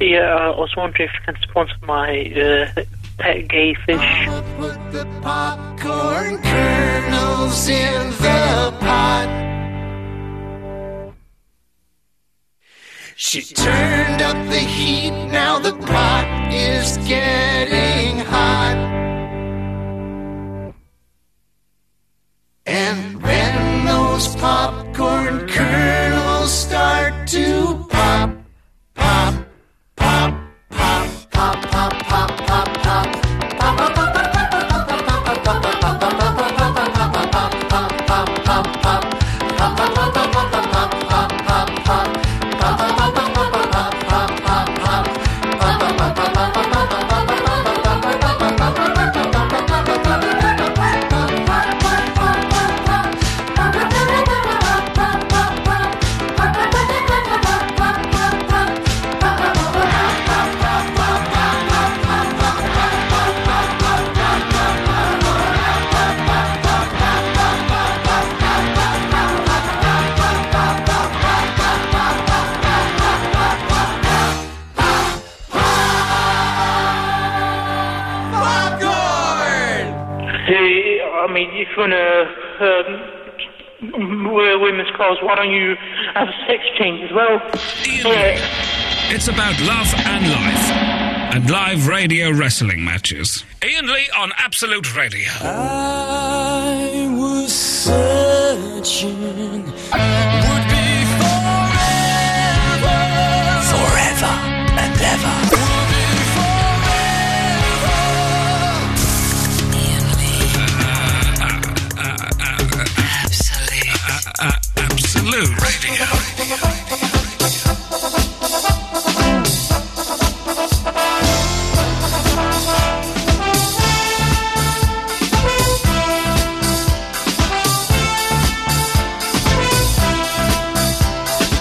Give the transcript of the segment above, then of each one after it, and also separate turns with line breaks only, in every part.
Yeah, uh, I was wondering if you can sponsor my uh, pet gay fish.
I'ma put the popcorn kernels in the pot. She turned up the heat, now the pot is getting hot. And when those popcorn kernels start to pop, pop, pop, pop, pop, pop, pop, pop, pop.
Hey, I mean, if you're gonna um, wear women's clothes, why don't you have a sex change as well? Yeah.
It's about love and life. And live radio wrestling matches. Ian Lee on Absolute Radio.
I was searching would be forever. Forever and ever.
Uh, absolute Radio.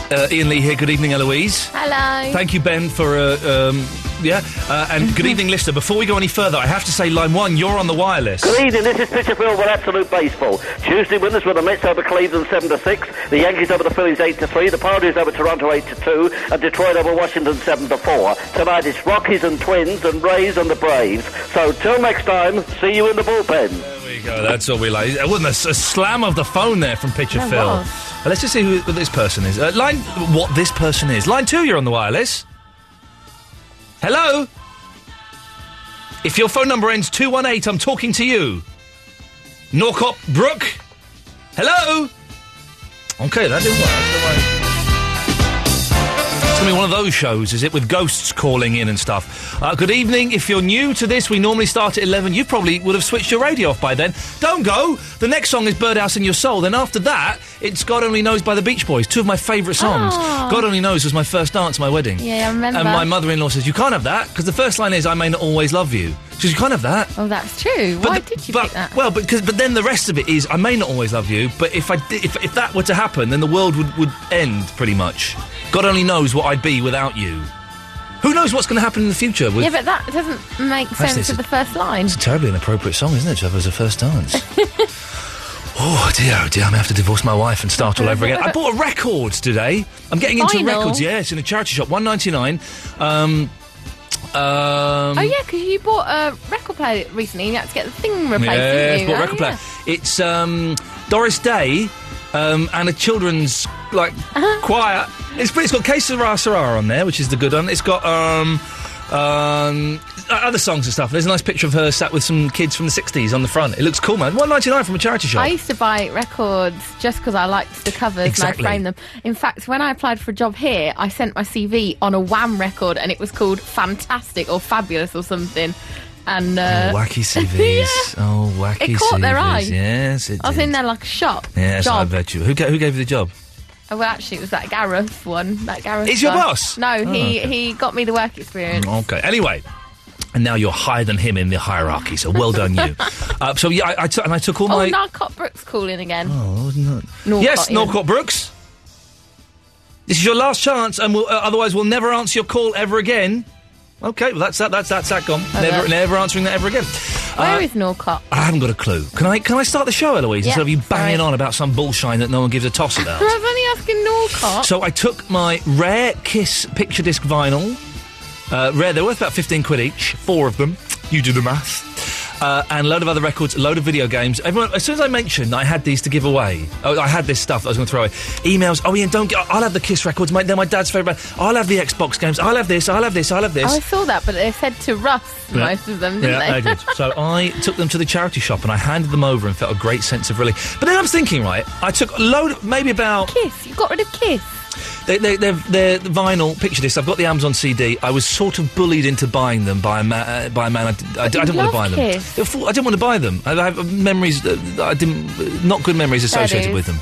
Uh, Ian Lee here. Good evening, Eloise.
Hello.
Thank you, Ben, for uh, um, yeah, uh, and good evening, listener. Before we go any further, I have to say, line one, you're on the wireless.
Good evening, this is Peter Phil with Absolute Baseball. Tuesday winners were the Mets over Cleveland 7 to 6, the Yankees over the Phillies 8 to 3, the Padres over Toronto 8 to 2, and Detroit over Washington 7 to 4. Tonight it's Rockies and Twins and Rays and the Braves. So till next time, see you in the bullpen.
There you go. That's all we like. It wasn't a, s- a slam of the phone there from Picture
There
Phil.
was.
Uh, let's just see who, who this person is. Uh, line, what this person is. Line two, you're on the wireless. Hello. If your phone number ends two one eight, I'm talking to you. Norcop Brook. Hello. Okay, that didn't work. It's going to be one of those shows, is it, with ghosts calling in and stuff. Uh, good evening. If you're new to this, we normally start at 11. You probably would have switched your radio off by then. Don't go. The next song is Birdhouse in Your Soul. Then after that, it's God Only Knows by the Beach Boys, two of my favourite songs.
Oh.
God Only Knows was my first dance at my wedding.
Yeah, I remember.
And my mother-in-law says, you can't have that, because the first line is, I may not always love you. She says, you can't have that.
Oh, that's true. Why
the-
did you
but-
pick that?
Well, because but then the rest of it is I may not always love you, but if I di- if if that were to happen, then the world would would end pretty much. God only knows what I'd be without you. Who knows what's going to happen in the future? With
yeah, but that doesn't make
Actually,
sense
it's
with the first line.
it's a terribly inappropriate song, isn't it? To have as a first dance. oh dear, oh dear! I'm gonna have to divorce my wife and start all over again. I bought a record today. I'm getting into
Vinyl?
records. Yeah, it's in a charity shop, 1.99. Um, um,
oh, yeah, because you bought a record player recently and you had to get the thing replaced,
Yes,
didn't you?
bought
Oh,
record player. It's um, Doris Day um, and a children's like
Uh-huh.
choir. It's pretty. It's got K Sarah Sarah on there, which is the good one. It's got um, um, o- other songs and stuff. There's a nice picture of her sat with some kids from the '60s on the front. It looks cool, man. One ninety nine from a charity shop.
I used to buy records just because I liked the covers
Exactly.
and I'd frame them. In fact, when I applied for a job here, I sent my CV on a Wham record and it was called Fantastic or Fabulous or something. And uh,
Oh, wacky CVs. Oh, wacky
It caught
CVs.
their eye.
Yes, it
I was
did.
in there like a shop.
Yes, I
job.
bet you. Who, ga- who gave you the job?
Oh, well, actually, it was that Gareth one. That Gareth.
He's your
one.
boss?
No,
Oh,
he
okay.
he got me the work experience.
Okay. Anyway. And now you're higher than him in the hierarchy, so well done you. uh, so yeah, I, I took and I took all
Oh,
my.
Narcot Brooks calling again.
Oh, no.
Norcott,
yes,
yeah.
Norcott Brooks. This is your last chance, and we'll, uh, otherwise we'll never answer your call ever again. Okay, well that's that. That's that's that gone. Never,
well.
never answering that ever again.
Where
Uh,
is Norcott?
I haven't got a clue. Can I can I start the show, Eloise,
Yeah,
instead of you banging
sorry.
on about some bullshine that no one gives a toss
I
about?
was only asking Norcott.
So I took my rare Kiss picture disc vinyl. Uh, rare, they're worth about 15 quid each, four of them. You do the math. Uh, and a load of other records, a load of video games. Everyone, as soon as I mentioned I had these to give away, oh, I had this stuff that I was going to throw away. Emails, oh Ian, don't get. I'll have the Kiss records, mate. They're my dad's favourite. band. I'll have the Xbox games. I'll have this. I'll have this. I'll have this.
Oh, I saw that, but they said to Russ,
Yeah.
most of them, didn't
yeah,
they?
I did. So I took them to the charity shop and I handed them over and felt a great sense of relief. But then I was thinking, right, I took a load, maybe about
Kiss. You got rid of Kiss.
They, they, they're, they're vinyl. Picture this: I've got the Amazon CD. I was sort of bullied into buying them by a ma- uh, by a man. I, d- I d- I
you
didn't want
love
to buy them.
Kiss.
They're full- I didn't want to buy them. I, I have memories. That that I didn't. Not good memories
That
associated
is.
with them.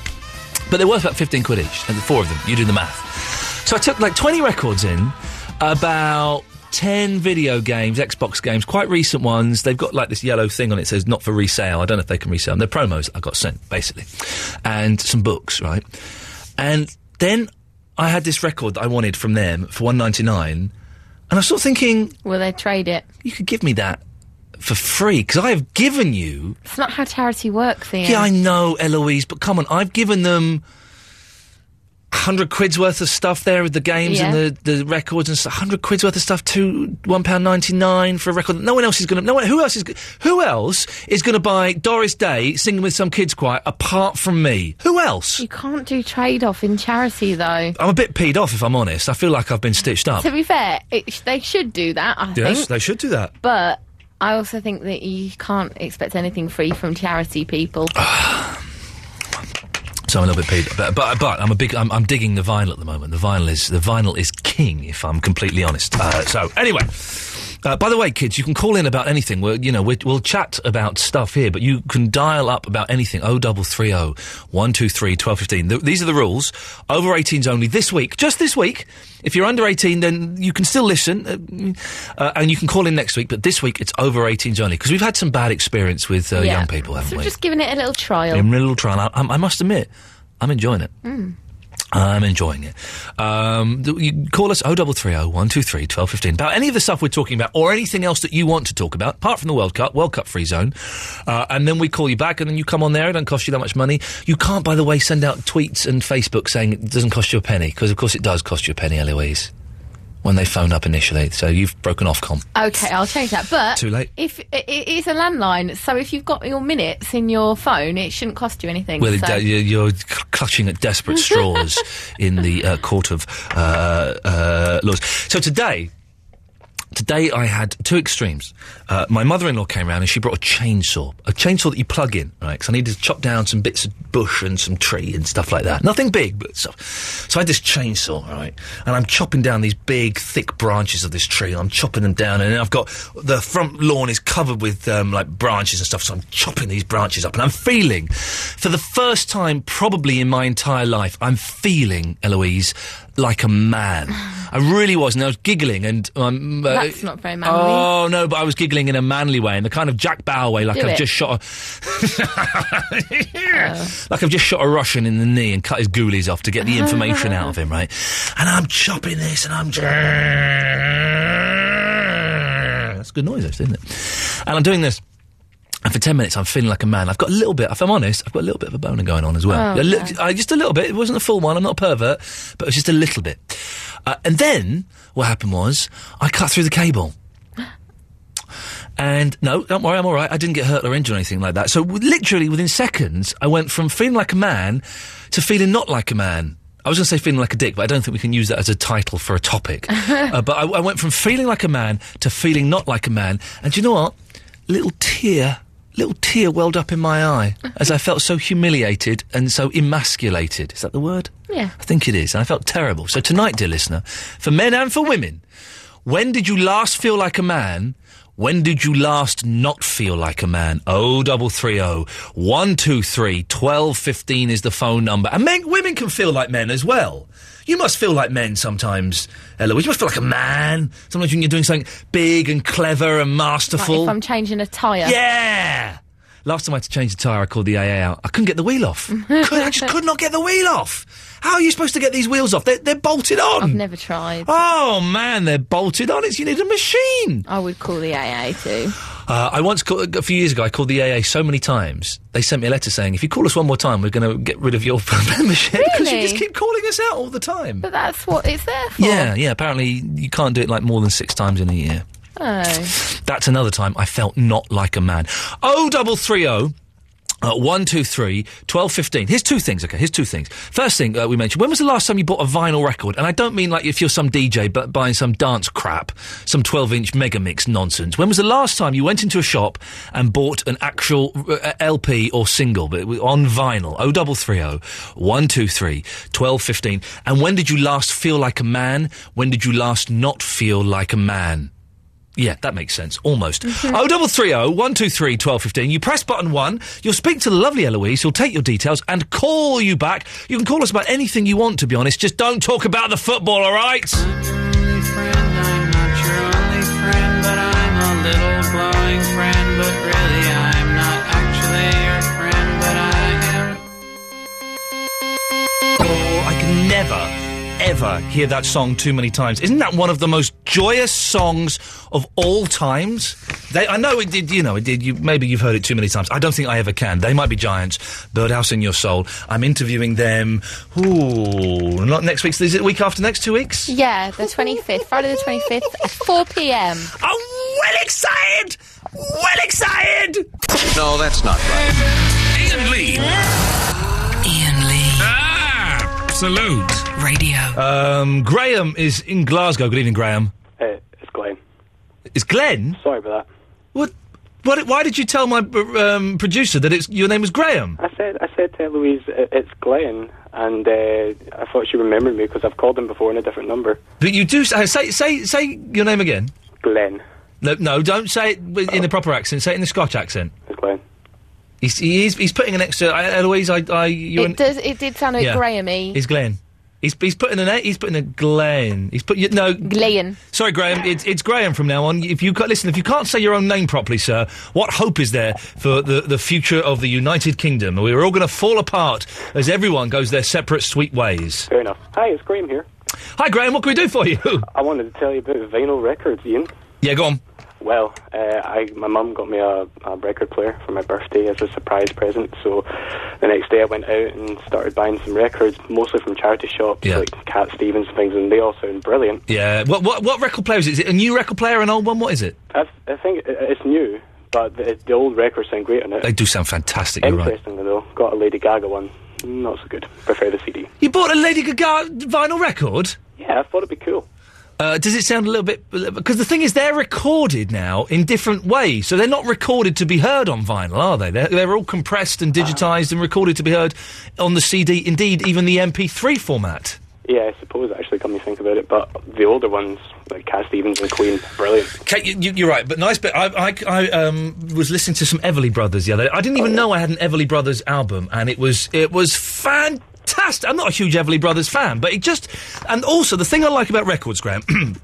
But they're worth about fifteen quid each, and the four of them. You do the math. So I took like twenty records in, about. 10 video games, Xbox games, quite recent ones. They've got like this yellow thing on it that says not for resale. I don't know if they can resell them. They're promos I got sent, basically. And some books, right? And then I had this record that I wanted from them for one ninety nine, and I was sort of thinking,
Will they trade it?
you could give me that for free because I have given you.
It's not how charity works, Ian.
Yeah. I know, Eloise, but come on, I've given them. 100 quid's worth of stuff there with the games
Yeah.
and the, the records and stuff. 100 quid's worth of stuff to £1.99 for a record. No one else is going to. No one, who else is go- Who else is going to buy Doris Day singing with some kids choir apart from me? Who else?
You can't do trade off in charity, though.
I'm a bit peed off if I'm honest. I feel like I've been stitched up.
To be fair, it, sh- they should do that, I
Oh. Yes,
think.
they should do that.
But I also think that you can't expect anything free from charity people.
Ah, So I'm a little bit peed, but but, but I'm a big. I'm, I'm digging the vinyl at the moment. The vinyl is the vinyl is king. If I'm completely honest. Uh, so anyway, uh, by the way, kids, you can call in about anything. We're, you know, we we'll chat about stuff here, but you can dial up about anything. O double three O one two three twelve fifteen. Th- These are the rules. Over 18s only this week. Just this week. If you're under 18, then you can still listen, uh, mm, uh, and you can call in next week. But this week it's over 18s only because we've had some bad experience with uh,
Yeah.
young people, haven't
so
we?
we're just giving it a little trial.
In a little trial. I, I, I must admit, I'm enjoying it.
Mm.
I'm enjoying it. Um, th- you can call us 0330 123 1215 about any of the stuff we're talking about or anything else that you want to talk about, apart from the World Cup, World Cup free zone. Uh, and then we call you back and then you come on there. It doesn't cost you that much money. You can't, by the way, send out tweets and Facebook saying it doesn't cost you a penny, because of course it does cost you a penny, Eloise, when they phoned up initially. So you've broken off, com.
Okay, I'll change that.
Uh,
But
Too late.
If it, it is a landline, so if you've got your minutes in your phone, it shouldn't cost you anything.
Well,
so.
it- you- you're cl- clutching at desperate straws in the uh, court of uh, uh, laws. So today, today I had two extremes. Uh, my mother-in-law came round and she brought a chainsaw, a chainsaw that you plug in, right? Because I needed to chop down some bits of bush and some tree and stuff like that. Nothing big, but stuff. So I had this chainsaw, right? And I'm chopping down these big, thick branches of this tree. I'm chopping them down, and then I've got the front lawn is covered with um, like branches and stuff. So I'm chopping these branches up, and I'm feeling, for the first time probably in my entire life, I'm feeling Eloise like a man. I really was, and I was giggling, and um, uh,
That's not very manly.
Oh no, but I was giggling in a manly way, in the kind of Jack Bauer way, like
Do
I've
it.
just shot a, like I've just shot a Russian in the knee and cut his ghoulies off to get the information out of him, right? And I'm chopping this, and I'm. That's a good noise, actually, isn't it? And I'm doing this. And for 10 minutes, I'm feeling like a man. I've got a little bit, if I'm honest, I've got a little bit of a boner going on as well.
Oh,
A li-
okay.
I- just a little bit. It wasn't a full one. I'm not a pervert, but it was just a little bit. Uh, and then what happened was I cut through the cable. And no, don't worry, I'm all right. I didn't get hurt or injured or anything like that. So w- literally within seconds, I went from feeling like a man to feeling not like a man. I was going to say feeling like a dick, but I don't think we can use that as a title for a topic. Uh, but I, I went from feeling like a man to feeling not like a man. And do you know what? Little tear, little tear welled up in my eye as I felt so humiliated and so emasculated. Is that the word?
Yeah.
I think it is. And I felt terrible. So tonight, dear listener, for men and for women, when did you last feel like a man? When did you last not feel like a man? Oh, double three oh one two three twelve fifteen is the phone number. And men, women can feel like men as well. You must feel like men sometimes, Eloise. You must feel like a man sometimes when you're doing something big and clever and
Like
masterful.
if I'm changing a tyre.
Yeah. Last time I had to change the tyre, I called the AA out. I couldn't get the wheel off. Could- I just could not get the wheel off. How are you supposed to get these wheels off? They're, they're bolted on.
I've never tried.
Oh man, they're bolted on. It's you need a machine.
I would call the AA too.
Uh, I once called, a few years ago, I called the AA so many times. They sent me a letter saying, if you call us one more time, we're going to get rid of your membership. Because you just
Really?
keep calling us out all the time.
But that's what it's there for.
Yeah, yeah. Apparently, you can't do it like more than six times in a year.
Oh.
That's another time I felt not like a man. O double three O. Uh, 123 1215. Here's two things, okay? Here's two things. First thing uh, we mentioned, when was the last time you bought a vinyl record? And I don't mean like if you're some DJ but buying some dance crap, some 12 inch mega mix nonsense. When was the last time you went into a shop and bought an actual uh, LP or single but it was on vinyl? 0330 123 1215. And when did you last feel like a man? When did you last not feel like a man? Yeah, that makes sense. Almost. Oh, double three oh one two three twelve fifteen. You press button one. You'll speak to the lovely Eloise. She'll take your details and call you back. You can call us about anything you want. To be honest, just don't talk about the football. All right? Oh, I can never, ever hear that song too many times. Isn't that one of the most joyous songs of all times? They, I know it did. You know it did. You, maybe you've heard it too many times. I don't think I ever can. They might be giants. Birdhouse in your soul. I'm interviewing them. Ooh, not next week. Is it week after next? Two weeks.
Yeah, the 25th, Friday the 25th at 4 pm.
I'm well excited! Well excited!
No, that's not right.
Ian Lee.
Ian Lee.
Ah, salute.
Radio.
Um, Graham is in Glasgow. Good evening, Graham.
Hey, it's Glenn.
It's Glenn.
Sorry about that.
What? What? Why did you tell my um, producer that it's your name was Graham?
I said I said to Louise, it's Glenn, and uh, I thought she remembered me because I've called him before on a different number.
But you do say say say, say your name again.
Glenn.
No, no, don't say it wi- in the proper accent. Say it in the Scotch accent.
It's Glenn.
He's he is, he's putting an extra. I, Eloise, I, I you.
It
and-
does. It did sound like
Yeah.
Grahamy.
He's Glenn. He's he's putting an a- he's putting a Glenn. He's put you, no
Glenn.
Sorry, Graham. It's, it's Graham from now on. If you ca- listen, if you can't say your own name properly, sir, what hope is there for the, the future of the United Kingdom? We're all going to fall apart as everyone goes their separate sweet ways.
Fair enough. Hi, it's Graham here.
Hi, Graham. What can we do for you?
I wanted to tell you about vinyl records, Ian.
yeah, go on.
Well, uh, I my mum got me a, a record player for my birthday as a surprise present. So the next day I went out and started buying some records, mostly from charity shops
Yeah.
like Cat Stevens and things, and they all sound brilliant.
Yeah. What what what record player is it? Is it a new record player, an old one? What is it?
I, I think it, it's new, but the, the old records sound great on it.
They do sound fantastic. You're right.
Interestingly though, got a Lady Gaga one. Not so good. Prefer the CD.
You bought a Lady Gaga vinyl record.
Yeah, I thought it'd be cool.
Uh, does it sound a little bit? Because the thing is, they're recorded now in different ways, so they're not recorded to be heard on vinyl, are they? They're, they're all compressed and digitized and recorded to be heard on the CD. Indeed, even the MP3 format.
Yeah, I suppose actually, come to think about it, but the older ones like Cat Stevens and Queen, brilliant.
Kate, you, you, you're right, but nice. But I, I, I um, was listening to some Everly Brothers the other day. I didn't even know I had an Everly Brothers album, and it was it was fantastic. I'm not a huge Everly Brothers fan, but it just and also the thing I like about records, Graham.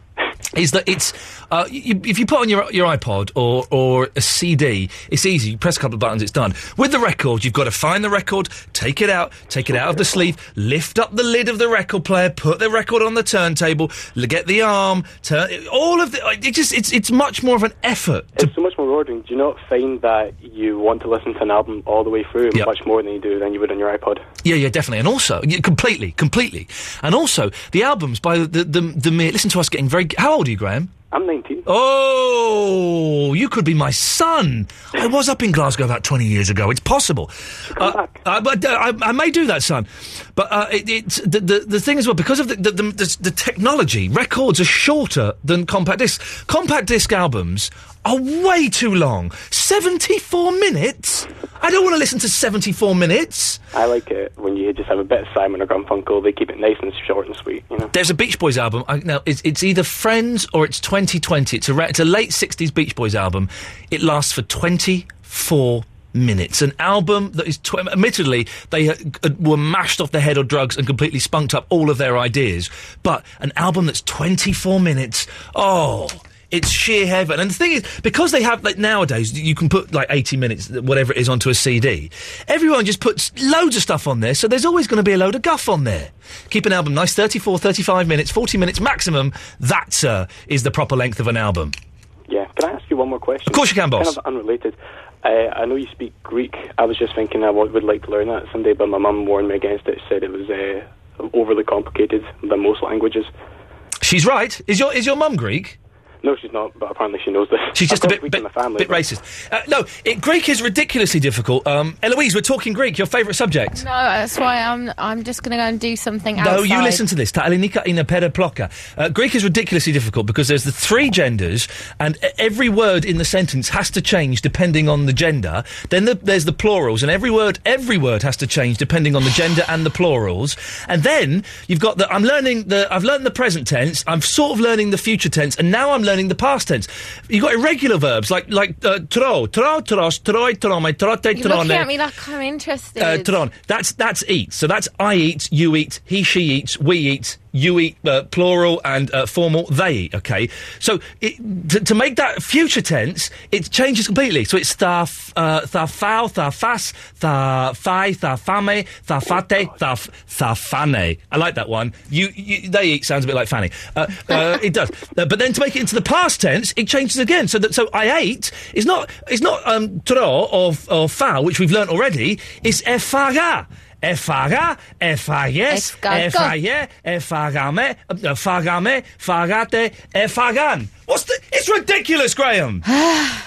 Is that it's uh, you, if you put on your your iPod or or a CD, it's easy. You press a couple of buttons, it's done. With the record, you've got to find the record, take it out, take it out of the sleeve, lift up the lid of the record player, put the record on the turntable, l- get the arm, turn all of the. It just it's it's much more of an effort.
It's so much more ordering. Do you not find that you want to listen to an album all the way through
Yeah.
much more than you do than you would on your iPod?
Yeah, yeah, definitely, and also yeah, completely, completely, and also the albums by the the, the mere. Listen to us getting very. How old are you, Graham?
I'm 19.
Oh, you could be my son. I was up in Glasgow about 20 years ago. It's possible. Uh, I, but, uh, I, I may do that, son. But uh, it, it's, the, the, the thing is, well, because of the, the, the, the, the technology, records are shorter than compact discs. Compact disc albums are way too long. 74 minutes? I don't want to listen to 74 minutes.
I like it when you just have a bit of Simon or Garfunkel. They keep it nice and short and sweet. You know.
There's a Beach Boys album. I, now it's, it's either Friends or it's 2020. It's a, ra- it's a late 60s Beach Boys album. It lasts for 24 minutes. An album that is, tw- admittedly, they uh, were mashed off their head or drugs and completely spunked up all of their ideas. But an album that's 24 minutes. Oh. It's sheer heaven, and the thing is, because they have like nowadays, you can put like eighty minutes, whatever it is, onto a CD. Everyone just puts loads of stuff on there, so there's always going to be a load of guff on there. Keep an album nice, 34, uh, 35 minutes, forty minutes maximum. That, sir, is the proper length of an album.
Yeah. Can I ask you one more question?
Of course you can, boss.
Kind of unrelated. I, I know you speak Greek. I was just thinking I would would like to learn that someday, but my mum warned me against it. She said it was uh, overly complicated than most languages.
She's right. Is your is your mum Greek?
No, she's not, but apparently she knows this.
She's just a
I've
bit,
got Greek
bit,
in my family,
bit
but-
racist. Uh, no, it, Greek is ridiculously difficult. Um, Eloise, we're talking Greek, your favourite subject.
No, that's why I'm. I'm just going to go and do something.
No, you
outside.
listen to this. Ta alinika ina pera ploka. Uh, Greek is ridiculously difficult because there's the three genders, and e- every word in the sentence has to change depending on the gender. Then the, there's the plurals, and every word, every word has to change depending on the gender and the plurals. And then you've got the. I'm learning the. I've learned the present tense. I'm sort of learning the future tense, and now I'm learning the past tense. You've got irregular verbs like like uh, tro, tro, tros, troi, tromai, trote,
You're looking
trone.
at me like I'm interested.
Uh, Tron, that's that's eat. So that's I eat, you eat, he she eats, we eat, you eat, uh, plural and uh, formal. They eat. Okay. So it, to, to make that future tense, it changes completely. So it's tha f- uh, tha fau, tha fas, tha fai, tha fame, tha fate, tha f- tha fane. I like that one. You, you they eat sounds a bit like fanny. Uh, uh, it does. Uh, but then to make it into the past tense, it changes again. So that so I ate is not it's not um tro or or fa, which we've learnt already. It's efaga. Efaga, efayes,
Escargot.
efaye, efagame, uh, fagame, fagate, efagan. What's the? It's ridiculous, Graham.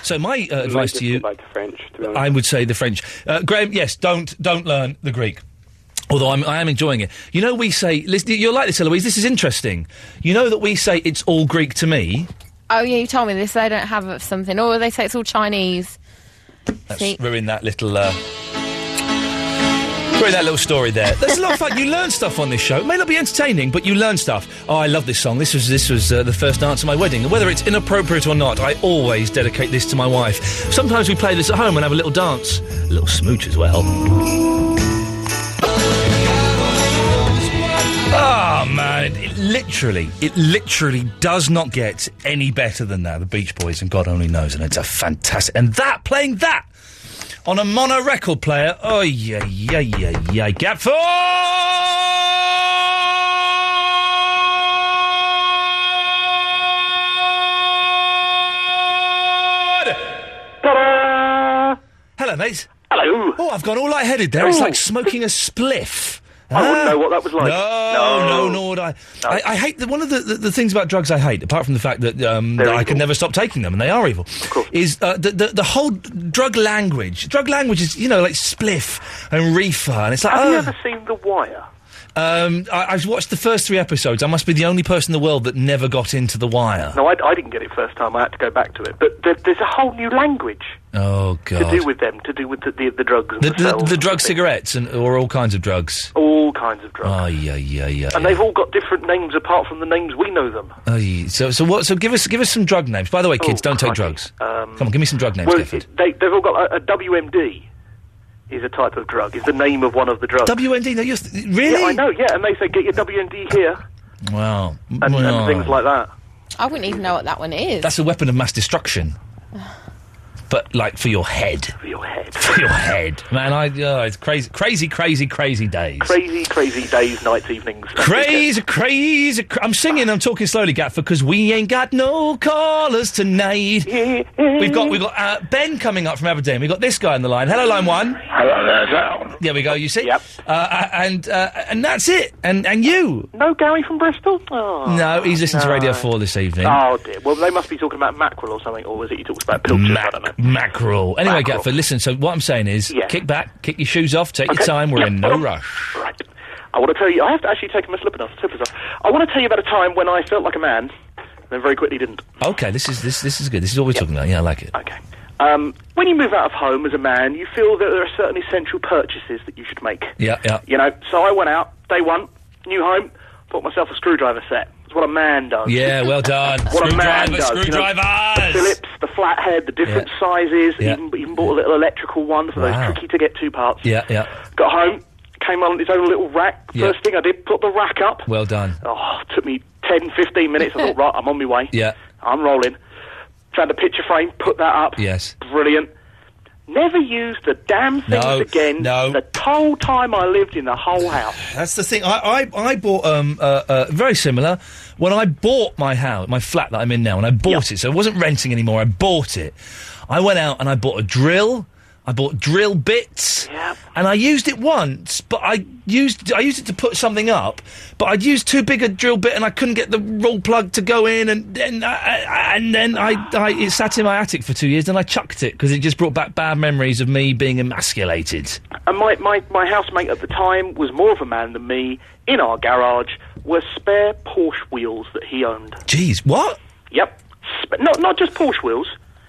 so my uh, advice to you,
French.
I would say the French. Uh, Graham, yes, don't don't learn the Greek. Although I'm, I am enjoying it. You know, we say, listen, you're like this, Eloise, this is interesting. You know that we say it's all Greek to me.
Oh yeah, you told me this. They don't have something, or they say it's all Chinese.
That's
See?
ruined that little. Uh, ruined that little story there. That's a lot of fun. You learn stuff on this show. It may not be entertaining, but you learn stuff. Oh, I love this song. This was this was uh, the first dance at my wedding. And Whether it's inappropriate or not, I always dedicate this to my wife. Sometimes we play this at home and have a little dance, a little smooch as well. Oh man, it, it literally, it literally does not get any better than that. The Beach Boys and God only knows, and it's a fantastic. And that playing that on a mono record player. Oh yeah, yeah, yeah, yeah. Gapford.
Ta-da!
Hello, mate.
Hello.
Oh, I've gone all light-headed there. It's
Oh.
like smoking a spliff.
I wouldn't know what that was like.
No, no,
No.
nor would I. I, I hate the, one of the, the, the things about drugs I hate, apart from the fact that, um, that I can never stop taking them, and they are evil. Is uh, the, the the whole drug language? Drug language is you know like spliff and reefer, and it's like
Have
oh.
you ever seen The Wire?
Um, I, I've watched the first three episodes. I must be the only person in the world that never got into the wire.
No, I, I didn't get it first time. I had to go back to it. But there, there's a whole new language
Oh
to
god.
do with them, to do with the, the, the drugs
The,
themselves.
the, the drug cigarettes and or all kinds of drugs.
All kinds of drugs.
Oh yeah yeah yeah.
And they've all got different names apart from the names we know them.
Ay, so so what? So give us give us some drug names. By the way, kids,
Oh,
don't take
crikey.
drugs.
Um,
Come on, give me some drug names,
well,
Gifford.
They, they've all got a, a WMD is a type of drug, is the name of one of the drugs.
WMD? No, you're th- really?
Yeah, I know, yeah. And they say, get your WMD here
Wow.
and,
Wow.
and things like that.
I wouldn't even know what that one is.
That's a weapon of mass destruction. But like for your head,
For your head.
for your head, man. I oh, it's crazy, crazy, crazy, crazy days.
Crazy, crazy days, nights, evenings. and
Crazy, crazy. Cr- I'm singing. I'm talking slowly, Gatford, because we ain't got no callers tonight. We've got we've got uh, Ben coming up from Aberdeen. We've got this guy on the line. Hello, line one.
Hello there, Sal.
There we go. You see. Yep. Uh, uh, and uh, and that's it. And and you.
No Gary from Bristol? Oh,
no, he's listening to Radio Four this evening.
Oh, dear. Well, they must be talking about mackerel or something, or was it he talks about pilchards? I don't know.
Mac- mackerel. Anyway,
Mackerel.
Gatford, listen. So what I'm saying is,
Yeah.
kick back, kick your shoes off, take your
Okay.
time. We're
Yeah.
in no rush.
Right. I want to tell you, I have to actually take my slippers off. Slippers off. I want to tell you about a time when I felt like a man, and then very quickly didn't.
Okay, this is this this is good. This is what we're talking about. Yeah, I like it.
Okay. Um, when you move out of home as a man, you feel that there are certain essential purchases that you should make.
Yeah, yeah.
You know, so I went out, day one, new home, bought myself a screwdriver set. It's what a man does.
Yeah, well done.
What a man
screwdriver,
does. you know.
screwdriver.
the Phillips, the flathead, the different
Yeah.
sizes,
Yeah.
even, even bought a little electrical one for
Wow.
those tricky to get two parts.
Yeah, yeah.
Got home, came on its own little rack.
Yeah.
First thing I did, put the rack up.
Well done.
Oh, it took me 10, 15 minutes. I thought, right, I'm on my way.
Yeah.
I'm rolling. Found a picture frame, put that up.
Yes.
Brilliant. Never used the damn things
No,
again.
no.
The whole time I lived in the whole house.
That's the thing. I, I, I bought um, uh, uh, very similar when I bought my house, my flat that I'm in now, and I bought it. So I wasn't renting anymore. I bought it. I went out and I bought a drill. I bought drill bits, and I used it once, but I used I used it to put something up, but I'd used too big a drill bit, and I couldn't get the roll plug to go in, and then I, I- and then I, I it sat in my attic for two years, then I chucked it because it just brought back bad memories of me being emasculated.
And my, my, my housemate at the time was more of a man than me. In our garage were spare Porsche wheels that he owned.
Jeez, what?
Yep. Sp- not, not just Porsche wheels.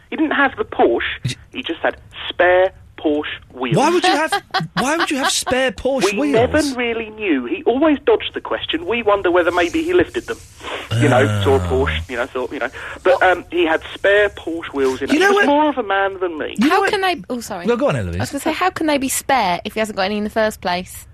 He didn't have the Porsche. He just had spare Porsche wheels.
Why would you have? why would you have spare Porsche
we
wheels?
never really knew. He always dodged the question. We wonder whether maybe he lifted them. You know,
Ah.
saw a Porsche. You know, thought you know. But um, he had spare Porsche wheels. In
You
it.
know
he was
what-
more of a man than me.
how can they? Oh, sorry.
No, go on,
I was
Eloise.
going to say, how can they be spare if he hasn't got any in the first place?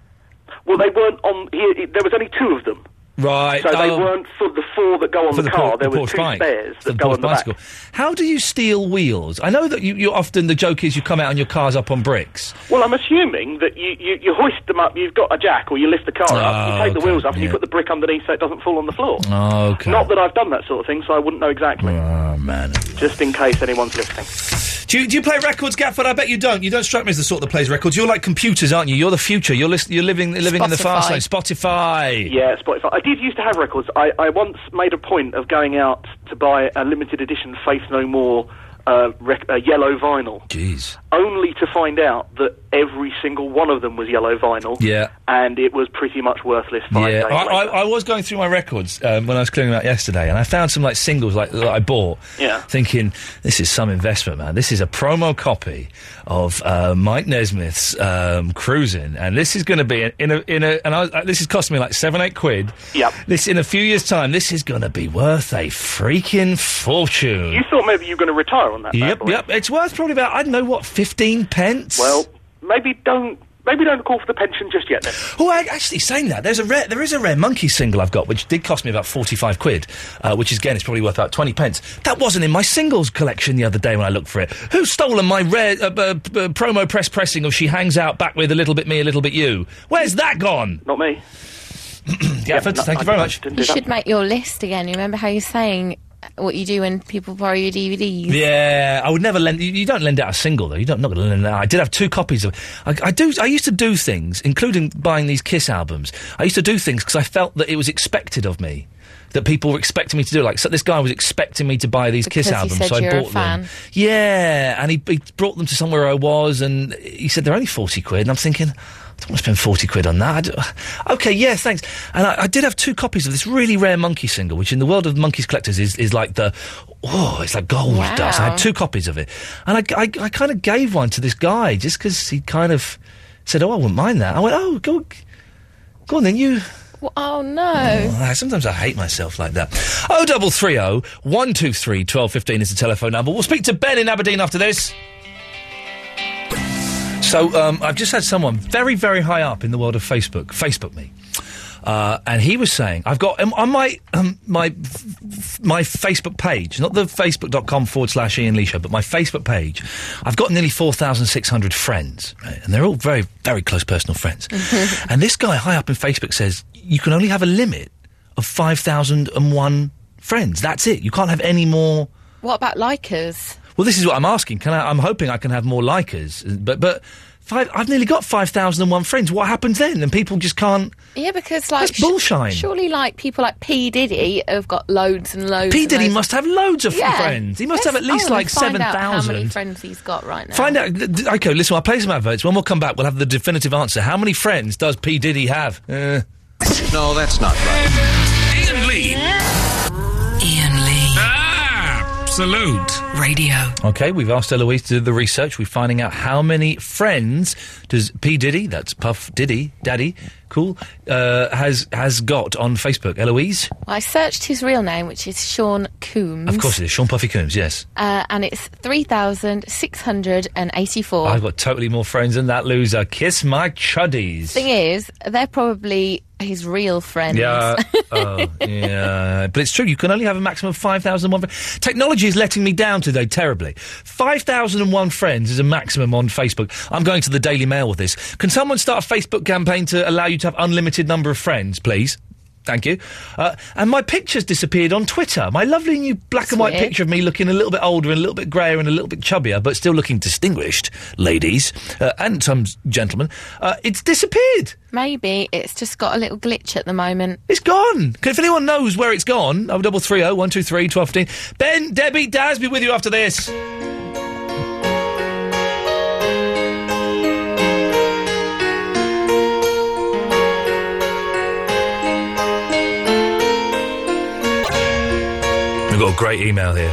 Well, they weren't on. He, he- there was only two of them.
Right.
So they
oh,
weren't for the four that go on
for
the, car.
Por-
there were
Porsche
two
bike,
spares
for
that
the
go
Porsche
on the
bicycle.
back.
How do you steal wheels? I know that you, you often the joke is you come out and your car's up on bricks.
Well, I'm assuming that you, you, you hoist them up. You've got a jack, or you lift the car up. You
Oh,
take the
okay,
wheels up, and you
yeah.
put the brick underneath so it doesn't fall on the floor.
Oh, okay.
Not that I've done that sort of thing, so I wouldn't know exactly.
Oh man.
Just in case anyone's listening.
Do you, do you play records, Gatford? I bet you don't. You don't strike me as the sort that plays records. You're like computers, aren't you? You're the future. You're list- you're living living in the fast lane. Spotify.
Yeah, Spotify. I did used to have records. I, I once made a point of going out to buy a limited edition Faith No More uh, rec- uh, yellow vinyl,
Jeez.
only to find out that every single one of them was yellow vinyl.
Yeah.
And it was pretty much worthless. Five
Yeah,
days
I,
later.
I, I was going through my records um, when I was clearing them out yesterday, and I found some like singles like that I bought.
Yeah.
Thinking this is some investment, man. This is a promo copy of uh, Mike Nesmith's um, Cruising, and this is going to be an, in a in a. And I, was- uh, this has cost me like seven eight quid.
Yep.
This in a few years' time, this is going to be worth a freaking fortune.
You thought maybe you were going to retire on that. bad
Yep,
boy.
yep. It's worth probably about I don't know what fifteen pence.
Well, maybe don't maybe don't call for the pension just yet then.
Oh, I, actually, saying that, there's a rare, there is a rare monkey single I've got, which did cost me about forty-five quid, uh, which is again, it's probably worth about twenty pence. That wasn't in my singles collection the other day when I looked for it. Who's stolen my rare uh, uh, p- uh, promo press pressing of "She Hangs Out" back with a little bit me, a little bit you? Where's that gone?
Not me.
Gafford,
no,
thank
I
you very
didn't-
much.
You should make your list again. Remember how you're saying what you do when people borrow your DVDs?
Yeah, I would never lend. You, you don't lend out a single though. You don't not going to lend out. I did have two copies of. I, I do. I used to do things, including buying these Kiss albums. I used to do things because I felt that it was expected of me. That people were expecting me to do, like so this guy was expecting me to buy these
Because
Kiss
he
albums,
said
so I
you're a
bought
fan.
them. Mm. Yeah, and he, he brought them to somewhere I was, and he said they're only forty quid, and I'm thinking. I don't want to spend 40 quid on that. I d- okay, yeah, thanks. And I, I did have two copies of this really rare monkey single, which in the world of monkeys collectors is, is like the, oh, it's like gold
Wow.
dust. I had two copies of it. And I, I, I kind of gave one to this guy just because he kind of said, oh, I wouldn't mind that. I went, oh, go, go on then, you.
Well, oh no.
Oh, I- sometimes I hate myself like that. Oh, 0330 123 1215 is the telephone number. We'll speak to Ben in Aberdeen after this. So um, I've just had someone very, very high up in the world of Facebook Facebook me. Uh, and he was saying, I've got um, on my um, my f- f- my Facebook page, not the facebook.com forward slash Ian Lee show, but my Facebook page, I've got nearly 4,600 friends. Right? And they're all very, very close personal friends. and this guy high up in Facebook says, you can only have a limit of 5,001 friends. That's it. You can't have any more
What about likers?
well, this is what I'm asking. Can I, I'm hoping I can have more likers, but but five, I've nearly got five thousand and one friends. What happens then? And people just can't.
Yeah, because like
That's bullshine.
surely, like people like P Diddy have got loads and loads.
P
and
Diddy
loads.
must have loads of
Yeah.
friends. He must have at
Let's- I
least
wanna
like
find
seven
out How many
thousand.
friends he's got right now?
Find out. th- th- Okay, listen. I'll play some adverts. When we'll come back, we'll have the definitive answer. How many friends does P Diddy have? Uh.
No, that's not right.
Ian Lee.
Ian Lee. Ah.
Absolute.
Radio.
Okay, we've asked Eloise to do the research. We're finding out how many friends does P Diddy, that's Puff Diddy, Daddy, cool, uh, has has got on Facebook. Eloise,
I searched his real name, which is Sean Coombs.
of course it is. Sean Puffy Coombs, yes.
Uh, and it's 3,684.
I've got totally more friends than that loser. Kiss my chuddies.
Thing is, they're probably his real friends.
Yeah, oh, yeah. But it's true. You can only have a maximum of five thousand one. Fr- Technology is letting me down today terribly. Five thousand and one friends is a maximum on Facebook. I'm going to the Daily Mail with this. Can someone start a Facebook campaign to allow you to have unlimited number of friends, please? Thank you. Uh, and my pictures disappeared on Twitter. My lovely new black and white
That's weird.
picture of me looking a little bit older and a little bit greyer and a little bit chubbier, but still looking distinguished, ladies, uh, and some s- gentlemen. Uh, it's disappeared.
Maybe it's just got a little glitch at the moment.
It's gone. If anyone knows where it's gone, oh double three oh one two three twelve fifteen. Ben, Debbie, Daz, be with you after this. We've got a great email here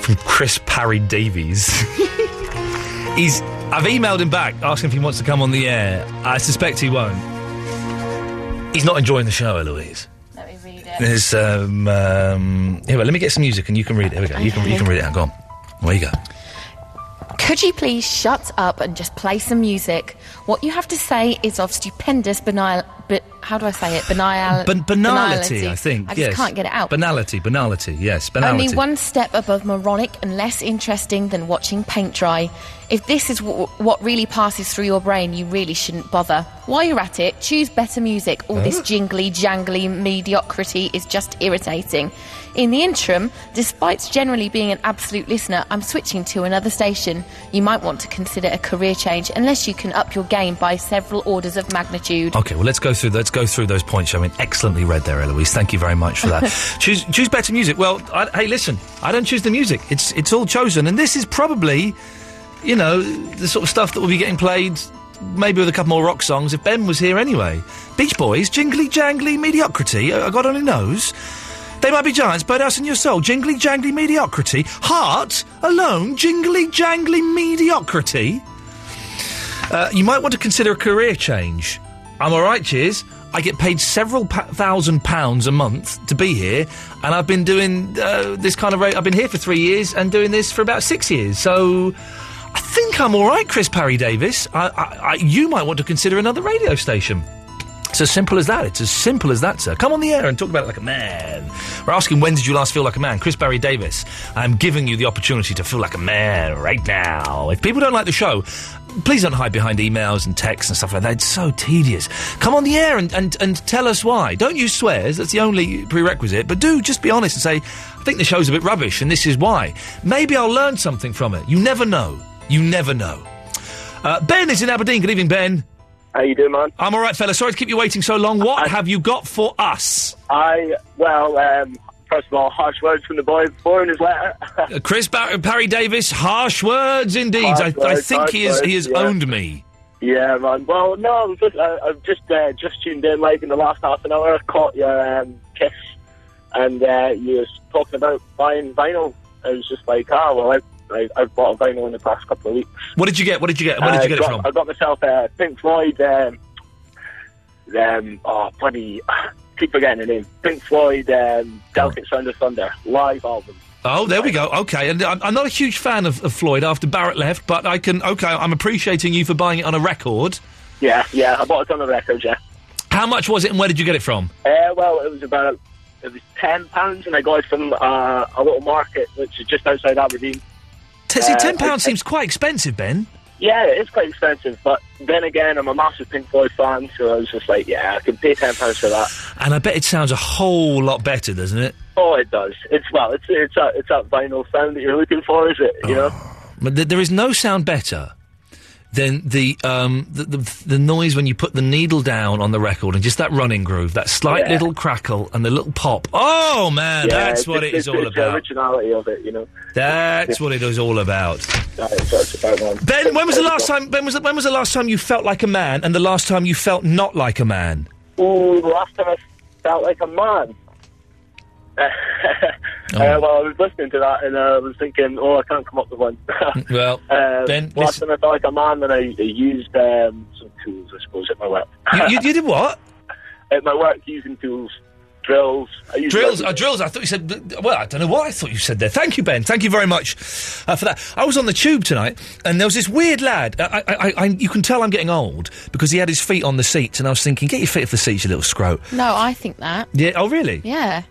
from Chris Parry Davies. He's. I've emailed him back asking if he wants to come on the air. I suspect he won't. He's not enjoying the show, Eloise. Let me read it. There's um, um here. well, Let me get some music and you can read it. Here we go. You can you can read it out. Go on. Where you go?
Could you please shut up and just play some music? What you have to say is of stupendous banal. But how do I say it? Banal.
Ban- banality, I think.
I just
yes.
can't get it out.
Banality, banality. Yes, banality.
Only one step above moronic and less interesting than watching paint dry. If this is w- what really passes through your brain, you really shouldn't bother. While you're at it, choose better music. All this
Huh?
jingly, jangly mediocrity is just irritating. In the interim, despite generally being an absolute listener, I'm switching to another station. You might want to consider a career change unless you can up your game by several orders of magnitude.
Okay, well let's go through let's go through those points. I mean, excellently read there, Eloise. Thank you very much for that. choose choose better music. Well, I, hey, listen, I don't choose the music. It's it's all chosen, and this is probably, you know, the sort of stuff that will be getting played. Maybe with a couple more rock songs if Ben was here anyway. Beach Boys, Jingly Jangly Mediocrity. Uh, God only knows. They might be giants, Birdhouse in Your Soul, Jingly Jangly Mediocrity, Heart, Alone, Jingly Jangly Mediocrity. Uh, you might want to consider a career change. I'm all right, cheers. I get paid several pa- thousand pounds a month to be here, and I've been doing uh, this kind of rate. I've been here for three years and doing this for about six years. So I think I'm all right, Chris Parry Davis. I, I, I, you might want to consider another radio station. It's as simple as that. It's as simple as that, sir. Come on the air and talk about it like a man. We're asking when did you last feel like a man? Chris Barry Davis, I'm giving you the opportunity to feel like a man right now. If people don't like the show, please don't hide behind emails and texts and stuff like that. It's so tedious. Come on the air and, and, and tell us why. Don't use swears. That's the only prerequisite. But do just be honest and say, I think the show's a bit rubbish and this is why. Maybe I'll learn something from it. You never know. You never know. Uh, ben is in Aberdeen. Good evening, Ben.
How you doing, man?
I'm all right, fella. Sorry to keep you waiting so long. What have you got for us?
I well, um, first of all, harsh words from the boy before in his letter.
Uh, Chris Bar- Parry Davis, harsh words indeed.
Harsh
I, I
words,
think
harsh
he, is, he has
words, yeah.
owned me.
yeah, man. Well, no, I'm just, I, I've just uh, just tuned in, like in the last half an hour, caught your um, kiss, and uh, you was talking about buying vinyl. I was just like, ah, well, I've I, I've bought a vinyl in the past couple of weeks.
What did you get? What did you get? Where did
I
you get it
Uh, got,
from?
I got myself uh, Pink Floyd. Um, um, oh, bloody! Keep forgetting the name. Pink Floyd. Um, Delicate Sound of Thunder live album.
Oh, there we go. Okay, and I'm, I'm not a huge fan of, of Floyd after Barrett left, but I can. Okay, I'm appreciating you for buying it on a record.
Yeah, yeah, I bought it on the record, yeah.
How much was it, and where did you get it from?
Uh, well, it was about it was ten pounds, and I got it from uh, a little market which is just outside Aberdeen.
T- see,
Uh,
ten pounds
I-
seems quite expensive, Ben.
Yeah, it's quite expensive, but then again, I'm a massive Pink Floyd fan, so I was just like, yeah, I can pay ten pounds for that.
And I bet it sounds a whole lot better, doesn't it?
Oh, it does. It's well, it's it's that it's that vinyl sound that you're looking for, is it? You know.
But th- there is no sound better than the, um, the, the the noise when you put the needle down on the record and just that running groove, that slight
Yeah.
little crackle and the little pop. Oh man,
Yeah,
that's
it's-
what it
it's,
is all
it's The
about.
originality of it, you know.
That's what it is all about.
That is what it's about, man.
Ben, when was the last time? Ben was the- when was the last time you felt like a man, and the last time you felt not like a man?
Ooh, the last time I felt like a man. Uh,
Oh.
uh, well, I was listening to that and uh, I was thinking, oh, I can't come up with one.
Well,
uh,
Ben,
last time I felt like a man, then I, I used um, some tools, I suppose, at my work.
You, you, you did what?
At my work, using tools, drills. I use
Drills, uh, drills. I thought you said. Well, I don't know what I thought you said there. Thank you, Ben. Thank you very much uh, for that. I was on the tube tonight, and there was this weird lad. I, I, I, I, you can tell I'm getting old because he had his feet on the seats, and I was thinking, get your feet off the seats, you little scroat.
No, I think that.
Yeah. Oh, really?
Yeah.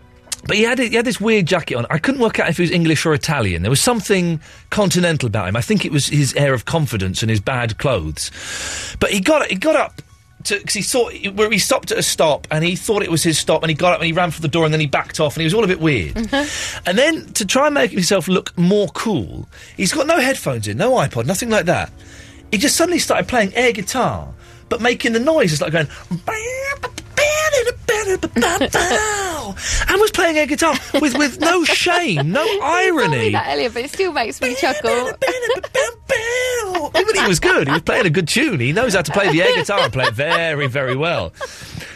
But he had it- he had this weird jacket on. I couldn't work out if he was English or Italian. There was something continental about him. I think it was his air of confidence and his bad clothes. But he got he got up because he thought where he stopped at a stop and he thought it was his stop and he got up and he ran for the door and then he backed off and he was all a bit weird. and then to try and make himself look more cool, he's got no headphones in, no iPod, nothing like that. He just suddenly started playing air guitar, but making the noises like going. and was playing air guitar with, with no shame, no
Told me
irony.
that earlier, but it still makes me chuckle.
But Oh, he was good. He was playing a good tune. He knows how to play the air guitar and play it very, very well.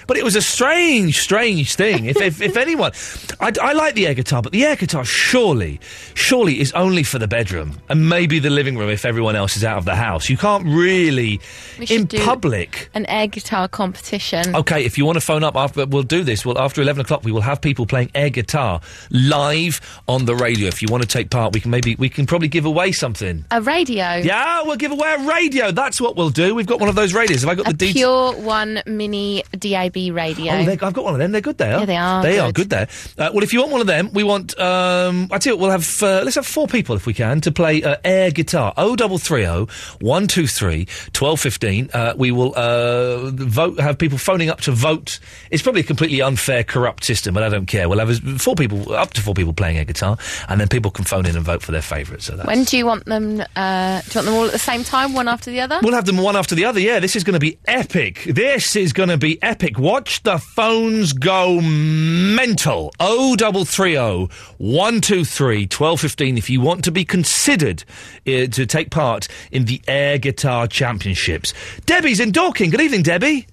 But it was a strange, strange thing. If, if, if anyone, I, I like the air guitar, but the air guitar surely, surely is only for the bedroom and maybe the living room if everyone else is out of the house. You can't really
We should
in
do-
public.
An air guitar competition.
Okay, if you want to phone up after, we'll do this. Well, after eleven o'clock, we will have people playing air guitar live on the radio. If you want to take part, we can maybe we can probably give away something.
A radio.
Yeah, we'll give away a radio. That's what we'll do. We've got one of those radios. Have I got
A
the details?
pure one mini DAB radio.
Oh, they- I've got one of them. They're good. They are.
Yeah, they are
They
good.
are good. There. Uh, well, if you want one of them, we want. Um, I tell you, what, we'll have. Uh, let's have four people if we can to play uh, air guitar. O double three O one two three twelve fifteen. Uh, we will uh, vote. Have people phoning up to vote. It's probably a completely unfair, corrupt system, but I don't care. We'll have as- four people, up to four people playing air guitar, and then people can phone in and vote for their favourite. So that.
when do you want them? Uh, do you want them all at the same time, one after the other?
We'll have them one after the other. Yeah, this is going to be epic. This is going to be epic. Watch the phones go mental. O double three O one two three twelve fifteen. If you want to be considered uh, to take part in the Air Guitar Championships, Debbie's in Dorking. Good evening, Debbie.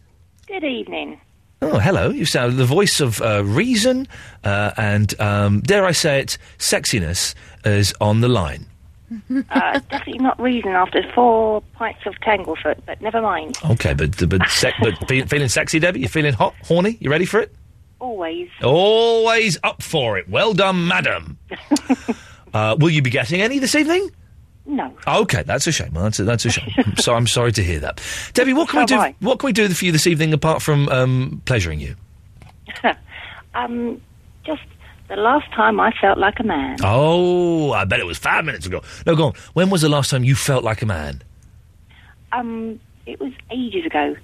Good evening.
Oh, hello. You sound the voice of uh, reason uh, and, um, dare I say it, sexiness is on the line.
uh, definitely not reason after four pints of Tanglefoot, but never mind.
Okay, but but, sec- but fe- feeling sexy, Debbie. You feeling hot, horny? You ready for it?
Always.
Always up for it. Well done, madam. uh, will you be getting any this evening?
No.
Okay, that's a shame. Well, That's a, that's a shame. so I'm sorry to hear that, Debbie. What can
So
we
am
do? What can we do for you this evening apart from um, pleasuring you?
um, just the last time I felt like a man.
Oh, I bet it was five minutes ago. No, go on. When was the last time you felt like a man?
Um, it was ages ago.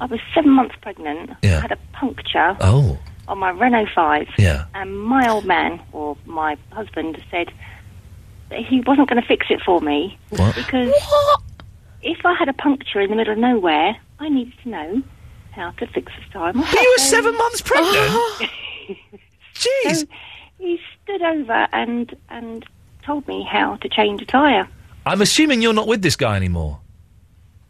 I was seven months pregnant.
Yeah.
I had a puncture
Oh,
on my Renault 5.
Yeah.
And my old man, or my husband, said that he wasn't going to fix it for me.
What?
Because if I had a puncture in the middle of nowhere, I needed to know how to fix this time.
But you were seven months pregnant? Jeez.
he stood over and, and told me how to change a tyre.
I'm assuming you're not with this guy anymore.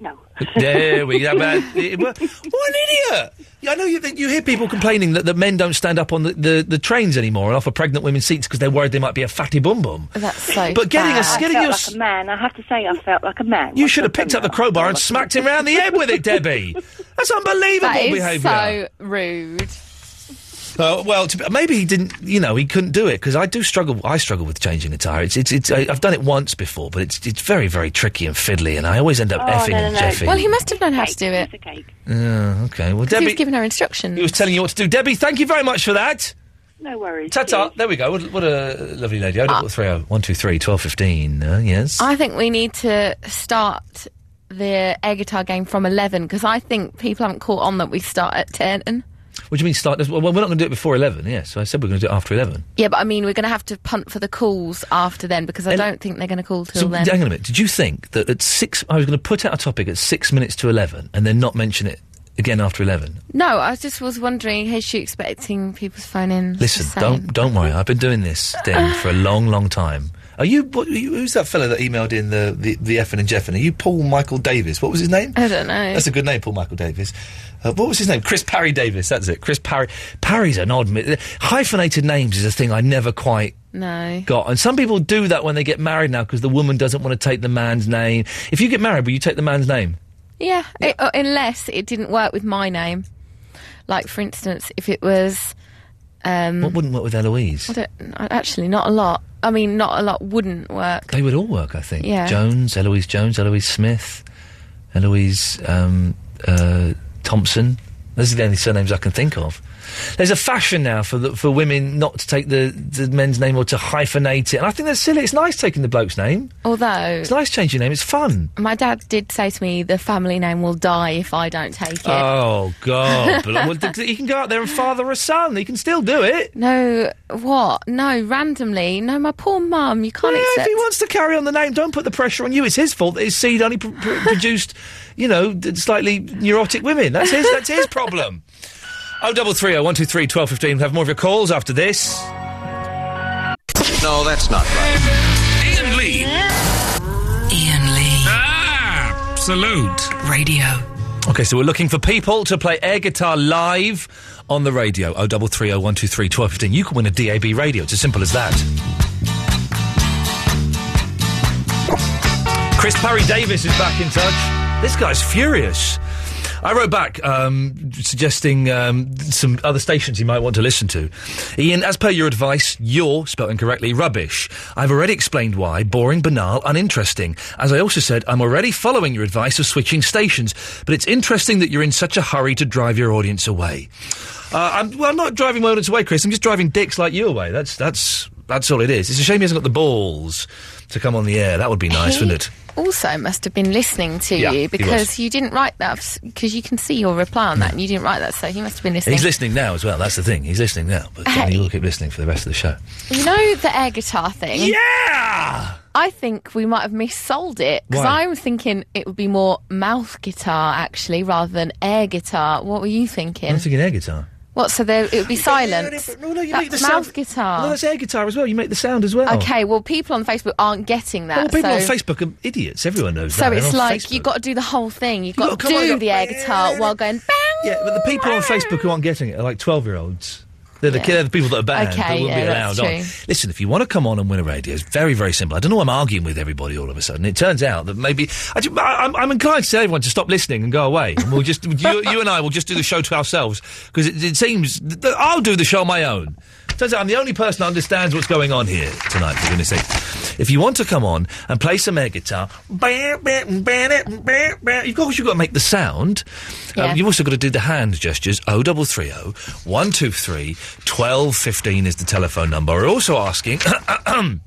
No.
There we go. But it- well, what an idiot! Yeah, I know you think you hear people complaining that, that men don't stand up on the, the, the trains anymore and offer pregnant women seats because they're worried they might be a fatty bum bum.
That's so.
But getting a-
I
getting
felt
your
like a man. I have to say, I felt like a man.
You should have picked up the crowbar and smacked him round the head with it, Debbie. That's unbelievable
That is
behaviour.
so rude.
Uh, well, to, be- maybe he didn't. You know, he couldn't do it because I do struggle. I struggle with changing a tire. It's, it's, it's. I, I've done it once before, but it's, it's very, very tricky and fiddly, and I always
Oh,
end up
Oh,
effing and jeffing.
Well, he must have known how to do it.
Yeah, okay. Well,
He
Debbie,
was giving her instructions.
he was telling you what to do. Debbie, thank you very much for that.
No worries.
Ta ta. There we go. What, what a lovely lady.
Ah.
I don't three oh one two three twelve fifteen. Uh, yes.
I think we need to start the air guitar game from 11 because I think people haven't caught on that we start at 10.
What do you mean start? Well, we're not going to do it before eleven. Yes. So I said we're going to do it after eleven.
Yeah, but I mean, we're going to have to punt for the calls after then because I don't think they're going to call till
So
then.
hang on a minute. Did you think that at six? I was going to put out a topic at six minutes to eleven, and then not mention it again after eleven.
No, I just was wondering, is she expecting people to phone in?
Listen,
Just saying.
don't don't worry. I've been doing this thing for a long, long time. Are you? What, you- who's that fella that emailed in the the, the effing and jeffing? Are you Paul Michael Davis? What was his name?
I don't know.
That's a good name, Paul Michael Davis. Uh, what was his name? Chris Parry Davis. That's it. Chris Parry. Parry's an odd. mi- Hyphenated names is a thing I never quite
No.
got. And some people do that when they get married now because the woman doesn't want to take the man's name. If you get married, will you take the man's name?
Yeah, it- uh, unless it didn't work with my name. Like, for instance, if it was. Um,
What wouldn't work with Eloise?
I don't, I- actually, not a lot. I mean, not a lot wouldn't work.
They would all work, I think.
Yeah.
Jones, Eloise Jones, Eloise Smith, Eloise um, uh, Thompson. Those are the only surnames I can think of. There's a fashion now for the, for women not to take the, the men's name or to hyphenate it, and I think that's silly. It's nice taking the bloke's name.
Although,
It's nice changing your name. It's fun.
my dad did say to me, the family name will die if I don't take it.
Oh God! Bl- well, th- he can go out there and father a son. He can still do it.
No, what? No, randomly. No, my poor mum. You can't
Yeah, if
accept.
he wants to carry on the name, don't put the pressure on you. It's his fault that his seed only pr- pr- produced, you know, d- slightly neurotic women. That's his. That's his problem. Oh, double three, oh, one, two, three, twelve, fifteen. Have more of your calls after this.
No, that's not right.
Ian Lee.
Ian Lee.
Ah, Absolute.
Radio.
Okay, so we're looking for people to play air guitar live on the radio. Oh, double three, oh, one, two, three, twelve, fifteen. You can win a DAB radio. It's as simple as that. Chris Parry Davis is back in touch. This guy's furious. I wrote back um, suggesting um, some other stations he might want to listen to. Ian, as per your advice, you're, spelled incorrectly, rubbish. I've already explained why. Boring, banal, uninteresting. As I also said, I'm already following your advice of switching stations, but it's interesting that you're in such a hurry to drive your audience away. Uh, I'm, well, I'm not driving my audience away, Chris. I'm just driving dicks like you away. That's, that's, that's all it is. It's a shame he hasn't got the balls to come on the air. That would be nice, wouldn't it?
Also, must have been listening to
Yeah, he
you
was.
because you didn't write that. Because you can see your reply on that, and you didn't write that, so he must have been listening.
He's listening now as well. That's the thing. He's listening now, but I mean,
Hey.
he will keep listening for the rest of the show.
You know the air guitar thing?
Yeah!
I think we might have missold it because
Why?
I'm thinking it would be more mouth guitar actually rather than air guitar. What were you thinking?
I'm thinking air guitar.
What? So there, it would be silence.
No, no, you
That's
make the
mouth
sound-
guitar.
No, that's air guitar as well. You make the sound as well.
Okay, well, people on Facebook aren't getting that.
Well, people
so
on Facebook are idiots. Everyone knows
So
that. They're
it's
on
like
Facebook.
you've got to do the whole thing. You've
You've
got to
gotta come
do
on,
the air guitar while going bang.
Yeah, but the people on Facebook who aren't getting it are like 12 year olds. They're the,
Yeah.
they're the people that are banned.
Okay,
they wouldn't be
yeah,
allowed
that's
on.
true.
Listen, if you want to come on and win a radio, it's very, very simple. I don't know why I'm arguing with everybody all of a sudden. It turns out that maybe. I, ju- I, am I'm inclined to tell everyone to stop listening and go away. And we'll just, you, you and I will just do the show to ourselves because it, it seems. Th- th- I'll do the show on my own. Turns out I'm the only person that understands what's going on here tonight, for goodness sake. If you want to come on and play some air guitar, bah, bah, bah, bah, bah, of course you've got to make the sound. Um,
Yeah.
you also got to do the hand gestures. 0330 123 1215 is the telephone number. We're also asking.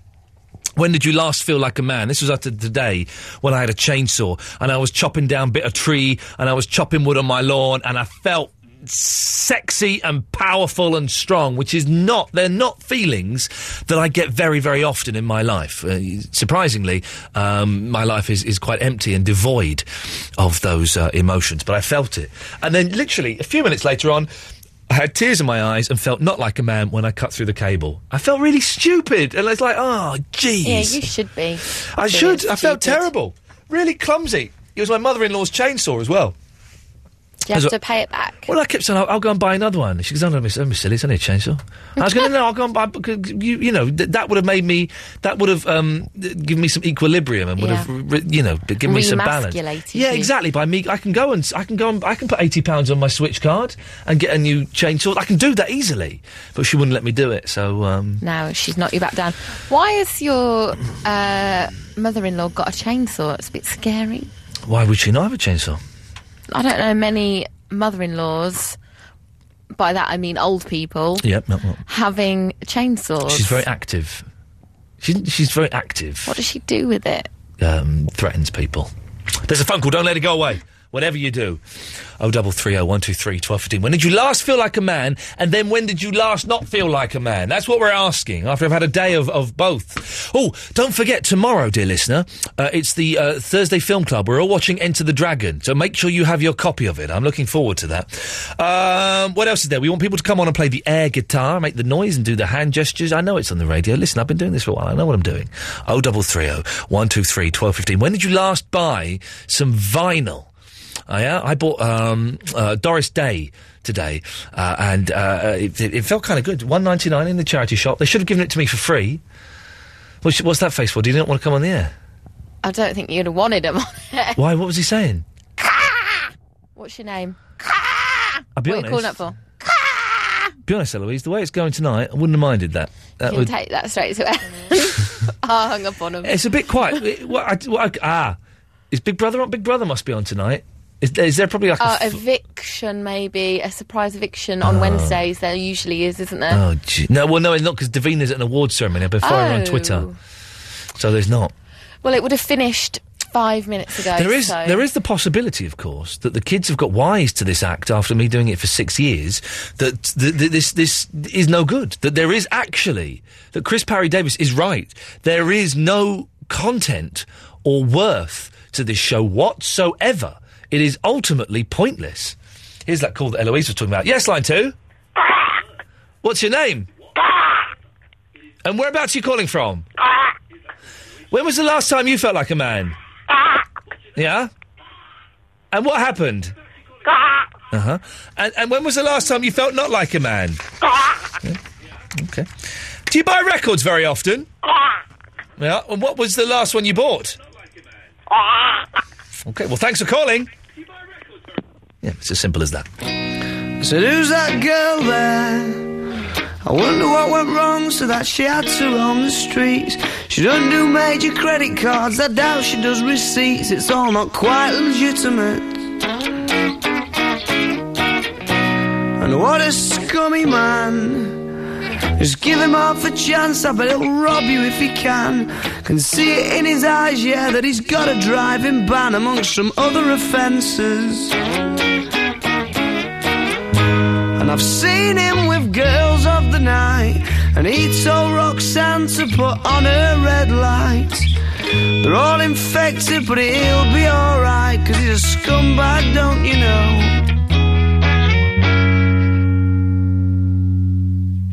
When did you last feel like a man? This was after today when I had a chainsaw and I was chopping down bit of tree and I was chopping wood on my lawn and I felt sexy and powerful and strong, which is not, they're not feelings that I get very, very often in my life. Uh, surprisingly, um, my life is, is quite empty and devoid of those uh, emotions, but I felt it. And then literally a few minutes later on, I had tears in my eyes and felt not like a man when I cut through the cable. I felt really stupid, and it's like, oh, jeez.
Yeah, you should be.
I should. I felt terrible. Really clumsy. It was my mother-in-law's chainsaw as well.
You have
As
to
well-
pay it back.
Well, I kept saying, I'll, I'll go and buy another one. She goes, oh, no, miss, oh, miss silly, it's only a chainsaw. And I was going, no, no, I'll go and buy, because you, you know, th- that would have made me, that would have um, th- given me some equilibrium and would
Yeah.
have, re- you know, b- given me some balance.
Remasculated
Yeah,
you.
exactly. By me, I can go and, s- I can go and, I can put 80 pounds on my Switch card and get a new chainsaw. I can do that easily. But she wouldn't let me do it, so, um...
No, she's knocked you back down. Why has your uh, mother-in-law got a chainsaw? It's a bit scary.
Why would she not have a chainsaw?
I don't know many mother-in-laws. By that I mean old people
Yep, not, not.
having chainsaws.
She's very active. She's, she's very active.
What does she do with it?
um, threatens people. There's a phone call. Don't let it go away. Whatever you do. Oh, double three, oh, one, two, three, twelve, fifteen. When did you last feel like a man? And then when did you last not feel like a man? That's what we're asking after I've had a day of, of both. Oh, don't forget tomorrow, dear listener, uh, it's the uh, Thursday Film Club. We're all watching Enter the Dragon. So make sure you have your copy of it. I'm looking forward to that. Um, what else is there? We want people to come on and play the air guitar, make the noise, and do the hand gestures. I know it's on the radio. Listen, I've been doing this for a while. I know what I'm doing. Oh, double three oh one two three twelve fifteen. When did you last buy some vinyl? I, uh, I bought um, uh, Doris Day today, uh, and uh, it, it felt kind of good. One ninety nine in the charity shop. They should have given it to me for free. What's, what's that face for? Do you not want to come on the air?
I don't think you'd have wanted them.
Why? What was he saying?
What's your name?
I'll be
what
honest.
are you calling up for?
Be honest, Eloise. The way it's going tonight, I wouldn't have minded that. That
Can
would-
take that straight to I hung up on him.
It's a bit quiet. It- what I- what I- ah, is Big Brother on? Big Brother must be on tonight. Is, there- is there probably like a
Uh,
f-
eviction, maybe a surprise eviction on
Oh.
Wednesdays. There usually is, isn't there?
Oh, gee. no, well, no, it's not because Davina's at an awards ceremony. I've been following her on
Oh.
Twitter, so there's not.
Well, it would have finished five minutes ago.
There is
so-
there is the possibility, of course, that the kids have got wise to this act after me doing it for six years. That th- th- this this is no good. That there is actually that Chris Parry Davis is right. There is no content or worth to this show whatsoever. It is ultimately pointless. Here's that call that Eloise was talking about. Yes, line two. What's your name? And whereabouts are you calling from? When was the last time you felt like a man? Yeah? And what happened? Uh huh. And, and when was the last time you felt not like a man? Yeah, Okay. Do you buy records very often? Yeah. And what was the last one you bought? Okay. Well, thanks for calling. Yeah, it's as simple as that.
said, Who's that girl there? I wonder what went wrong so that she had to roam the streets. She doesn't do major credit cards, I doubt she does receipts. It's all not quite legitimate. And what a scummy man. Just give him half a chance, I bet he'll rob you if he can. Can see it in his eyes, yeah, that he's got a driving ban amongst some other offences. And I've seen him with girls of the night. And he told Roxanne to put on her red light. They're all infected, but he'll be alright. Cause he's a scumbag, don't you know?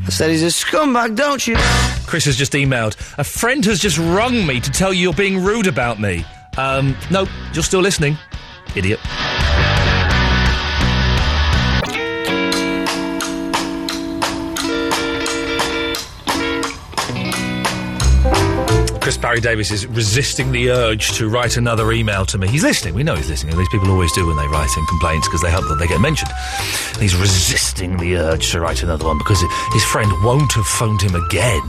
I said he's a scumbag, don't you know?
Chris has just emailed. A friend has just rung me to tell you you're being rude about me. Um, no, you're still listening, idiot. Chris Barry Davis is resisting the urge to write another email to me. He's listening. We know he's listening. These people always do when they write in complaints because they hope that they get mentioned. He's resisting the urge to write another one because his friend won't have phoned him again,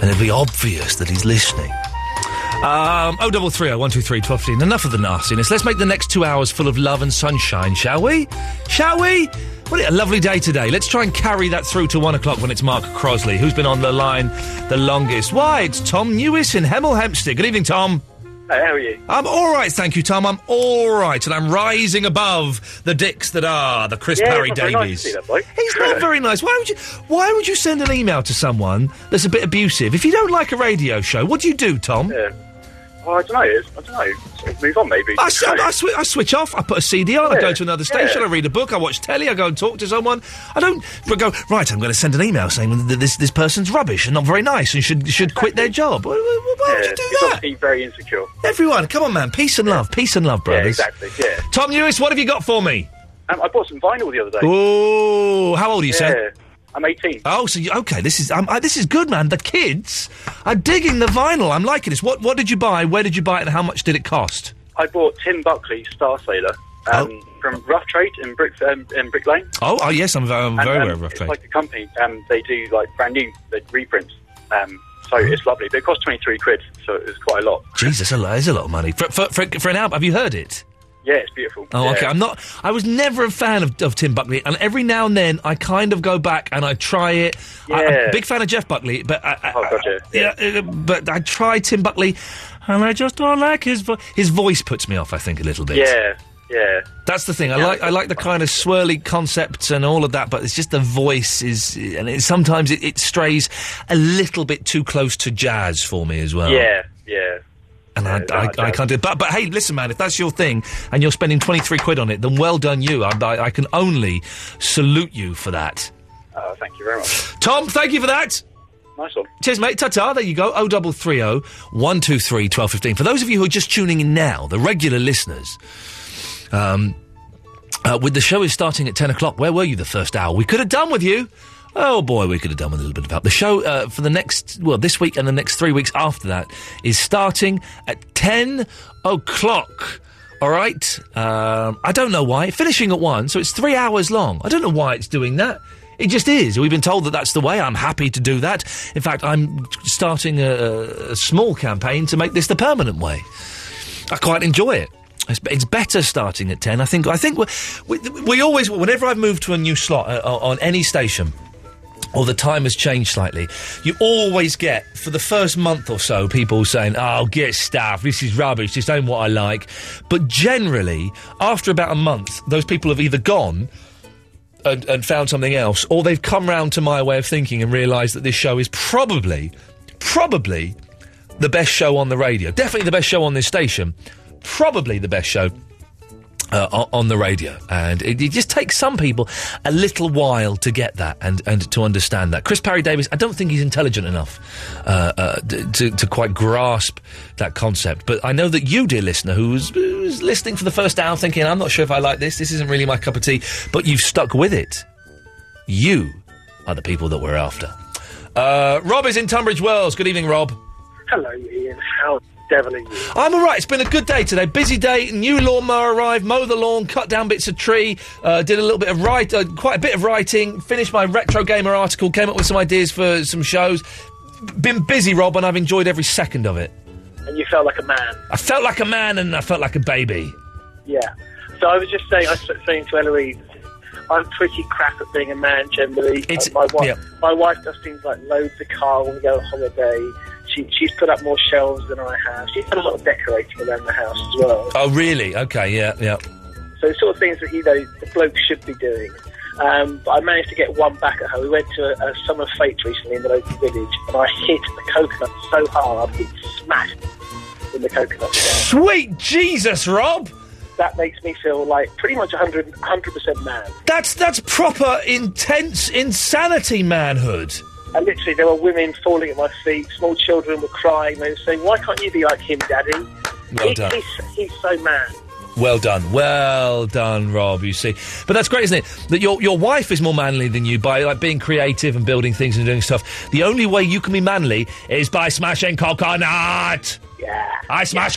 and it'd be obvious that he's listening. Um, 0330 123 1215. Enough of the nastiness. Let's make the next two hours full of love and sunshine, shall we? Shall we? What a lovely day today. Let's try and carry that through to one o'clock when it's Mark Crosley, who's been on the line the longest. Why, it's Tom Newis in Hemel Hempstead. Good evening, Tom.
How are you?
I'm all right, thank you, Tom. I'm all right, and I'm rising above the dicks that are the Chris
Yeah,
Parry
it's not very nice
Davies.
to see that bloke.
He's not very nice. Why would you? Why would you send an email to someone that's a bit abusive? If you don't like a radio show, what do you do, Tom?
Yeah. Well, Oh, I don't know. It's, I don't know. Sort of move on, maybe.
I, s- I swi- I switch off. I put a CD on. I
Yeah,
go to another station.
yeah.
I read a book. I watch telly. I go and talk to someone. I don't but go right. I'm going to send an email saying that this this person's rubbish and not very nice and should should quit their job. Why, why- why would you do
He's
that?
obviously very insecure.
Everyone, come on, man. Peace and love. Peace and love, brothers.
Yeah, exactly. Yeah.
Tom Lewis, what have you got for me?
Um, I bought some vinyl the other day.
Oh, how old are you,
yeah.
sir?
I'm 18.
Oh, so you, okay. This is um, I, this is good, man. The kids are digging the vinyl. I'm liking this. What what did you buy? Where did you buy it? And how much did it cost?
I bought Tim Buckley Star Sailor um, from Rough Trade in Brick um, in Brick Lane.
Oh, oh yes, I'm, I'm
And,
very
um,
aware of rough
it's
trade.
like a company. Um, they do like brand new they reprints. Um, so
Mm-hmm.
it's lovely. But it cost 23 quid, so it was quite a lot.
Jesus, a lot is a lot of money for for for, for an album. Have you heard it?
Yeah, it's beautiful.
Oh,
Yeah.
okay. I'm not. I was never a fan of, of Tim Buckley, and every now and then I kind of go back and I try it. I, I'm a
Yeah.
big fan of Jeff Buckley, but I, I,
Oh, gotcha.
yeah, uh, but I try Tim Buckley, and I just don't like his vo- his voice puts me off. I think a little bit.
Yeah, yeah.
That's the thing. I like I like the kind of swirly concepts and all of that, but it's just the voice is, and it, sometimes it, it strays a little bit too close to jazz for me as well.
yeah, yeah.
And I,
Yeah,
I,
no, I
I can't do it. But, but hey, listen, man, if that's your thing and you're spending 23 quid on it, then well done you. I, I, I can only salute you for that.
Oh, thank you very much.
Tom, thank you for that.
Nice one.
Cheers, mate. Ta ta. There you go. Oh, 0330 123 1215. For those of you who are just tuning in now, the regular listeners, um, uh, with the show is starting at 10 o'clock. Where were you the first hour? We could have done with you. Oh boy, we could have done with a little bit of help. The show uh, for the next, well, this week and the next three weeks after that is starting at 10 o'clock. All right. Um, I don't know why. Finishing at one, so it's three hours long. I don't know why it's doing that. It just is. We've been told that that's the way. I'm happy to do that. In fact, I'm starting a, a small campaign to make this the permanent way. I quite enjoy it. It's, it's better starting at ten. I think. I think we, we, we always, whenever I've moved to a new slot uh, on any station, or the time has changed slightly, you always get, for the first month or so, people saying, oh, get staff, this is rubbish, this ain't what I like. But generally, after about a month, those people have either gone and, and found something else, or they've come round to my way of thinking and realised that this show is probably, probably the best show on the radio. Definitely the best show on this station. Probably the best show uh, o- on the radio. And it, it just takes some people a little while to get that and, and to understand that. Chris Parry Davis, I don't think he's intelligent enough uh, uh, d- to, to quite grasp that concept. But I know that you, dear listener, who's, who's listening for the first hour thinking, I'm not sure if I like this, this isn't really my cup of tea, but you've stuck with it. You are the people that we're after. Uh, Rob is in Tunbridge Wells. Good evening, Rob.
Hello, Ian. How devil are you?
I'm all right. It's been a good day today. Busy day. New lawnmower arrived. Mow the lawn. Cut down bits of tree. Uh, did a little bit of write, uh, quite a bit of writing. Finished my retro gamer article. Came up with some ideas for some shows. Been busy, Rob, and I've enjoyed every second of it.
And you felt like a man.
I felt like a man and I felt like a baby.
Yeah. So I was just saying, I was saying to Eloise, I'm pretty crap at being a man generally.
It's-
Uh, my wife,
yeah.
my wife does things like loads the car when we go on holiday. She, she's put up more shelves than I have. She's done a lot of decorating around the house as well.
Oh, really? Okay. Yeah. Yeah.
So the sort of things that you know the bloke should be doing. Um, but I managed to get one back at her. We went to a, a summer fete recently in the local village, and I hit the coconut so hard it smashed in the coconut.
Sweet Jesus, Rob!
That makes me feel like pretty much 100 percent man.
That's that's proper intense insanity manhood.
And literally, there were women falling at my feet. Small children were crying. They were saying, "Why can't you be like him, Daddy?"
Well
He-
done.
He's, he's so man.
Well done, well done, Rob. You see, but that's great, isn't it? That your your wife is more manly than you by like being creative and building things and doing stuff. The only way you can be manly is by smashing coconut.
Yeah.
I smashed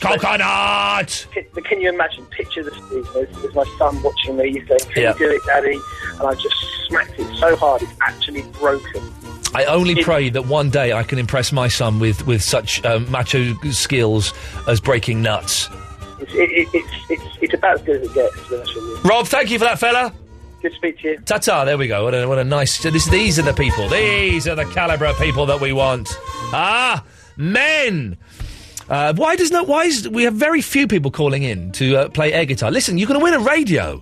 coconut.
Can, but can you imagine? Picture this. There's, there's my son watching me. He's going, "Can
Yeah.
you do it, Daddy?" And I just smacked it so hard it's actually broken.
I only pray that one day I can impress my son with with such um, macho skills as breaking nuts.
It's, it, it, it's, it's, it's about as good as it gets. To be honest with you.
Rob, thank you for that, fella.
Good to speak to you.
Ta-ta, there we go. What a, what a nice... This, these are the people. These are the calibre of people that we want. Ah, men! Uh, why does no... Why is... We have very few people calling in to uh, play air guitar. Listen, you're going to win a radio.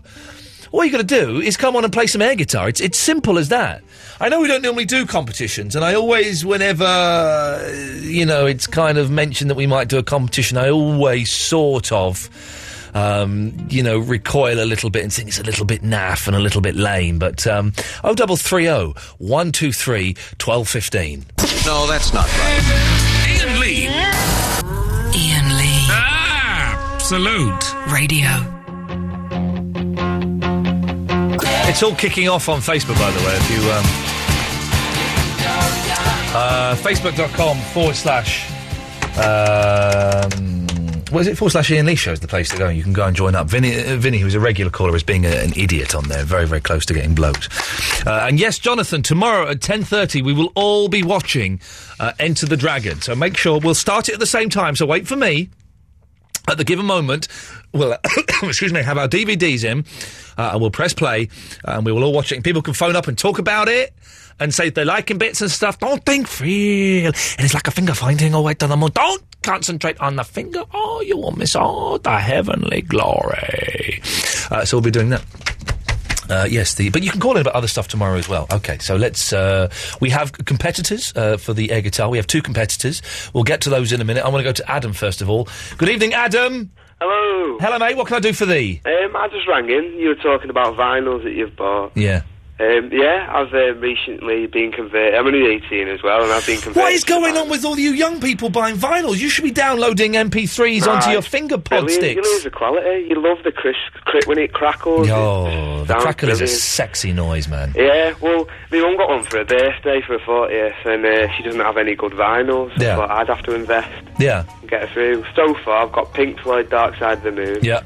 All you got to do is come on and play some air guitar. It's, it's simple as that. I know we don't normally do competitions, and I always, whenever, uh, you know, it's kind of mentioned that we might do a competition, I always sort of um, you know, recoil a little bit and think it's a little bit naff and a little bit lame. But um, 0330 123 1215.
No, that's not right.
Ian Lee.
Ian Lee.
Ah, Absolute.
Radio.
It's all kicking off on Facebook, by the way. If you. Um, uh, Facebook.com forward slash. Um, what is it? Forward slash Ian Lee Show is the place to go. You can go and join up. Vinny, uh, Vinny who's a regular caller, is being a, an idiot on there. Very, very close to getting bloked. Uh, and yes, Jonathan, tomorrow at 10.30, we will all be watching uh, Enter the Dragon. So make sure we'll start it at the same time. So wait for me at the given moment, we'll excuse me, have our DVDs in, uh, and we'll press play, uh, and we will all watch it. And people can phone up and talk about it, and say if they're liking bits and stuff. Don't think, feel it is like a finger finding away to the moon. Don't concentrate on the finger, or you will miss all the heavenly glory. Uh, so we'll be doing that. Uh, yes, the but you can call in about other stuff tomorrow as well. Okay, so let's. Uh, we have competitors uh, for the air guitar. We have two competitors. We'll get to those in a minute. I want to go to Adam first of all. Good evening, Adam.
Hello.
Hello, mate. What can I do for thee?
Um, I just rang in. You were talking about vinyls that you've bought.
Yeah.
Um, yeah, I've uh, recently been converted. I'm only 18 as well, and I've been converted.
What is going on with all you young people buying vinyls? You should be downloading MP3s onto
Right.
your finger pod
Brilliant. You lose
sticks.
the quality. You love the crisp, cri- when it crackles.
Oh, the
Sounds
crackle is a
brilliant.
sexy noise, man.
Yeah, well, my mum got one for her birthday for her 40th, and uh, she doesn't have any good vinyls,
Yeah.
but I'd have to invest
Yeah,
and get her through. So far, I've got Pink Floyd, Dark Side of the Moon.
yeah.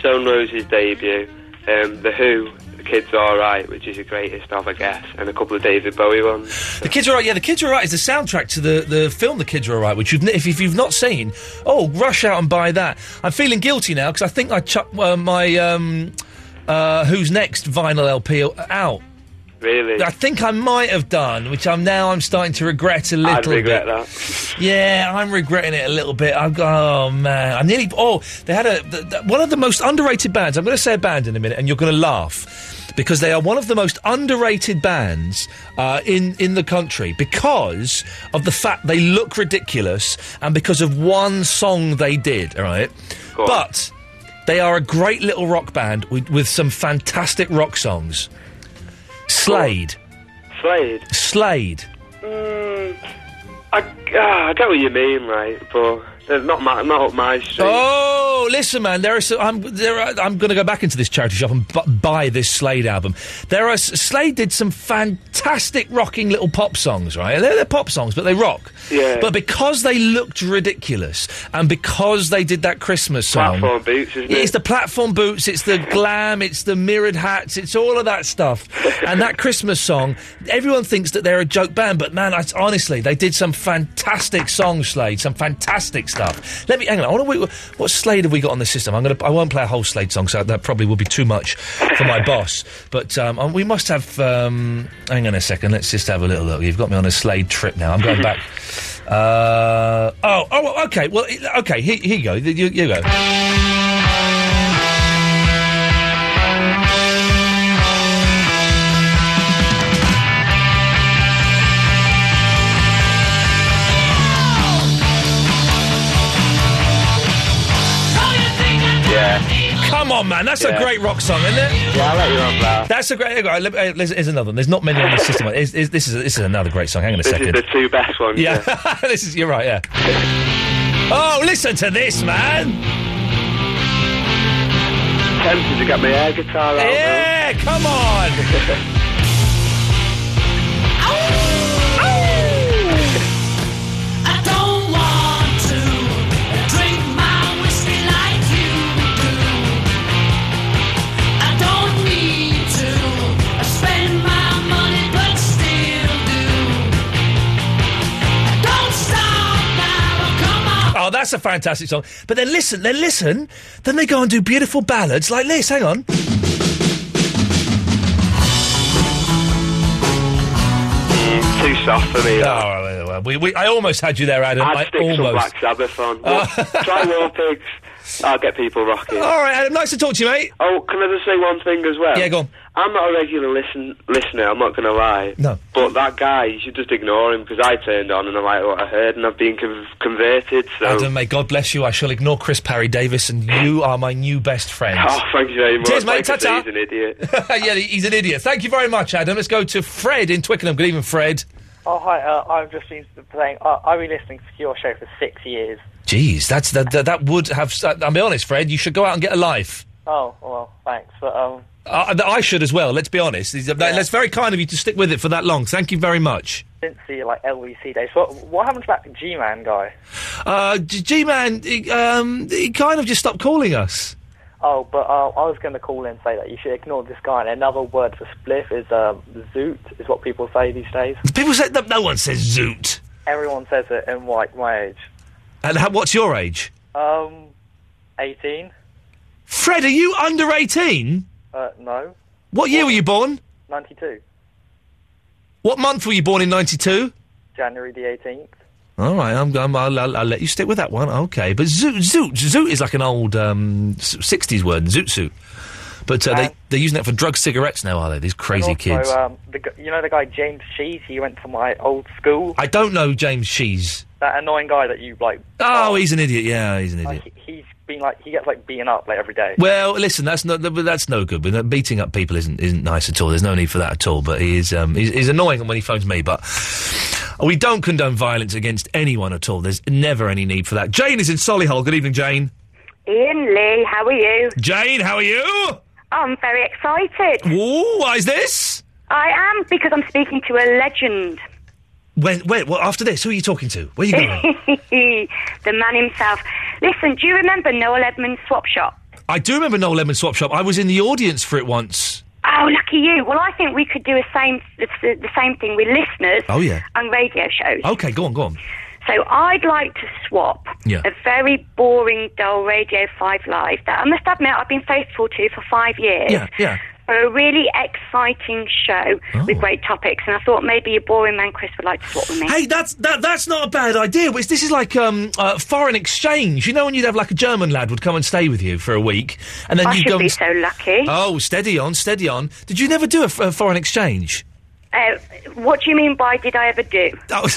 Stone Rose's debut, um, The Who, The Kids Are Right, which is your greatest of, I guess, and a couple of David Bowie ones.
The Kids Are Right, yeah, The Kids Are Right is the soundtrack to the, the film The Kids Are Right, which you've, n- if, if you've not seen, oh, rush out and buy that. I'm feeling guilty now because I think I chucked uh, my um, uh, Who's Next vinyl LP out.
Really?
I think I might have done, which I'm now I'm starting to regret a little
I'd regret
bit.
that.
Yeah, I'm regretting it a little bit. I've got, oh man, I nearly. Oh, they had a th- th- one of the most underrated bands. I'm going to say a band in a minute, and you're going to laugh because they are one of the most underrated bands uh, in in the country because of the fact they look ridiculous and because of one song they did. All right, but they are a great little rock band with, with some fantastic rock songs. Slade,
Slade.
Slade.
Mm, I, ah, I get what you mean, right? But they're not my, not up my street.
Oh, listen, man. There are so, I'm there. Are, I'm going to go back into this charity shop and bu- buy this Slade album. There are s- Slade did some fantastic rocking little pop songs, right? They're, they're pop songs, but they rock.
Yeah.
But because they looked ridiculous and because they did that Christmas song,
Platform boots, isn't it?
it's the platform boots, it's the glam, it's the mirrored hats, it's all of that stuff. and that Christmas song, everyone thinks that they're a joke band, but man, I, honestly, they did some fantastic songs, Slade, some fantastic stuff. Let me hang on. I wanna, what Slade have we got on the system? I'm gonna, I won't play a whole Slade song, so that probably will be too much for my boss. But um, um, we must have. Um, hang on a second. Let's just have a little look. You've got me on a Slade trip now. I'm going back. Uh, oh, oh, okay. Well, i- okay. Here, here you go. You, you go.
Yeah.
Come on, man. That's
Yeah.
a great rock song, isn't it?
Yeah, I like you on that.
That's a great. Hang on, let me- Here's another one. There's not many on the system. Is- is- this, is, this is another great song. Hang on a
This
second.
is the two best ones.
Yeah, this is. You're right. Yeah. Oh, listen to this, man.
Tempted to get my air guitar out.
Yeah, come on.
I don't want to drink my whiskey like you do. I don't need to spend my money, but still do. Don't stop now, come on.
Oh, that's a fantastic song. But then listen, then listen. Then they go and do beautiful ballads like this. Hang on.
Mm, too soft for me. that.
Oh, well, well, we, we, I almost had you there, Adam.
I'd
I
stick some
almost. Oh,
Black Sabbath on. Well, try War Pigs. I'll get people rocking.
All right, Adam. Nice to talk to you, mate.
Oh, can I just say one thing as well?
Yeah, go on.
I'm not a regular listen listener. I'm not going to lie.
No.
But that guy, you should just ignore him because I turned on and I like what I heard and I've been con- converted. So.
Adam, may God bless you. I shall ignore Chris Parry Davis, and you are my new best friend.
Oh, thank you very much.
Cheers, mate.
Like I say,
Ta-ta.
He's an idiot.
yeah, he's an idiot. Thank you very much, Adam. Let's go to Fred in Twickenham. Good evening, Fred.
Oh hi, uh, I've just been playing. Uh, I've been listening to your show for six years.
Jeez, that's that. That, that would have. uh, I'll be honest, Fred. You should go out and get a life.
Oh well, thanks. But um,
Uh, I should as well. Let's be honest. It's- That's very kind of you to stick with it for that long. Thank you very much.
since the like LBC days, what what happened to that G-Man guy?
Uh, G man, um, he kind of just stopped calling us.
Oh, but uh, I was going to call in and say that you should ignore this guy. And another word for spliff is um, zoot, is what people say these days.
People say no, no one says zoot.
Everyone says it in like my age.
And how, what's your age,
Um, eighteen?
Fred? Are you under eighteen?
Uh, no,
What year were you born?
ninety-two.
What month were you born in ninety two?
January the eighteenth.
All right, I'm, I'm, I'll, I'll, I'll let you stick with that one. Okay, but zoot, zoot, zoot is like an old um, s- '60s word, zoot suit. But uh, they, they're using that for drug cigarettes now, are they? These crazy kids.
So um, the, gu- you know the guy James Shees? He went to my old school.
I don't know James Shees.
That annoying guy that you like.
Oh, he's an idiot. Yeah, he's an idiot.
Like, he's been like he gets like beaten up like every day.
Well, listen, that's no, th- that's no good. But beating up people isn't isn't nice at all. There's no need for that at all. But he is um, he's, he's annoying when he phones me. But we don't condone violence against anyone at all. There's never any need for that. Jane is in Solihull. Good evening, Jane.
Ian Lee, how are you? Oh,
Jane, how are you?
I'm very excited.
Ooh, why is this?
I am because I'm speaking to a legend.
When, when, well, after this, who are you talking to? Where are you going?
the man himself. Listen, do you remember Noel Edmonds' swap shop?
I do remember Noel Lemon Swap Shop. I was in the audience for it once.
Oh, lucky you. Well, I think we could do a same, the, the same thing with listeners
Oh, yeah.
on radio shows.
Okay, go on, go on.
So I'd like to swap
Yeah.
a very boring, dull Radio 5 Live that I must admit I've been faithful to for five years.
Yeah, yeah.
For a really exciting show with great topics, and I thought maybe a boring man, Chris, would like to swap with me.
Oh. Hey, that's that, that's not a bad idea. Which this is like um, uh, foreign exchange. You know, when you'd have like a German lad would come and stay with you for a week, and then
I
you
should
go.
be
and-
so lucky.
Oh, steady on, steady on. Did you never do a, f- a foreign exchange?
Uh, what do you mean by did I ever do?
Oh,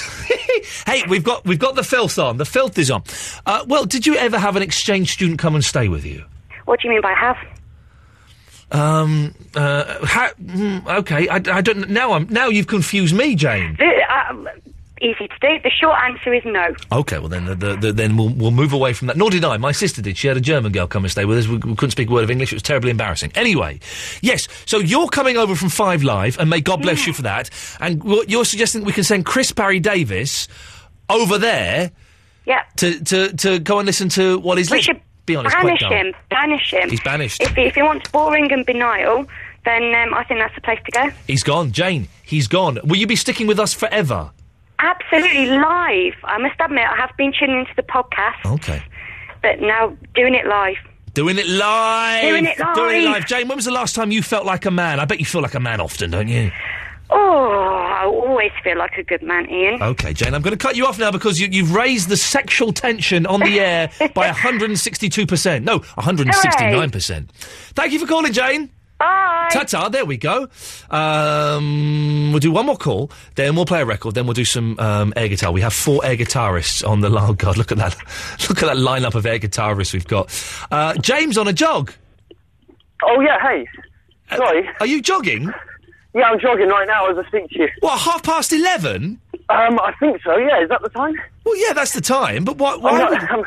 hey, we've got we've got the filth on. The filth is on. Uh, well, did you ever have an exchange student come and stay with you?
What do you mean by have?
Um. Uh. Ha- mm, okay. I, I don't. Now I'm. Now you've confused me, Jane.
The, uh, easy to do. The short answer is no.
Okay. Well, then. The, the, the, then we'll we'll move away from that. Nor did I. My sister did. She had a German girl come and stay with us. We, we couldn't speak a word of English. It was terribly embarrassing. Anyway, yes. So you're coming over from Five Live, and may God bless you for that. And w- you're suggesting we can send Chris Barry Davis over there.
Yeah.
To to to go and listen to what is.
We
li-
should
be honest. quite
Banish
dull.
him. Banish him.
He's banished.
If he, if he wants boring and benial, then um, I think that's the place to go.
He's gone, Jane. He's gone. Will you be sticking with us forever?
Absolutely live. I must admit, I have been tuning into the podcast,
Okay.
but now doing it live.
Doing it live.
Doing it live.
Doing it live. Jane, when was the last time you felt like a man? I bet you feel like a man often, don't you?
Oh, I always feel like a good man, Ian.
Okay, Jane, I'm going to cut you off now because you, you've raised the sexual tension on the air by 162%. No, 169%. Thank you for calling, Jane.
Bye.
Ta ta, there we go. Um, we'll do one more call, then we'll play a record, then we'll do some um, air guitar. We have four air guitarists on the line. Oh, God, look at that. Look at that lineup of air guitarists we've got. Uh, James on a jog.
Oh yeah, hey. Sorry.
Uh, Are you jogging?
Yeah, I'm jogging right now as I speak to you.
What, half past eleven?
Um, I think so. Yeah, is that the time?
Well, yeah, that's the time. But why? why
I'm not- um,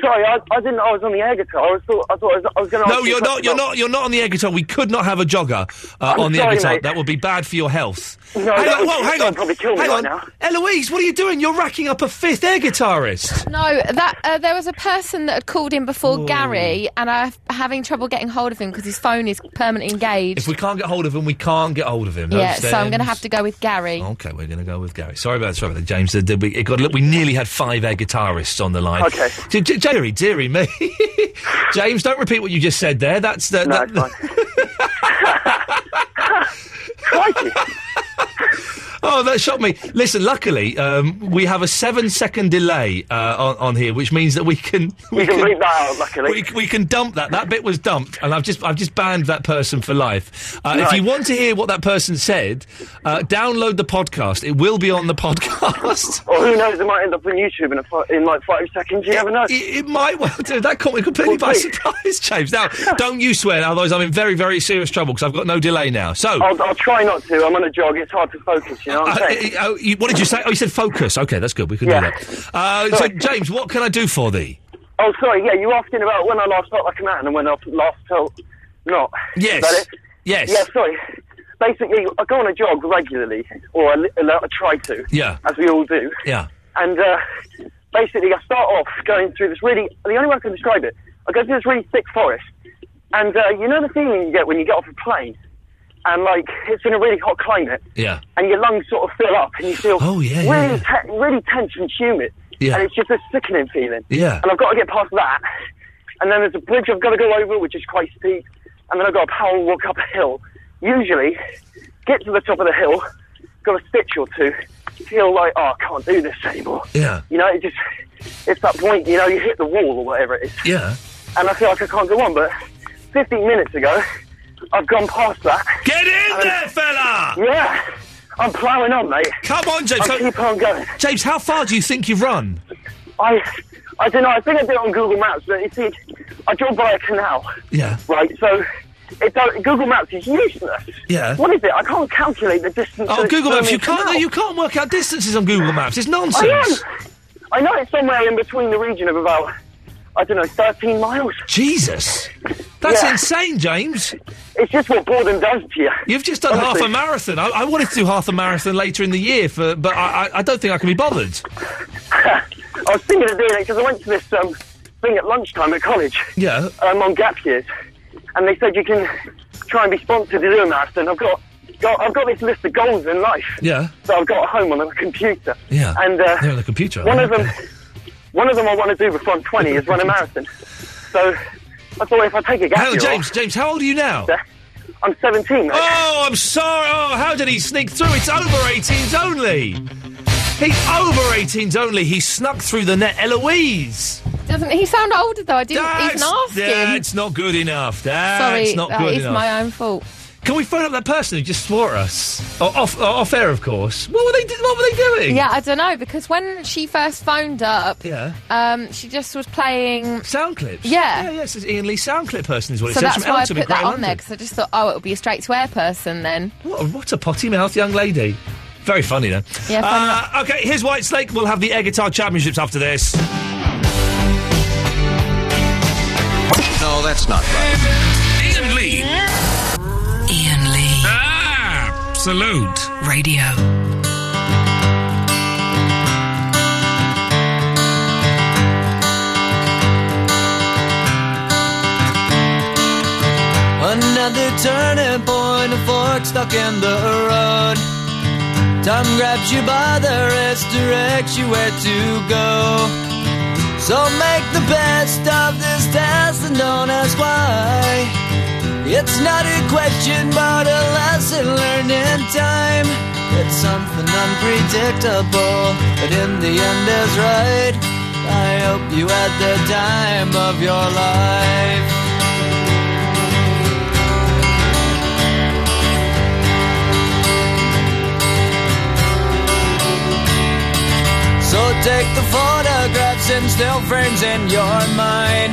sorry, I, I didn't. I was on the air guitar. I was thought. I thought I was, I was going to.
No, you're not. You're not. You're not on the air guitar. We could not have a jogger uh,
I'm
on the air
sorry,
guitar.
mate.
That would be bad for your health.
No,
hang
that
on.
would-
Whoa, hang
that would
on.
probably kill me
hang
right
on.
now.
Eloise, what are you doing? You're racking up a fifth air guitarist.
No, that uh, there was a person that had called in before Gary, and I'm having trouble getting hold of him because his phone is permanently engaged.
If we can't get hold of him, we can't get hold of him.
yeah, so I'm going to
Upstairs.
have to go with Gary.
Okay, we're going to go with Gary. Sorry about sorry about that, James. Uh, did we, it got, look, we nearly had five air guitarists on the line.
Okay.
J- J- dearie, dearie me. James, don't repeat what you just said there. That's the. No, oh, that shocked me. Listen, luckily, um, we have a seven-second delay uh, on, on here, which means that we can we
can bleep that out, luckily.
we, we can dump that. That bit was dumped, and I've just I've just banned that person for life. Uh, If
Right.
you want to hear what that person said, uh, download the podcast. It will be on the podcast.
Or who knows? It might end up on YouTube in a, fi- in like five seconds. You never know.
It, it might well do. That caught me completely by surprise, James. Now, don't you swear, otherwise I'm in very, very serious trouble because I've got no delay now. So,
I'll, I'll try not to. I'm on a jog. It's hard to focus. You know what
Uh,
I'm saying?
uh, uh, you- what did you say? Oh, you said focus. Okay, that's good. We can
Yeah.
do that. Uh, so, James, what can I do for thee?
Oh, sorry. Yeah, you were asking about when I last felt like a man and when I last felt not.
Yes.
Is that it?
Yes.
Yeah. Sorry. Basically, I go on a jog regularly, or I, li- I try to.
Yeah.
As we all do.
Yeah.
And uh, basically, I start off going through this really. The only way I can describe it, I go through this really thick forest, and uh, you know the feeling you get when you get off a plane, and like it's in a really hot climate,
Yeah.
and your lungs sort of fill up, and you feel
Oh, yeah, yeah,
really, Te- really tense and humid,
Yeah.
and it's just a sickening feeling.
Yeah.
And I've got to get past that, and then there's a bridge I've got to go over, which is quite steep, and then I've got to power walk up a hill. Usually, get to the top of the hill, got a stitch or two, feel like oh, I can't do this anymore.
Yeah.
You know, it just it's that point. You know, you hit the wall or whatever it is,
Yeah.
and I feel like I can't go on. But 15 minutes ago, I've gone past that.
Get in there, fella!
Yeah, I'm ploughing on, mate.
Come on, James.
I
so-
keep on going.
James, how far do you think you've run?
I, I don't know. I think I did it on Google Maps, but you see, I drove by a canal.
Yeah.
Right. So, it don't, Google Maps is useless.
Yeah.
What is it? I can't calculate the distance.
Oh,
to this
Google Maps.
blooming
You can't.
canal.
You can't work out distances on Google Maps. It's nonsense.
I am. I know it's somewhere in between the region of about, I don't know, 13 miles.
Jesus. That's
Yeah.
insane, James.
It's just what boredom does to you.
You've just done half
Honestly.
a marathon. I, I wanted to do half a marathon later in the year, for, but I, I, I don't think I can be bothered.
I was thinking of doing it because I went to this um, thing at lunchtime at college.
Yeah.
um, on gap years, and they said you can try and be sponsored to do a marathon. I've got, got I've got this list of goals in life
Yeah.
that I've got at home on a computer.
Yeah.
and uh,
They're on the computer.
one
aren't
of them, one of them I want to do before I'm 20 is run a marathon. So I thought if I take a
they?
gap
Hang on,
year off-
James, James, how old are you now?
I'm 17, mate.
Oh, I'm sorry. Oh, how did he sneak through? It's over 18s only. He's over 18s only. He snuck through the net. Eloise.
Doesn't he sound older though? I didn't even ask him.
That's not good enough. That's
Sorry,
not
that
good
is
enough.
my own fault.
Can we phone up that person who just swore at us? Oh, off, oh, off air, of course. What were they? do- What were they doing?
Yeah, I don't know because when she first phoned up,
Yeah.
um, she just was playing
sound clips.
Yeah.
Yeah, yes, it's Ian Lee sound clip person is what it
So
says
that's
from
why I
Eltham in
put that
Greater
on there
London.
because I just thought, oh, it would be a straight swear person then.
What a, Oh, what a potty mouthed young lady. Very funny, though.
Yeah,
uh, okay, here's White Snake. We'll have the Air Guitar Championships after this.
No, that's not right.
Ian Lee. Ian Lee. Ah, salute. Radio.
Another turning point, a fork stuck in the road. Time grabs you by the wrist, directs you where to go. So make the best of this test and don't ask why. It's not a question, but a lesson learned in time. It's something unpredictable, but in the end is right. I hope you had the time of your life. So take the photographs and still frames in your mind.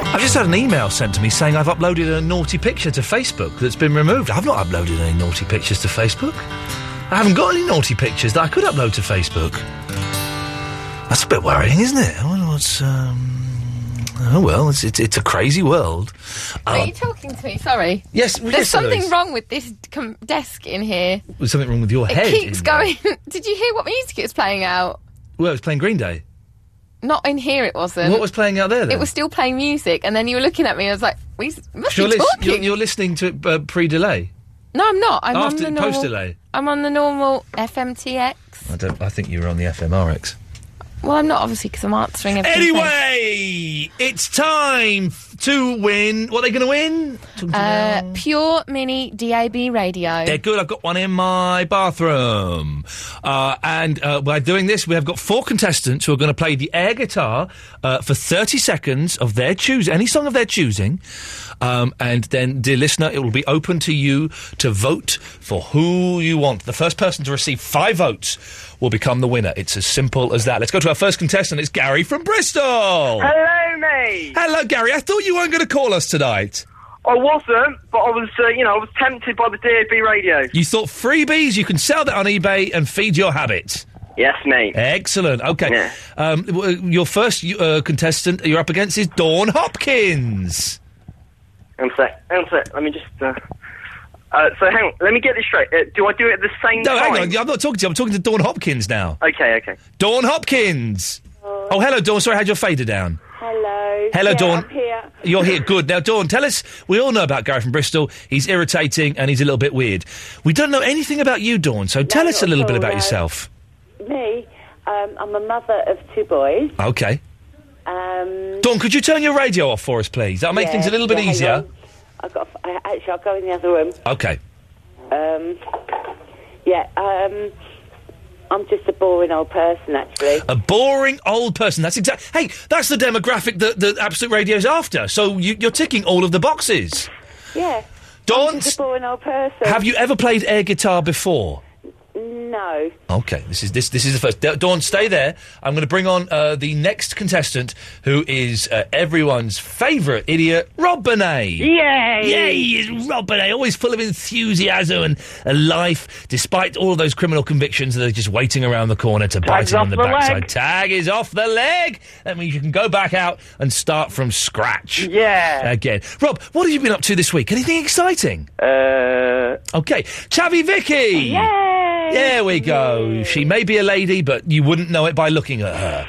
I've just had an email sent to me saying I've uploaded a naughty picture to Facebook that's been removed. I've not uploaded any naughty pictures to Facebook. I haven't got any naughty pictures that I could upload to Facebook. That's a bit worrying, isn't it? I wonder what's. Um... Oh well, it's, it's it's a crazy world.
Are
Uh,
you talking to me? Sorry.
Yes, well,
There's
yes,
something
Eloise.
wrong with this com- desk in here.
There's something wrong with your head.
it keeps
in-
going. Did you hear what music it was playing out?
Well, it was playing Green Day.
Not in here, it wasn't.
What was playing out there then?
It was still playing music, and then you were looking at me. and I was like, "We s- must
You're,
be
lis-
talking."
you're, you're listening to it uh, pre-delay.
No, I'm not. I'm on
After-
the normal.
post-delay.
I'm on the normal FMTX.
I don't. I think you were on the FMRX.
Well, I'm not obviously because I'm answering. everything.
Anyway, it's time f- to win. What are they going to win?
uh, pure mini DAB radio.
They're good. I've got one in my bathroom. Uh, and uh, by doing this, we have got four contestants who are going to play the air guitar uh, for 30 seconds of their choose, any song of their choosing. Um, and then, dear listener, it will be open to you to vote for who you want. The first person to receive five votes will become the winner. It's as simple as that. Let's go to our first contestant. It's Gary from Bristol.
Hello, mate.
Hello, Gary. I thought you weren't going to call us tonight.
I wasn't, but I was, uh, you know, I was tempted by the DAB radio.
You thought freebies, you can sell that on eBay and feed your habit.
Yes, mate.
Excellent. Okay. Um, w- your first uh, contestant you're up against is Dawn Hopkins.
Hang on a sec. Hang on a sec. Let me just. Uh, uh, so hang on. Let me get this straight. Uh, do I do it at the same
No,
time?
hang on. I'm not talking to you. I'm talking to Dawn Hopkins now.
Okay, okay.
Dawn Hopkins. Oh, hello, Dawn. Sorry, I had your fader down.
Hello.
Hello,
yeah,
Dawn.
I'm here.
You're here. Good. Now, Dawn, tell us. We all know about Gary from Bristol. He's irritating and he's a little bit weird. We don't know anything about you, Dawn. So tell us a little bit about yourself.
Me. Um, I'm a mother of two boys.
Okay.
Um,
Dawn, could you turn your radio off for us, please? That'll make
Yeah,
things a little bit
yeah, hang
easier.
on. I've got. I, actually, I'll go in the other room.
Okay.
Um, yeah. Um, I'm just a boring old person, actually.
A boring old person. That's exact. Hey, that's the demographic that, that Absolute Radio's after. So you, you're ticking all of the boxes.
Yeah.
Dawn,
Just a boring old person.
have you ever played air guitar before?
no.
Okay, this is this this is the first. Da- Dawn, stay there. I'm going to bring on uh, the next contestant, who is uh, everyone's favourite idiot, Rob Bonet.
Yay.
Yay! Is Rob Bonet always full of enthusiasm and a life, despite all of those criminal convictions that are just waiting around the corner to bite
Tag's
him
off
on the,
the
backside?
leg.
Tag is off the leg. That means you can go back out and start from scratch. Yeah. Again, Rob, what have you been up to this week? Anything exciting? Uh. Okay, Chavy Vicky.
Yay.
There we go. She may be a lady, but you wouldn't know it by looking at her.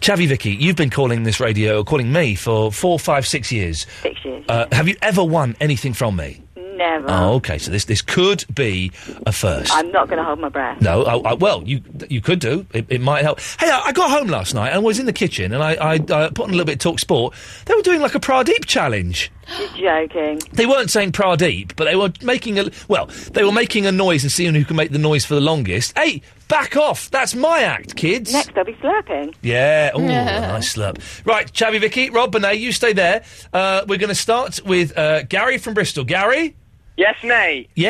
Chavy Vicky, you've been calling this radio, calling me for four, five, six years. Six years. Uh, have you ever won anything from me?
Never.
Oh, okay. So this this could be a first.
I'm not going to hold my breath.
No, I, I, well, you you could do. It, it might help. Hey, I, I got home last night and was in the kitchen and I, I, I put on a little bit of talk sport. They were doing like a Pradeep challenge.
You're joking.
They weren't saying Pradeep, but they were making a well. They were making a noise and seeing who can make the noise for the longest. Hey, back off! That's my act, kids.
Next, I'll be slurping.
Yeah, oh,
Yeah.
nice slurp. Right, Chabby Vicky, Rob Bonet, you stay there. Uh, we're going to start with uh, Gary from Bristol. Gary?
Yes, mate.
Uh,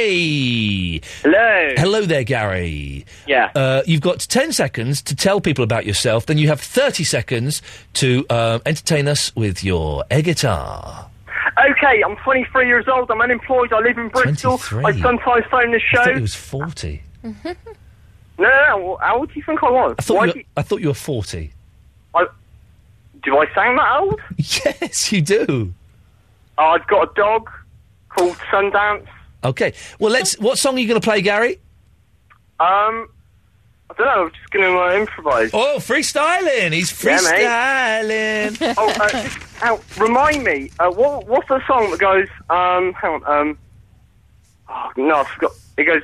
Yay!
Hello.
Hello there, Gary.
Yeah.
Uh, you've got 10 seconds to tell people about yourself, then you have 30 seconds to um, entertain us with your air guitar.
Okay, I'm 23 years old. I'm unemployed. I live in Bristol.
23?
I sometimes phone the
I thought
show.
he was 40.
No, no, no. How old do you think I was?
I thought,
Why
you
do,
were, I thought you were 40.
I, do I sound that old?
yes, you do.
I've got a dog called Sundance.
Okay. Well, let's. What song are you going to play, Gary?
Um, I don't know. I'm just going to uh, improvise.
Oh, freestyling. He's freestyling.
oh, uh, just, ow, remind me. Uh, what, what's the song that goes? Um, hang on. Um, oh, no, I forgot. It goes.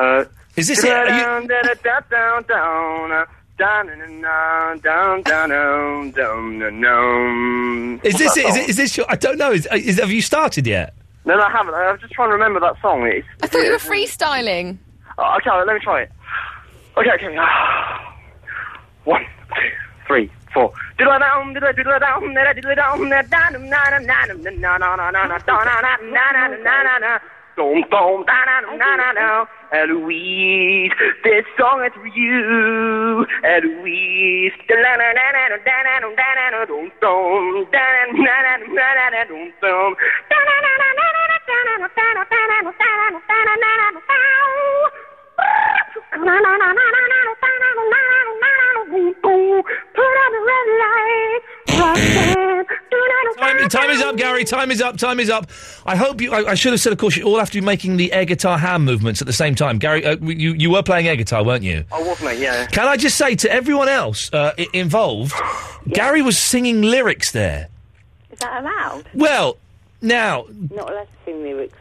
Uh,
Is this it? Are you-
Down, down, down, down, down, uh, down, down, down, down, down, down, down, down.
Is
Mm, What's
this
that
it? Is,
song?
it- is this your? I don't know. Is, is have you started yet?
No, no, I haven't. I was just trying to remember that song. It's,
I thought you were freestyling.
oh, okay, let me try it. Okay, okay. One, two, three, four. Dom, dom, da, na, na, na, na, na. Eloise, this song is for you. Eloise. Da, na, na, na, na, na, da, na, na, da, na, na, dum, dum. Da, na, na, na, na, na, na, na, dum, dum. Da, na, na, na, na, na, na, da, na, na, da, na, da, na, na, da, na, na, da, na, na, na, na, pow.
Time, time is up, Gary. Time is up. Time is up. I hope you. I, I should have said, of course, you all have to be making the air guitar hand movements at the same time. Gary, uh, you you were playing air guitar, weren't you?
I wasn't it, yeah.
Can I just say to everyone else uh, i- involved, Gary was singing lyrics there.
Is that allowed?
Well, now
Not allowed to sing lyrics.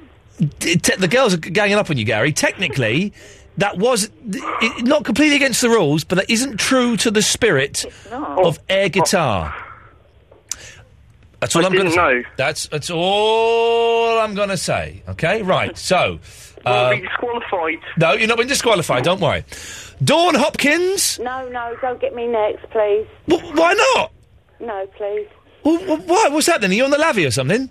t- te- the girls are ganging up on you, Gary. Technically, that was th- i not completely against the rules, but that isn't true to the spirit
not.
of air guitar. That's all
I
am going to
didn't
say. That's that's all I'm going to say. Okay, right. So,
I'll be
um,
disqualified.
no, you're not being disqualified. Don't worry. Dawn Hopkins.
No, no, don't get me next, please.
W- why not?
No, please.
Well, wh- why? What's that then? Are you on the lavvy or something?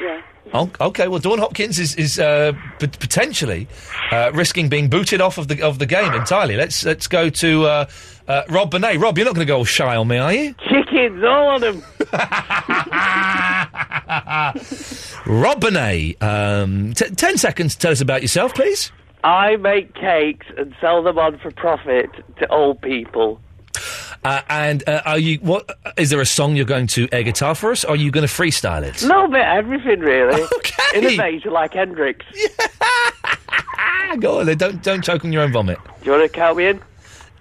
Yeah.
Oh, okay, well, Dawn Hopkins is, is uh, p- potentially uh, risking being booted off of the of the game entirely. Let's let's go to uh, uh, Rob Bonet. Rob, you're not going to go all shy on me, are you?
Chickens, all of them.
Rob Bonet, um, t- ten seconds to tell us about yourself, please.
I make cakes and sell them on for profit to old people.
Uh, and uh, are you? What is there a song you're going to air guitar for us? Or are you going to freestyle it?
A little bit of everything, really. Okay. Innovator like Hendrix.
Ah, go on, then. don't don't choke on your own vomit.
Do you want to count me in?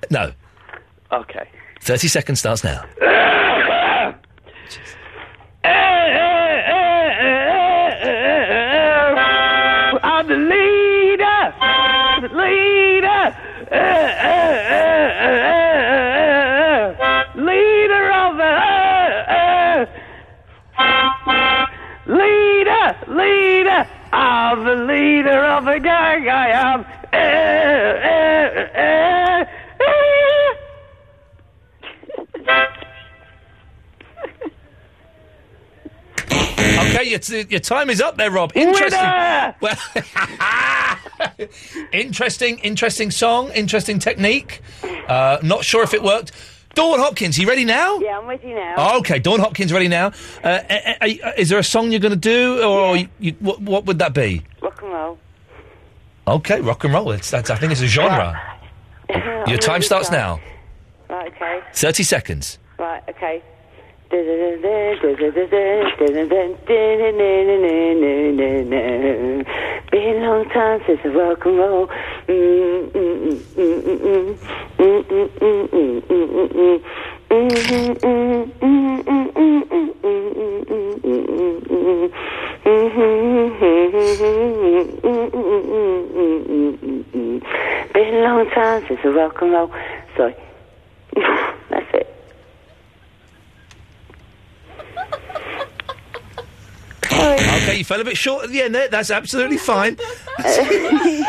No,
Okay.
thirty seconds starts now.
I'm the leader. Eh, The eh, leader. eh, Leader of eh, the. Leader, leader, I'm the leader of the gang. I am. eh,
Okay, your, t- your time is up there, Rob. Interesting.
Winner!
Well, interesting, interesting song, interesting technique. Uh, not sure if it worked. Dawn Hopkins, you ready now? Oh,
Yeah, I'm with you now.
Okay, Dawn Hopkins, ready now. Uh, a- a- a- is there a song you're going to do, or you, you, what, what would that be?
Rock and roll.
Okay, rock and roll. It's that's. I think it's a genre. Your time starts now.
Right, okay.
Thirty seconds.
Right, okay. Been a long time since I rock and roll. Mm, mm, mm, mm, mm, mm, mm, mm, mm, mm, mm, mm, mm, mm, mm, mm, mm. Been a long time since I rock and roll. Sorry. That's it.
Okay, you fell a bit short at the end there. That's absolutely fine.
Sorry.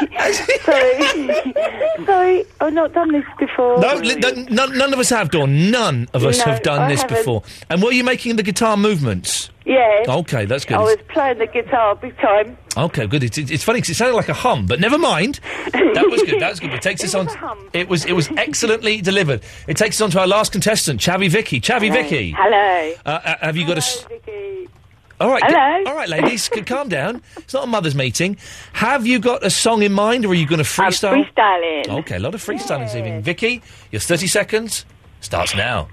Sorry, I've not done this before.
No, li- no- none, none of us have, Dawn. None of us
No,
have done
I
this
haven't.
before. And were you making the guitar movements?
Yeah.
Okay, that's good.
I was playing the guitar big time.
Okay, good. It's, it's funny because it sounded like a hum, but never mind. That was good. That was good. It takes us on. It was it was excellently delivered. It takes us on to our last contestant, Chavi Vicky. Chavi Vicky.
Hello.
Uh, uh, have you got a? s- All right.
Hello.
get- all right, ladies, c- calm down. It's not a mother's meeting. Have you got a song in mind, or are you going to freestyle?
freestyling.
Okay, a lot of freestyling this evening. Vicky, your thirty seconds starts now.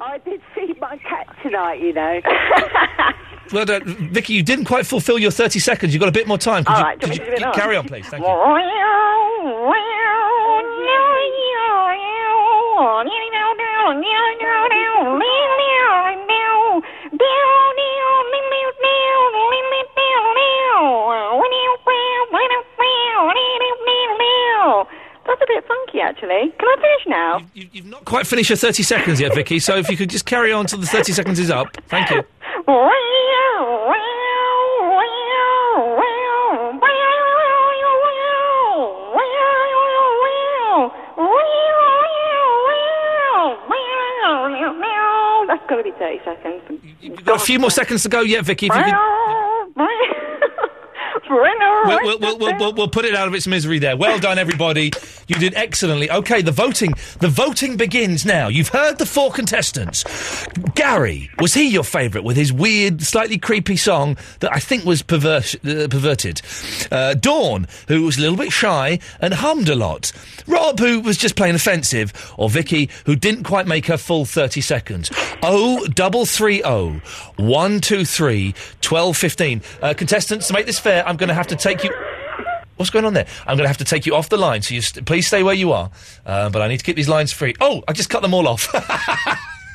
I did feed my cat tonight, you know.
Well, done. Vicky, you didn't quite fulfil your thirty seconds. You've got a bit more time. Could
All
you-
right, do
could
you want me
you-
to do it
c- carry
now?
on, please. Thank you.
That's a bit funky, actually. Can I finish now?
You've not quite finished your 30 seconds yet, Vicky, so if you could just carry on till the 30 seconds is up. Thank you.
That's got to be 30 seconds.
You've got a few more seconds to go yet, Vicky. If you could, we'll, we'll, we'll, we'll, we'll, we'll put it out of its misery there. Well done, everybody. You did excellently. Okay, the voting. The voting begins now. You've heard the four contestants. Gary, was he your favourite with his weird, slightly creepy song that I think was pervers- uh, perverted? Uh, Dawn, who was a little bit shy and hummed a lot. Rob, who was just plain offensive. Or Vicky, who didn't quite make her full 30 seconds. Oh, double three oh, one two three twelve fifteen. Uh, contestants, to make this fair, I'm going to have to take you. What's going on there? I'm going to have to take you off the line, so you st- please stay where you are. Uh, but I need to keep these lines free. Oh, I just cut them all off.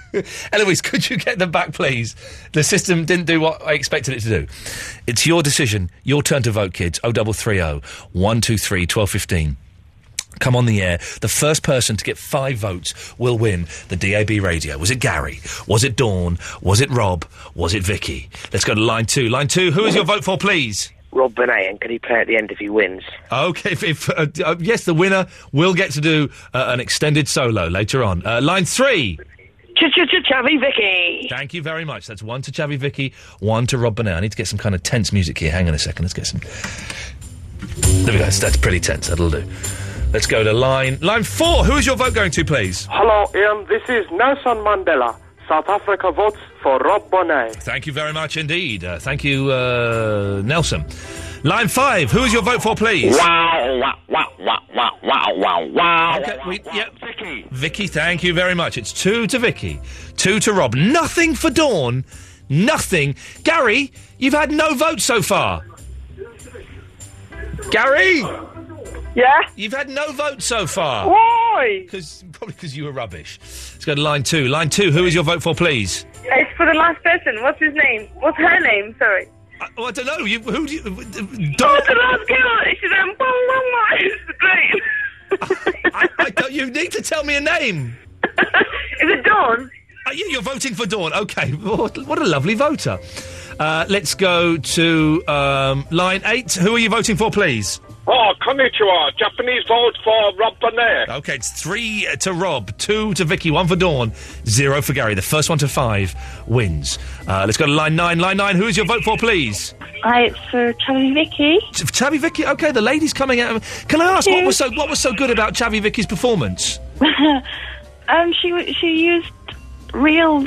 Eloise, could you get them back, please? The system didn't do what I expected it to do. It's your decision. Your turn to vote, kids. Oh, 0330 123 1215. Come on the air. The first person to get five votes will win the DAB radio. Was it Gary? Was it Dawn? Was it Rob? Was it Vicky? Let's go to line two. Line two, who is your vote for, please?
Rob Benayan, can he play at the end if he wins?
Okay, if, if, uh, d- uh, yes, the winner will get to do uh, an extended solo later on. Uh, line three.
Chavi Vicky.
Thank you very much. That's one to Chavi Vicky, one to Rob Burnett. I need to get some kind of tense music here. Hang on a second. Let's get some. There we go. That's, that's pretty tense. That'll do. Let's go to line line four. Who is your vote going to, please?
Hello, Ian. This is Nelson Mandela. South Africa votes for Rob Bonnet.
Thank you very much indeed. Uh, thank you, uh, Nelson. Line five. Who is your vote for, please?
Wow, wow, wow, wow, wow, wow, wow, wow.
Okay, we, yeah. Vicky, thank you very much. It's two to Vicky, two to Rob. Nothing for Dawn. Nothing. Gary, you've had no votes so far. Gary?
Yeah?
You've had no votes so far.
Why?
Because probably because you were rubbish. Let's go to line two. Line two, who is your vote for, please?
It's
for the last person. What's his name? What's her name? Sorry.
I, oh, I don't know. You, who do you?
Oh, the last girl. She's um, bong, bong, bong. It's great.
I, I don't, you need to tell me a name.
Is it Dawn?
Uh, yeah, you're voting for Dawn. Okay. What, what a lovely voter. Uh, let's go to um, line eight. Who are you voting for, please?
Oh, konnichiwa. Japanese vote for Rob Bonet.
Okay, it's three to Rob, two to Vicky, one for Dawn, zero for Gary. The first one to five wins. Uh, let's go to line nine. Line nine, who is your vote for, please?
Hi, it's
uh,
for Chubby Vicky.
T- Chavy Vicky. Okay, the lady's coming out. Can I ask what was so what was so good about Chavy Vicky's performance?
um, she w- she used real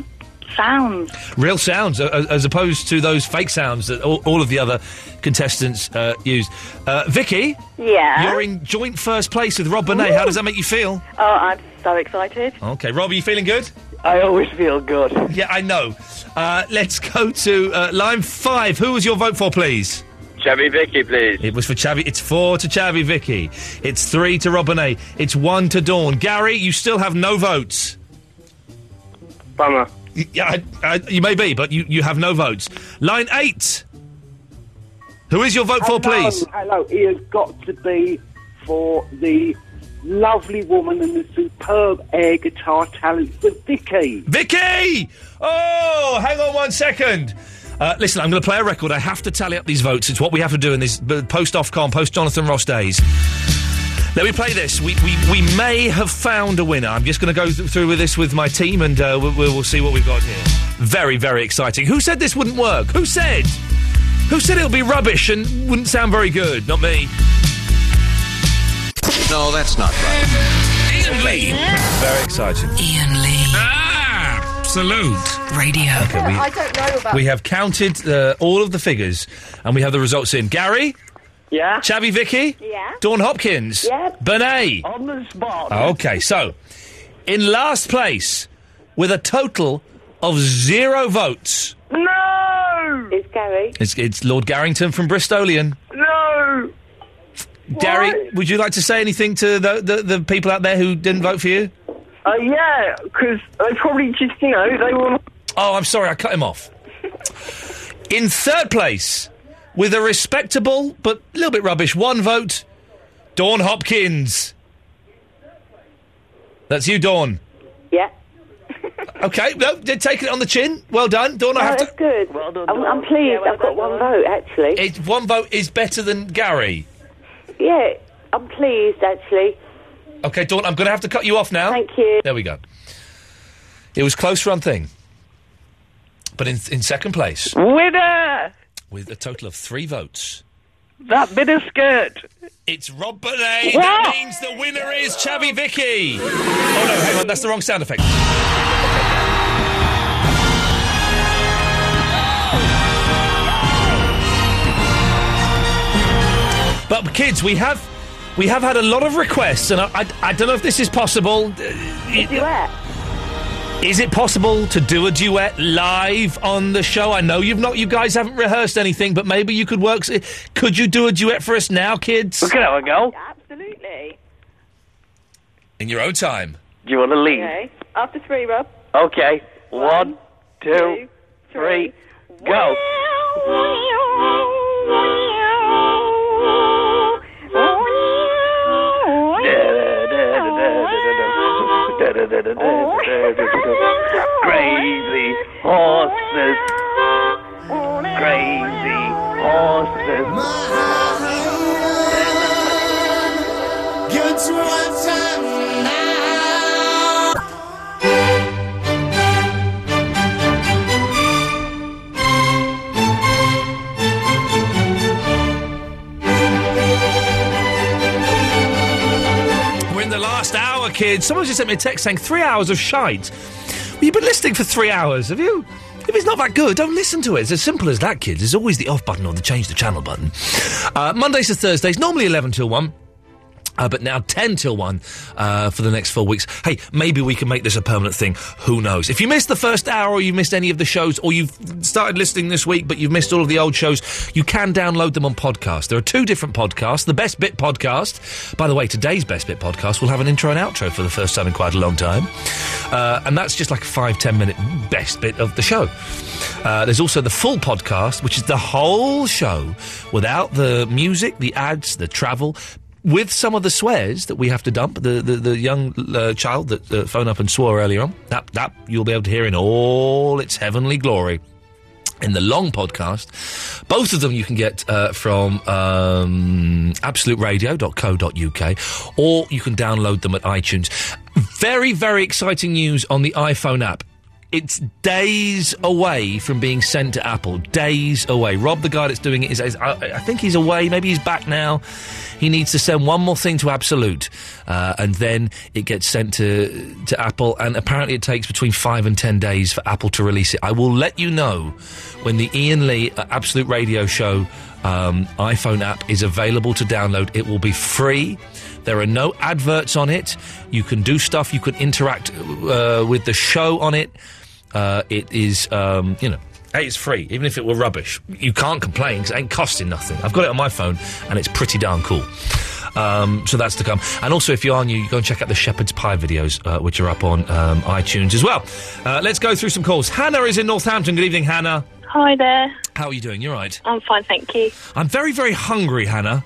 sounds.
Real sounds, uh, as opposed to those fake sounds that all, all of the other contestants uh, used. Uh, Vicky,
Yeah.
you're in joint first place with Rob Bonet. How does that make you feel?
Oh, I'm so excited.
Okay, Rob, are you feeling good?
I always
feel good. Yeah, I know. Uh, let's go to uh, line five. Who was your vote for, please?
Chevy Vicky, please.
It was for Chavy. It's four to Chavy Vicky. It's three to Robinet. It's one to Dawn. Gary, you still have no votes. Bummer. Yeah, I, I, you may be, but you, you have no votes. Line eight. Who is your vote for,
Hello,
please?
Hello, it has got to be for the lovely woman and the superb air guitar talent for Vicky.
Vicky! Oh, hang on one second. Uh, listen, I'm going to play a record. I have to tally up these votes. It's what we have to do in these b- post Ofcom, post Jonathan Ross days. Let me play this. We, we, we may have found a winner. I'm just going to go th- through with this with my team and uh, we'll, we'll see what we've got here. Very, very exciting. Who said this wouldn't work? Who said? Who said it'll be rubbish and wouldn't sound very good? Not me.
No, that's not right.
Ian Lee.
Very exciting.
Ian Lee. Ah, salute. Radio.
Okay, we-
I don't know about.
We have counted uh, all of the figures and we have the results in. Gary? Yeah. Chavy Vicky?
Yeah.
Dawn Hopkins?
Yeah.
Benet?
On the spot.
Okay, so in last place with a total of zero votes,
No. It's Gary.
it's, it's Lord Garrington from Bristolian.
No.
Gary, would you like to say anything to the, the, the people out there who didn't vote for you?
Uh, yeah, because they probably just you know they want.
Oh, I'm sorry, I cut him off. In third place, with a respectable but a little bit rubbish one vote, Dawn Hopkins. That's you, Dawn.
Yeah.
Okay, no, they're taking it on the chin. Well done, Dawn.
Oh,
I have to.
good. Well done, I'm, I'm pleased. I've got one vote actually.
It, one vote is better than Gary.
Yeah, I'm pleased actually.
Okay, Dawn, I'm going to have to cut you off now. Thank you. There we go. It was close run thing, but in in second place
Winner.
with a total of three votes.
That miniskirt.
It's Rob Bonet. That means the winner is Chavy Vicky. Oh no, hang on, that's the wrong sound effect. But kids, we have we have had a lot of requests, and I, I, I don't know if this is possible. A
duet.
Is it possible to do a duet live on the show? I know you've not, you guys haven't rehearsed anything, but maybe you could work. s- Could you do a duet for us now, kids?
We could have a go.
Absolutely.
In your own time.
Do you want to lead?
Okay. After three, Rob.
Okay. One, two, three, go.
Crazy horses. Crazy horses. Gets what's up now.
We're in the last hour, kids. Someone just sent me a text saying three hours of shite. Well, you've been listening for three hours, have you? If it's not that good, don't listen to it. It's as simple as that, kids. There's always the off button or the change the channel button. Uh, Mondays to Thursdays, normally 11 till 1. Uh, but now 10 till 1 uh, for the next four weeks. Hey, maybe we can make this a permanent thing. Who knows? If you missed the first hour or you missed any of the shows or you've started listening this week but you've missed all of the old shows, you can download them on podcast. There are two different podcasts. The Best Bit podcast, by the way, today's Best Bit podcast will have an intro and outro for the first time in quite a long time. Uh, and that's just like a five, 10 minute best bit of the show. Uh, there's also the full podcast, which is the whole show without the music, the ads, the travel, with some of the swears that we have to dump, the the, the young uh, child that uh, phoned up and swore earlier on, that that you'll be able to hear in all its heavenly glory. In the long podcast, both of them you can get uh, from um, absoluteradio.co.uk or you can download them at iTunes. Very, very exciting news on the iPhone app. It's days away from being sent to Apple. Days away. Rob, the guy that's doing it, is, is I, I think he's away. Maybe he's back now. He needs to send one more thing to Absolute, uh, and then it gets sent to to Apple. And apparently, it takes between five and ten days for Apple to release it. I will let you know when the Ian Lee uh, Absolute Radio Show um, iPhone app is available to download. It will be free. There are no adverts on it. You can do stuff. You can interact uh, with the show on it. Uh, it is, um, you know, hey, it's free. Even if it were rubbish, you can't complain 'cause it ain't costing nothing. I've got it on my phone, and it's pretty darn cool. Um, so that's to come. And also, if you are new, you go and check out the Shepherd's Pie videos, uh, which are up on um, iTunes as well. Uh, let's go through some calls. Hannah is in Northampton. Good evening, Hannah.
Hi there.
How are you doing? You're right.
I'm fine, thank you.
I'm very, very hungry, Hannah.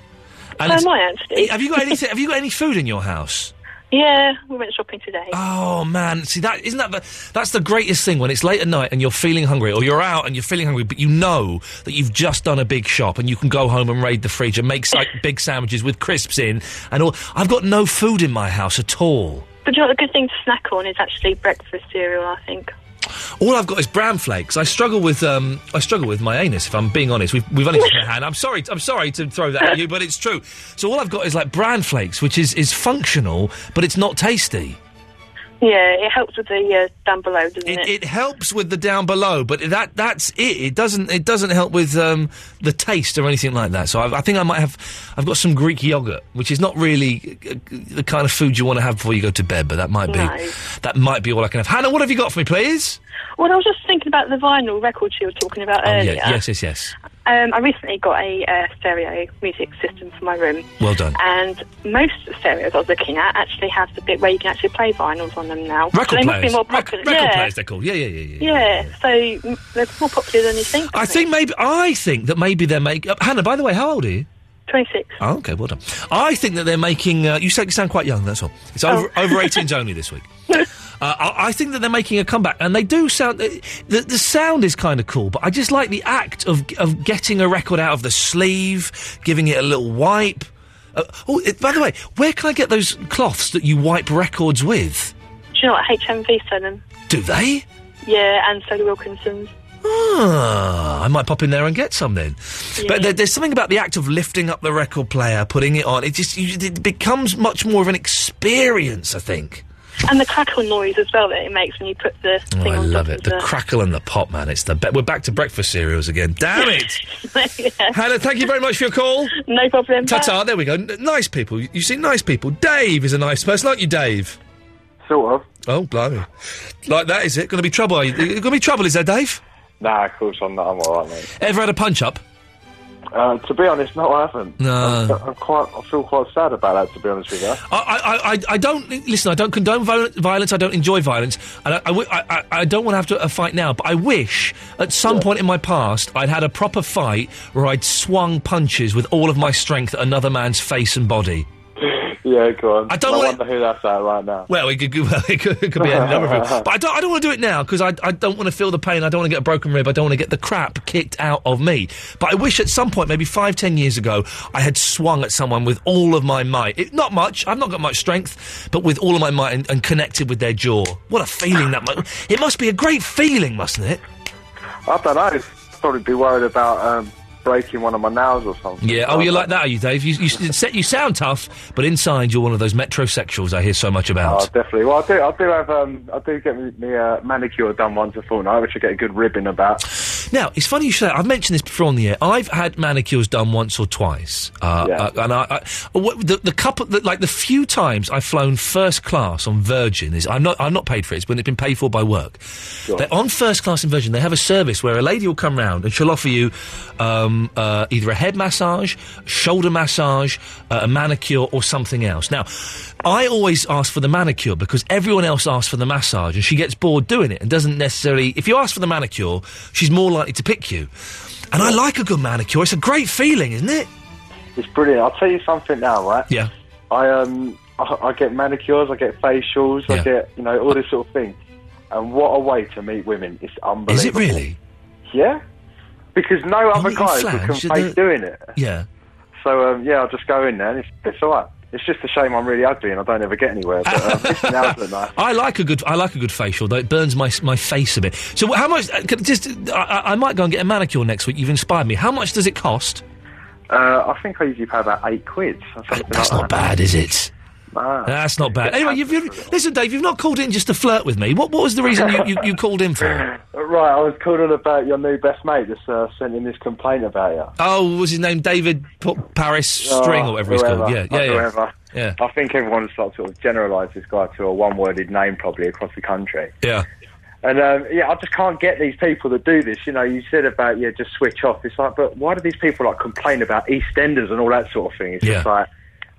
So am I, actually.
Have you got any? have you got any food in your house?
Yeah, we went shopping today.
Oh man, see that isn't that the, that's the greatest thing when it's late at night and you're feeling hungry, or you're out and you're feeling hungry, but you know that you've just done a big shop and you can go home and raid the fridge and make like, big sandwiches with crisps in and all. I've got no food in my house at all.
But you know, what a good thing to snack on is actually breakfast cereal, I think.
All I've got is bran flakes. I struggle with um, I struggle with my anus. If I'm being honest, we've we've only taken a hand. I'm sorry. I'm sorry to throw that at you, but it's true. So all I've got is like bran flakes, which is is functional, but it's not tasty.
Yeah, it helps with the uh, down below, doesn't it?
It, it helps with the down below, but that that's it. It doesn't it doesn't help with um, the taste or anything like that. So i I think I might have I've got some Greek yogurt, which is not really uh, the kind of food you want to have before you go to bed, but that might be
No.
that might be all I can have. Hannah, what have you got for me, please?
Well, I was just thinking about the vinyl records you were talking about
Oh,
earlier.
yeah, yes, yes, yes.
Um, I recently got a uh, stereo music system for my room.
Well done.
And most stereos I was looking at actually have the bit where you can actually play vinyls on them now.
Record
so they
players.
must be more
Rec-
popular.
record
yeah.
players, they're called. Yeah, yeah, yeah, yeah.
Yeah, so mm, they're more popular than you think.
I think maybe I think that maybe they're making. Uh, Hannah, by the way, how old are you?
26.
Oh, okay, well done. I think that they're making. Uh, you sound, you sound quite young. That's all. It's over over 18s only this week. Uh, I, I think that they're making a comeback, and they do sound. The, the sound is kind of cool, but I just like the act of of getting a record out of the sleeve, giving it a little wipe. Uh, oh, it, by the way, where can I get those cloths that you wipe records with?
Do you know what HMV sell them?
Do they?
Yeah, and Sally Wilkinson's.
Ah, I might pop in there and get some then.
Yeah.
But there, there's something about the act of lifting up the record player, putting it on. It just you, it becomes much more of an experience, I think.
And the crackle noise as well that it makes when you put the
Oh,
thing
I
on
love
top
it.
of
The crackle and the pop, man. It's the be- we're back to breakfast cereals again. Damn it, Hannah. Thank you very much for your call.
No problem.
Ta-ta. There we go. N- nice people. You, you see, nice people. Dave is a nice person, aren't you, Dave?
Sort of.
Oh, blimey! Like that is it? Going to be trouble? Are you, going to be trouble? Is there, Dave?
Nah, of course I'm not. I'm alright, mate.
Ever had a punch up?
Uh, to be honest, no, I haven't.
No.
I'm, I'm quite. I feel quite sad about that. To be honest with you.
I, I, I, I don't listen. I don't condone viol- violence. I don't enjoy violence, and I, I wi- I- I- I don't want to have to a fight now. But I wish at some point in my past I'd had a proper fight where I'd swung punches with all of my strength at another man's face and body.
yeah, go on.
I don't wanna-
wonder who that's at right now.
Well, it could, well, it could, it could be any number of people. But I don't, I don't want to do it now because I, I don't want to feel the pain. I don't want to get a broken rib. I don't want to get the crap kicked out of me. But I wish at some point, maybe five, ten years ago, I had swung at someone with all of my might. It, not much. I've not got much strength, but with all of my might and, and connected with their jaw. What a feeling that must. It must be a great feeling, mustn't it?
I don't know. I'd probably be worried about um, breaking one of my nails or something.
Yeah. Oh, you're like that, are you, Dave? You, you, s- you sound tough, but inside you're one of those metrosexuals I hear so much about.
Oh, definitely. Well, I do. I do have. Um, I do get me, me uh, manicure done once a fortnight, which I get a good ribbon about.
Now, it's funny you should. I've mentioned this before on the air. I've had manicures done once or twice, uh, uh, and I, I what, the, the couple, the, like the few times I've flown first class on Virgin is I'm not I'm not paid for it. It's been, it's been paid for by work. They're on first class in Virgin, they have a service where a lady will come round and she'll offer you um, uh, either a head massage, shoulder massage, uh, a manicure, or something else. Now, I always ask for the manicure because everyone else asks for the massage, and she gets bored doing it and doesn't necessarily. If you ask for the manicure, she's more likely to pick you. And I like a good manicure. It's a great feeling, isn't it?
It's brilliant. I'll tell you something now, right?
Yeah.
I um I, I get manicures, I get facials, I get you know all this sort of thing, and what a way to meet women! It's unbelievable.
Is it really?
Yeah, because no other guys would
flags,
can
are
face
there-
doing it.
Yeah.
So um, yeah, I'll just go in there. And it's it's all right. It's just a shame I'm really ugly and I don't ever get anywhere. But um, it's an outlet night.
I like a good. I like a good facial though. It burns my my face a bit. So wh- how much? uh, could- Just uh, I, I might go and get a manicure next week. You've inspired me. How much does it cost?
Uh, I think I usually pay about eight quid. Or something
That's
like
not
that.
bad, is it? That's not bad. Anyway, you've, you've, listen, Dave. You've not called in just to flirt with me. What What was the reason you, you, you called in for?
Right, I was calling about your new best mate that's uh, sent in this complaint about you.
Oh, what was his name David P- Paris String or whatever he's
whoever,
called? Yeah, yeah, yeah.
whoever.
Yeah.
I think everyone has started to sort of generalise this guy to a one-worded name probably across the country.
Yeah.
And um, yeah, I just can't get these people that do this. You know, you said about yeah, just switch off. It's like, but why do these people like complain about EastEnders and all that sort of thing? It's just
Yeah.
like,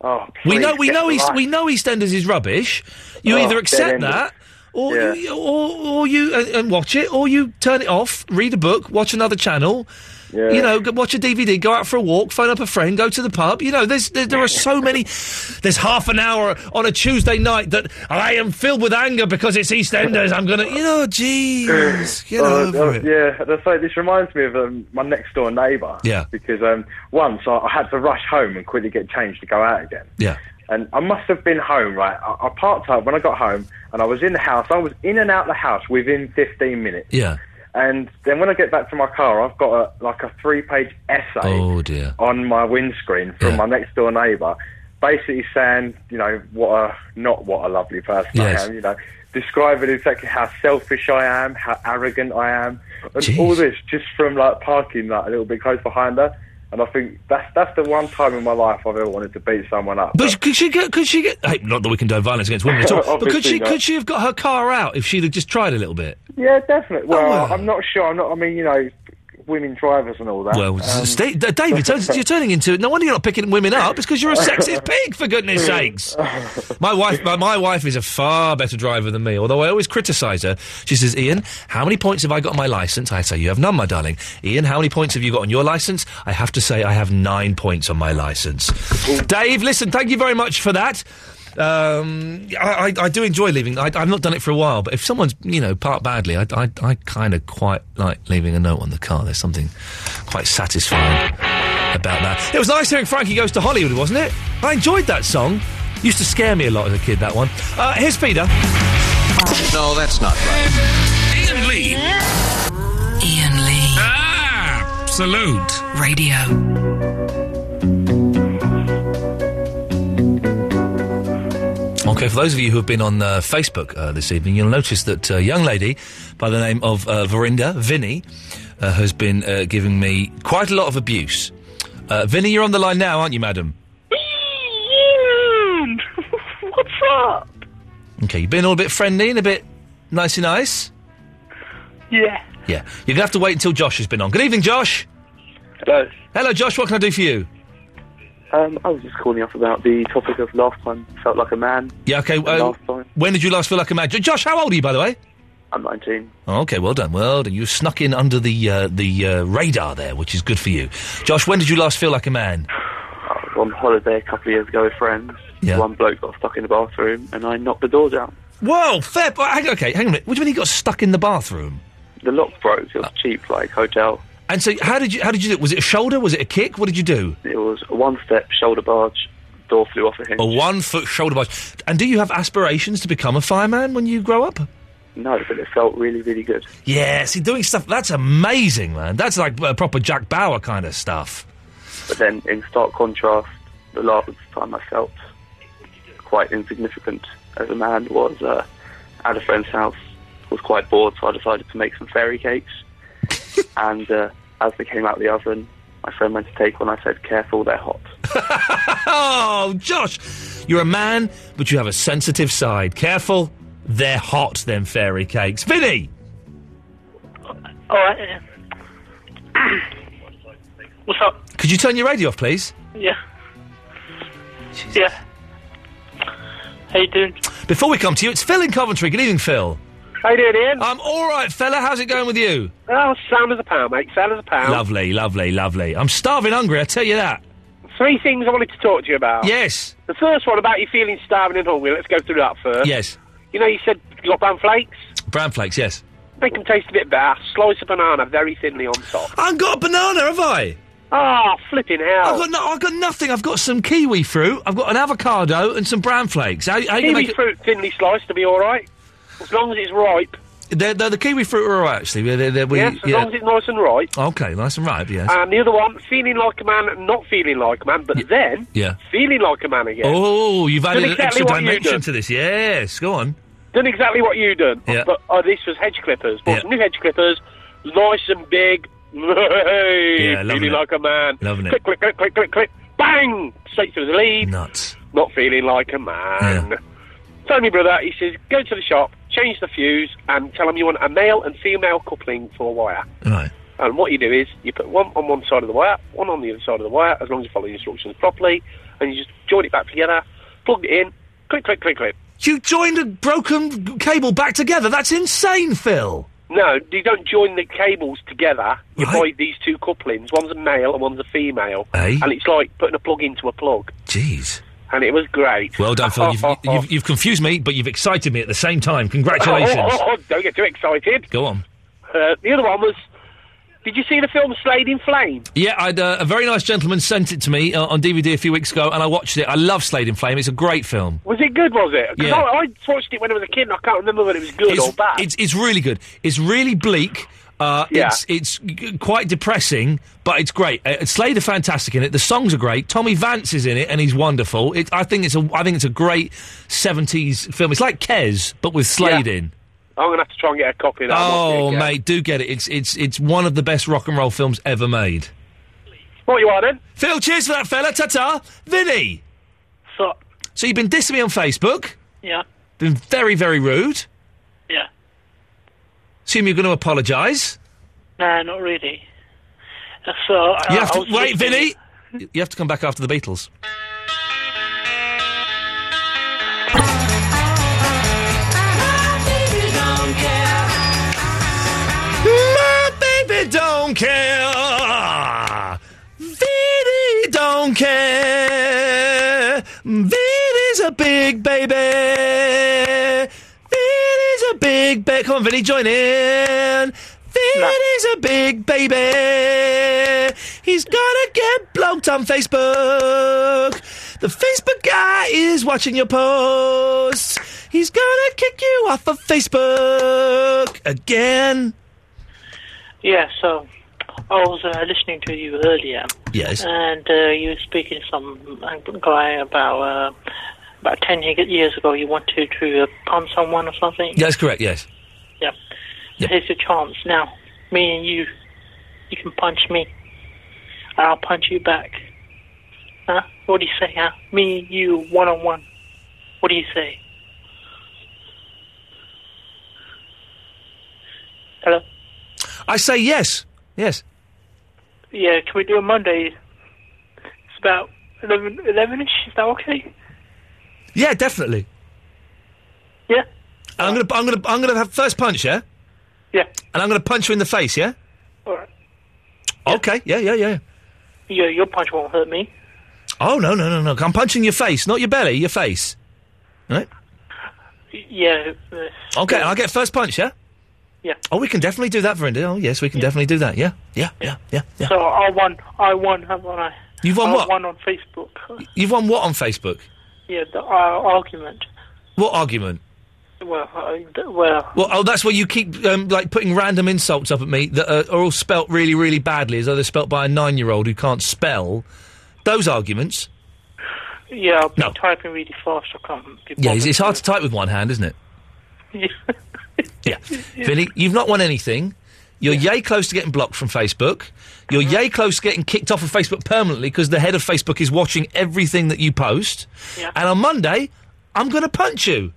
oh,
We
please
know we
get
know
a
East,
life.
we know EastEnders is rubbish. You
Oh,
either accept
dead-ended.
that or
Yeah.
you, or or you uh, and, and watch it, or you turn it off, read a book, watch another channel.
Yeah.
You know, go- watch a DVD, go out for a walk, phone up a friend, go to the pub. You know, there's there, there are so many. There's half an hour on a Tuesday night that I am filled with anger because it's EastEnders. I'm gonna, you know, jeez, get
Oh,
over
oh,
it.
Yeah, that's so this reminds me of um, my next door neighbour.
Yeah.
Because um, once I, I had to rush home and quickly get changed to go out again.
Yeah.
And I must have been home, right? I, I parked up when I got home and I was in the house. I was in and out the house within 15 minutes.
Yeah.
And then when I get back to my car, I've got a, like a three page essay
Oh dear.
on my windscreen from my next door neighbour, basically saying, you know, what a not what a lovely person
Yes.
I am, you know, describing exactly how selfish I am, how arrogant I am, and all this just from like parking like a little bit close behind her. And I think that's that's the one time in my life I've ever wanted to beat someone up.
But could she get? Could she get? Hey, not that we condone violence against women at all. but could
Obviously
she?
not.
Could she have got her car out if she'd have just tried a little bit?
Yeah, definitely. Well,
Oh.
I'm not sure. I'm not. I mean, you know, women drivers and all that.
Well,
Um,
sta- D- Dave, you're turning- you're turning into. No wonder you're not picking women up. It's because you're a sexist pig, for goodness sakes. My wife, my, my wife is a far better driver than me. Although I always criticise her. She says, "Ian, how many points have I got on my licence?" I say, "You have none, my darling." Ian, how many points have you got on your licence? I have to say, I have nine points on my licence. Dave, listen, thank you very much for that. Um, I, I, I do enjoy leaving. I, I've not done it for a while, but if someone's you know parked badly, I, I, I kind of quite like leaving a note on the car. There's something quite satisfying about that. It was nice hearing Frankie Goes to Hollywood, wasn't it? I enjoyed that song. Used to scare me a lot as a kid. That one. Uh, here's Peter.
No, that's not right.
Ian Lee. Ian Lee. Absolute Radio.
Okay, for those of you who have been on uh, Facebook uh, this evening, you'll notice that a young lady by the name of uh, Verinda, Vinny, uh, has been uh, giving me quite a lot of abuse. Uh, Vinny, you're on the line now, aren't you, madam?
Ian, what's up?
Okay, you've been all a bit friendly and a bit nicey nice.
Yeah.
Yeah, you're going to have to wait until Josh has been on. Good evening, Josh.
Hello.
Hello, Josh. What can I do for you?
Um, I was just calling up about the topic of last time felt like a man.
Yeah, okay. Uh,
Last time.
when did you last feel like a man? Jo- Josh, how old are you, by the way?
I'm 19.
Oh, okay, well done, well done. You snuck in under the uh, the uh, radar there, which is good for you. Josh, when did you last feel like a man?
I was on holiday a couple of years ago with friends.
Yeah.
One bloke got stuck in the bathroom and I knocked the door down.
Whoa, fair. p- Hang, okay, hang on a minute. What do you mean he got stuck in the bathroom?
The lock broke. It was cheap, like hotel.
And so, how did you how did you do it? Was it a shoulder? Was it a kick? What did you do?
It was a one-step shoulder barge. Door flew off a hinge.
A one foot shoulder barge. And do you have aspirations to become a fireman when you grow up?
No, but it felt really, really good.
Yeah, see, doing stuff that's amazing, man. That's like uh, proper Jack Bauer kind of stuff.
But then, in stark contrast, the last time I felt quite insignificant as a man was uh, at a friend's house. Was quite bored, so I decided to make some fairy cakes. and uh, as they came out of the oven, my friend went to take one. I said, "Careful, they're hot."
oh, Josh, you're a man, but you have a sensitive side. Careful, they're hot, them fairy cakes. Vinny!
All right. What's up?
Could you turn your radio off, please?
Yeah. Yeah. How you doing?
Before we come to you, it's Phil in Coventry. Good evening, Phil.
How you doing, Ian?
I'm all right, fella. How's it going with you?
Oh, sound as a pound, mate. Sound as a pound.
Lovely, lovely, lovely. I'm starving hungry, I tell you that.
Three things I wanted to talk to you about.
Yes.
The first one about you feeling starving and hungry. Let's go through that first.
Yes.
You know, you said you got brown flakes.
Bran flakes, yes.
Make them taste a bit better. Slice a banana very thinly on top.
I have got a banana, have I?
Ah, flipping hell.
I've got, no, I've got nothing. I've got some kiwi fruit, I've got an avocado, and some bran flakes. How, how you
Kiwi
gonna make it-
fruit thinly sliced to be all right, as long as it's ripe.
They're, they're the kiwi fruit are all right, actually. They're, they're, they're, we,
yes, as
yeah.
long as it's Um, nice and ripe.
Okay, nice and ripe, yes.
And the other one, feeling like a man, not feeling like a man, but then
yeah.
feeling like a man again.
Oh, you've
Done
added an
exactly
extra
what you
dimension
done.
to this. Yes, go on.
Done exactly what you done.
Yeah.
But oh, this was hedge clippers. Bought
Yeah.
some new hedge clippers, nice and big. Hey,
Yeah, loving it.
feeling like a man.
Loving it.
Click, click, click, click, click, click. Bang! Straight through the lead.
Nuts.
Not feeling like a man. Tell me, brother, he says, go to the shop, change the fuse, and tell him you want a male and female coupling for a wire.
Right.
And what you do is you put one on one side of the wire, one on the other side of the wire, as long as you follow the instructions properly, and you just join it back together, plug it in, click, click, click, click.
You joined a broken g- cable back together. That's insane, Phil.
No, you don't join the cables together. You buy these two couplings. One's a male and one's a female.
Eh?
And it's like putting a plug into a plug.
Jeez.
And it was great.
Well done, Phil. You've, you've, you've confused me, but you've excited me at the same time. Congratulations.
Oh, oh, oh, don't get too excited.
Go on.
Uh, the other one was, did you see the film Slade in Flame?
Yeah, I'd, uh, a very nice gentleman sent it to me uh, on DVD a few weeks ago, and I watched it. I love Slade in Flame. It's a great film.
Was it good, was it? 'Cause
Yeah.
I, I watched it when I was a kid and I can't remember whether it was good
it's,
or bad.
It's, it's really good. It's really bleak. Uh,
Yeah.
It's it's g- quite depressing, but it's great. Uh, Slade are fantastic in it. The songs are great. Tommy Vance is in it, and he's wonderful. It, I think it's a I think it's a great seventies film. It's like Kes, but with Slade in.
I'm going to have to try and get a copy of that. and
Oh
watch it again.
mate, do get it. It's it's it's one of the best rock and roll films ever made.
What you are then?
Phil, cheers for that fella. Ta ta, Vinny.
So
So you've been dissing me on Facebook.
yeah,
Been very very rude.
yeah.
Assume you're going to apologise.
Nah, not really. Uh, So I,
You have
I
to
was
wait,
listening-
Vinny. You you have to come back after the Beatles. My baby don't care. Vinny don't care. Vinny's a big baby. Vinny's a big baby. Come on, Vinny, join in. Vinny's a big baby. He's gonna get bloked on Facebook. The Facebook guy is watching your posts. He's gonna kick you off of Facebook again.
Yeah, so I was uh, listening to you earlier.
Yes.
And uh, you were speaking to some uh, guy about uh, about ten ye- years ago. You wanted to uh, palm someone or something.
That's correct, yes.
Yeah. Here's your chance now. Me and you, you can punch me, and I'll punch you back. Huh? What do you say? Huh? Me and you, one on one. What do you say? Hello.
I say yes. Yes.
Yeah, can we do it Monday? It's about 11, 11-ish, is that okay?
Yeah, definitely.
Yeah.
I'm gonna, I'm gonna, I'm gonna have first punch, yeah.
Yeah.
And I'm gonna punch you in the face, yeah.
All right.
Okay. Yeah, yeah, yeah.
Yeah, your punch won't hurt me.
Oh no, no, no, no! I'm punching your face, not your belly, your face. Right?
Yeah, uh,
Okay. I'll get first punch, yeah.
Yeah.
Oh, we can definitely do that, Verinda. Oh, yes, we can definitely do that. Yeah, yeah, yeah, yeah.
so I won, I won, haven't I?
You've won
I
what?
won on Facebook.
You've won what on Facebook?
Yeah, the uh, argument.
What argument?
Well, uh, d- well,
Well, oh, that's where you keep um, like putting random insults up at me that are, are all spelt really, really badly, as though they're spelt by a nine-year-old who can't spell. Those arguments.
yeah, I've been
No.
typing really fast, I can't be
Yeah, it's, it's hard to type with one hand, isn't it?
Yeah.
Yeah. Vinny, you've not won anything. You're yay close to getting blocked from Facebook. You're yay close to getting kicked off of Facebook permanently because the head of Facebook is watching everything that you post. And on Monday, I'm going to punch you.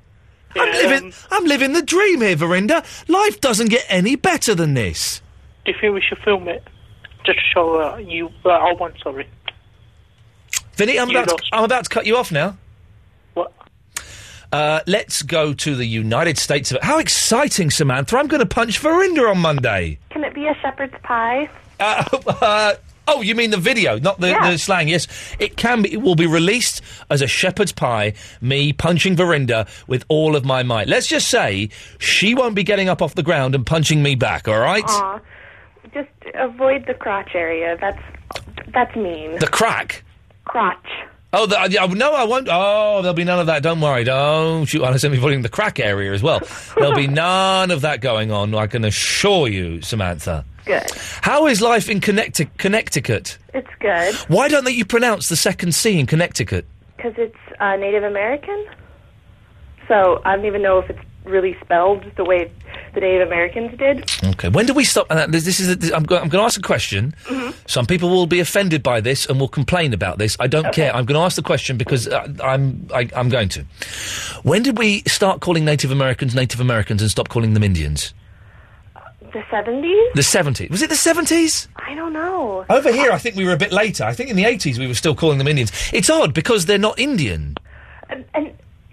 I'm living, I'm living the dream here, Verinda. Life doesn't get any better than this.
Do you think we should film it? Just to show uh, you. Uh, I won, sorry.
Vinny, I'm
You
about, to, I'm about to cut you off now.
What?
Uh, let's go to the United States of. How exciting, Samantha! I'm going to punch Verinda on Monday.
Can it be a shepherd's pie?
Uh, uh, oh, you mean the video, not the,
Yeah.
the slang? Yes, it can be. It will be released as a shepherd's pie. Me punching Verinda with all of my might. Let's just say she won't be getting up off the ground and punching me back. All right?
Aw. Just avoid the crotch area. That's that's mean.
The crack.
crotch.
Oh, the, uh, no, I won't. Oh, there'll be none of that. Don't worry. Don't shoot. I'll send me putting the crack area as well. There'll be none of that going on. I can assure you, Samantha.
Good.
How is life in Connecti- Connecticut?
It's good
Why don't they you pronounce the second C in Connecticut?
because it's uh, Native American. So I don't even know if it's really spelled the way the Native Americans did.
Okay. When do we stop? Uh, this, this is. A, I'm, go- I'm going to ask a question. Some people will be offended by this and will complain about this. I don't care. I'm going to ask the question because uh, I'm. I, I'm going to. When did we start calling Native Americans Native Americans and stop calling them Indians?
The seventies?
The 70s. Was it the 70s?
I don't know.
Over here, I think we were a bit later. I think in the 80s we were still calling them Indians. It's odd because they're not Indian.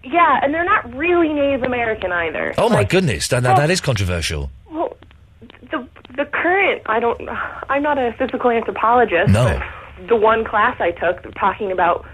Yeah, and they're not really Native American either.
Oh my goodness, that, that, that is controversial.
Well, the the current I don't I'm not a physical anthropologist.
No.
But the one class I took talking about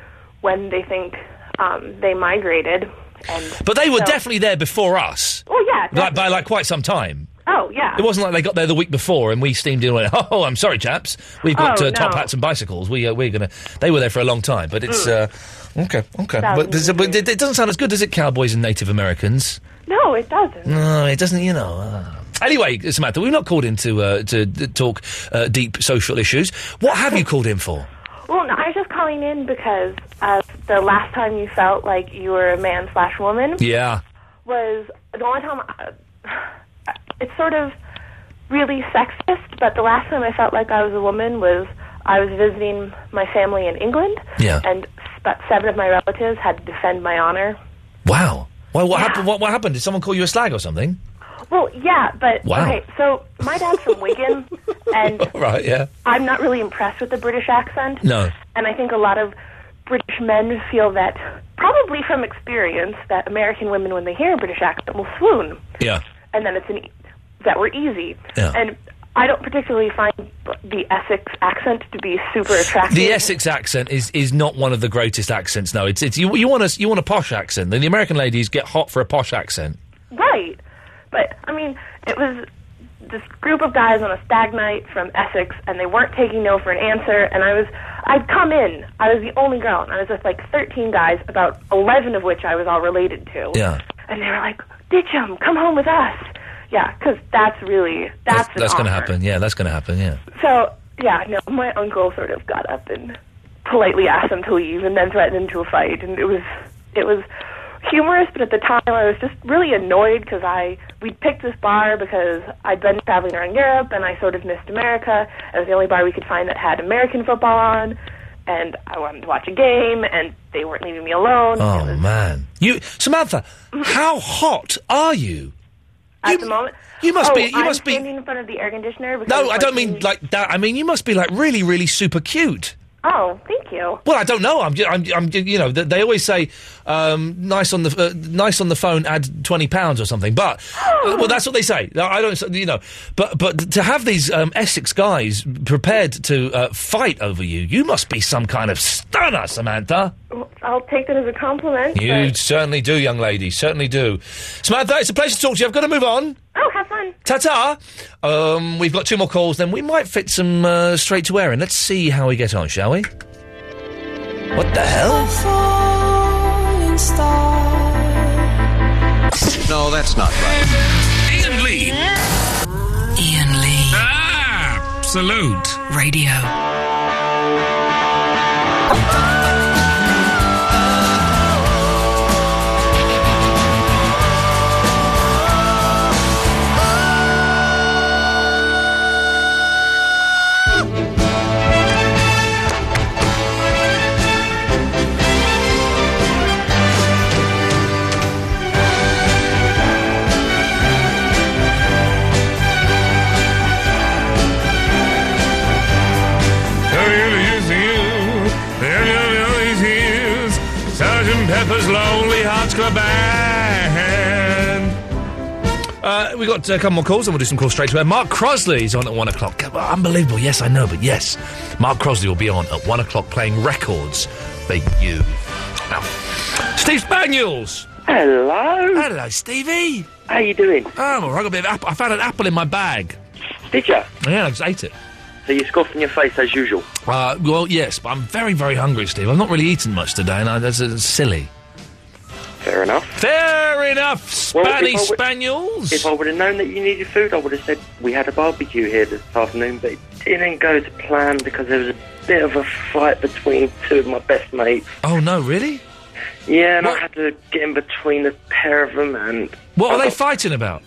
when they think um, they migrated and
But they were
so-
definitely there before us.
Well, yeah.
Like, by like quite some time.
Oh yeah.
It wasn't like they got there the week before and we steamed in and went, oh, I'm sorry, chaps. We've got
Oh,
uh, top
no.
hats and bicycles. We, uh, we're going to. They were there for a long time, but it's. Uh,
Mm.
okay, okay.
That
But,
was
but, it, it doesn't sound as good, does it, cowboys and Native Americans?
No, it doesn't.
No, it doesn't. You know. Uh. Anyway, Samantha, we've not called in to uh, to, to talk uh, deep social issues. What have you called in for?
Well, no, I was just calling in because uh, the last time you felt like you were a man slash woman
Yeah.
was the only time. I, it's sort of really sexist, but the last time I felt like I was a woman was I was visiting my family in England,
Yeah.
and about seven of my relatives had to defend my honor.
Wow. Well, what happened? What, what happened? Did someone call you a slag or something?
Well, yeah, but
Wow.
okay. So my dad's from Wigan, and
Right. Yeah.
I'm not really impressed with the British accent.
No.
And I think a lot of British men feel that, probably from experience, that American women, when they hear a British accent, will swoon,
Yeah.
and then it's an e- that we're easy.
Yeah.
And I don't particularly find the Essex accent to be super attractive.
The e-, Essex accent is, is not one of the greatest accents. No, it's it's you, you want a you want a posh accent. The American ladies get hot for a posh accent.
Right. But, I mean, it was this group of guys on a stag night from Essex, and they weren't taking no for an answer. And I was, I'd come in, I was the only girl, and I was with like 13 guys, about 11 of which I was all related to.
Yeah.
And they were like, Ditchum, come home with us. Yeah, 'cause that's really, that's, an
That's going to
honor.
happen. Yeah. That's going to happen. Yeah.
So, yeah, no, my uncle sort of got up and politely asked them to leave and then threatened them to a fight. And it was, it was humorous, but at the time I was just really annoyed because I, we'd picked this bar because I'd been traveling around Europe and I sort of missed America. It was the only bar we could find that had American football on. And I wanted to watch a game, and they weren't leaving me alone.
Oh man, you Samantha, how hot are you?
At the moment,
you must
oh,
be- you
I'm
must be-
standing in front of the air conditioner. Because
No, I don't mean like that. I mean you must be like really, really super cute.
Oh, thank you.
Well, I don't know. I'm, ju- I'm, I'm ju- you know, th- they always say um, nice on the uh, nice on the phone. Add twenty pounds or something. But uh, well, that's what they say. No, I don't, s- you know. But but to have these um, Essex guys prepared to uh, fight over you, you must be some kind of stunner, Samantha.
I'll take that as a compliment.
You certainly do, young lady. Certainly do. Samantha, it's a pleasure to talk to you. I've got to move on.
Oh, have fun.
Ta ta. Um, we've got two more calls, then we might fit some uh, straight to air in. Let's see how we get on, shall we? What the hell?
No, that's not right.
Ian Lee. Ian Lee. Absolute radio. really is you. It really is Sergeant Pepper's Lonely Hearts Club Band.
Uh, we got uh, a couple more calls, and we'll do some calls straight away. Mark Crosley's on at one o'clock. Come on, Unbelievable. Yes, I know, but yes, Mark Crosley will be on at one o'clock playing records for you. Ow. Steve Spaniels. Hello. Hello, Stevie. How you doing? I'm all right. Got a bit of apple. I found an apple in my bag. Did you? Yeah, I just ate it.
So you scoffed in your face as usual.
Uh, well, yes, but I'm very, very hungry, Steve. I've not really eaten much today, and I, that's uh, silly.
Fair enough.
Fair enough, Spanny
if I would-
Spaniels.
If I would have known that you needed food, I would have said we had a barbecue here this afternoon, but it didn't go to plan because there was a bit of a fight between two of my best mates.
Oh no, really?
Yeah, and I had to get in between the pair of them and
What are they fighting about?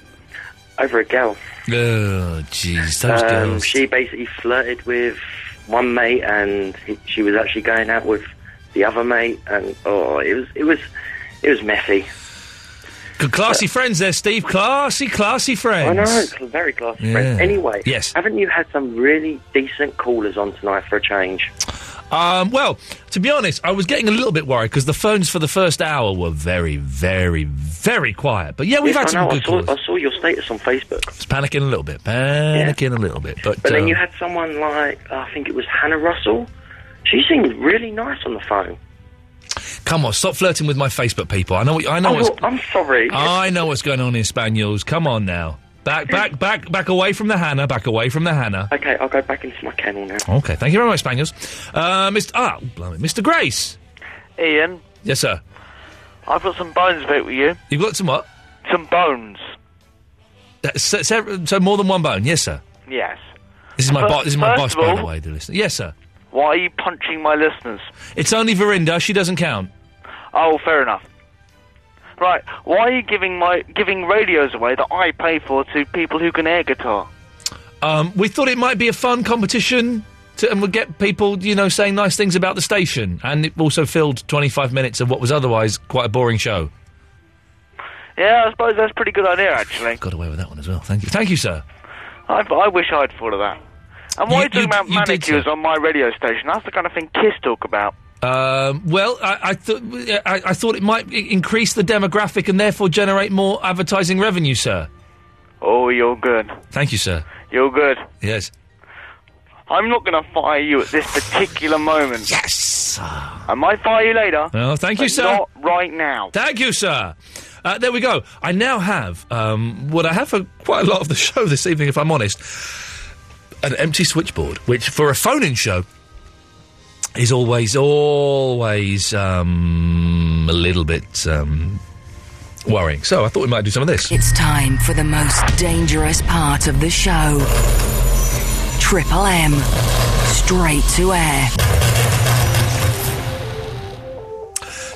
over a gal.
Oh, jeez, those
Um,
girls.
She basically flirted with one mate, and he, she was actually going out with the other mate, and oh, it was it was it was messy.
Good classy friends there, Steve. Classy, classy friends.
I know, it's very classy friends.
Yeah.
Anyway,
Yes.
haven't you had some really decent callers on tonight for a change?
Um, well, to be honest, I was getting a little bit worried because the phones for the first hour were very, very, very quiet. But yeah, we've
Yes,
had
I
some
know,
good
I saw,
calls.
I saw your status on Facebook,
It's panicking a little bit, panicking a little bit. But,
but then
um,
you had someone like I think it was Hannah Russell. She seemed really nice on the phone.
come on, stop flirting with my Facebook people. I know, what, I know.
Oh,
what's, Uh,
I'm sorry.
I know what's going on in Spaniels. Come on now, back, back, back, back away from the Hannah. Back away from the Hannah.
Okay, I'll go back into my kennel now.
Okay, thank you very much, Spaniels. Uh, Mr. Ah, blimey, Mr. Grace.
Ian,
Yes, sir.
I've got some bones about with you.
You've got some what?
Some bones.
That's- So, so- so more than one bone. Yes, sir.
Yes.
This is my
Fir-
bo- this is my
first
boss,
of all-
by the way. The listener. Yes, sir.
Why are you punching my listeners?
It's only Verinda. She doesn't count.
Oh, fair enough. Right, why are you giving my giving radios away that I pay for to people who can air guitar?
Um, we thought it might be a fun competition, to, and we'd get people, you know, saying nice things about the station. And it also filled 25 minutes of what was otherwise quite a boring show.
Yeah, I suppose that's a pretty good idea actually.
Got away with that one as well. Thank you, thank you, sir.
I, I wish I'd thought of that. And
You-
why are you talking
you-
about
you did,
manicures
sir.
on my radio station? That's the kind of thing kids talk about.
Um, well, I, I thought I, I thought it might i- increase the demographic and therefore generate more advertising revenue, sir.
Oh, you're good.
Thank you, sir.
You're good.
Yes.
I'm not going to fire you at this particular moment.
Yes.
I might fire you later.
Oh, thank you,
but
sir.
Not right now.
Thank you, sir. Uh, there we go. I now have um, what I have for quite a lot of the show this evening, if I'm honest an empty switchboard, which for a phone in show is always, always um, a little bit um, worrying. So I thought we might do some of this.
It's time for the most dangerous part of the show. Triple M. Straight to air.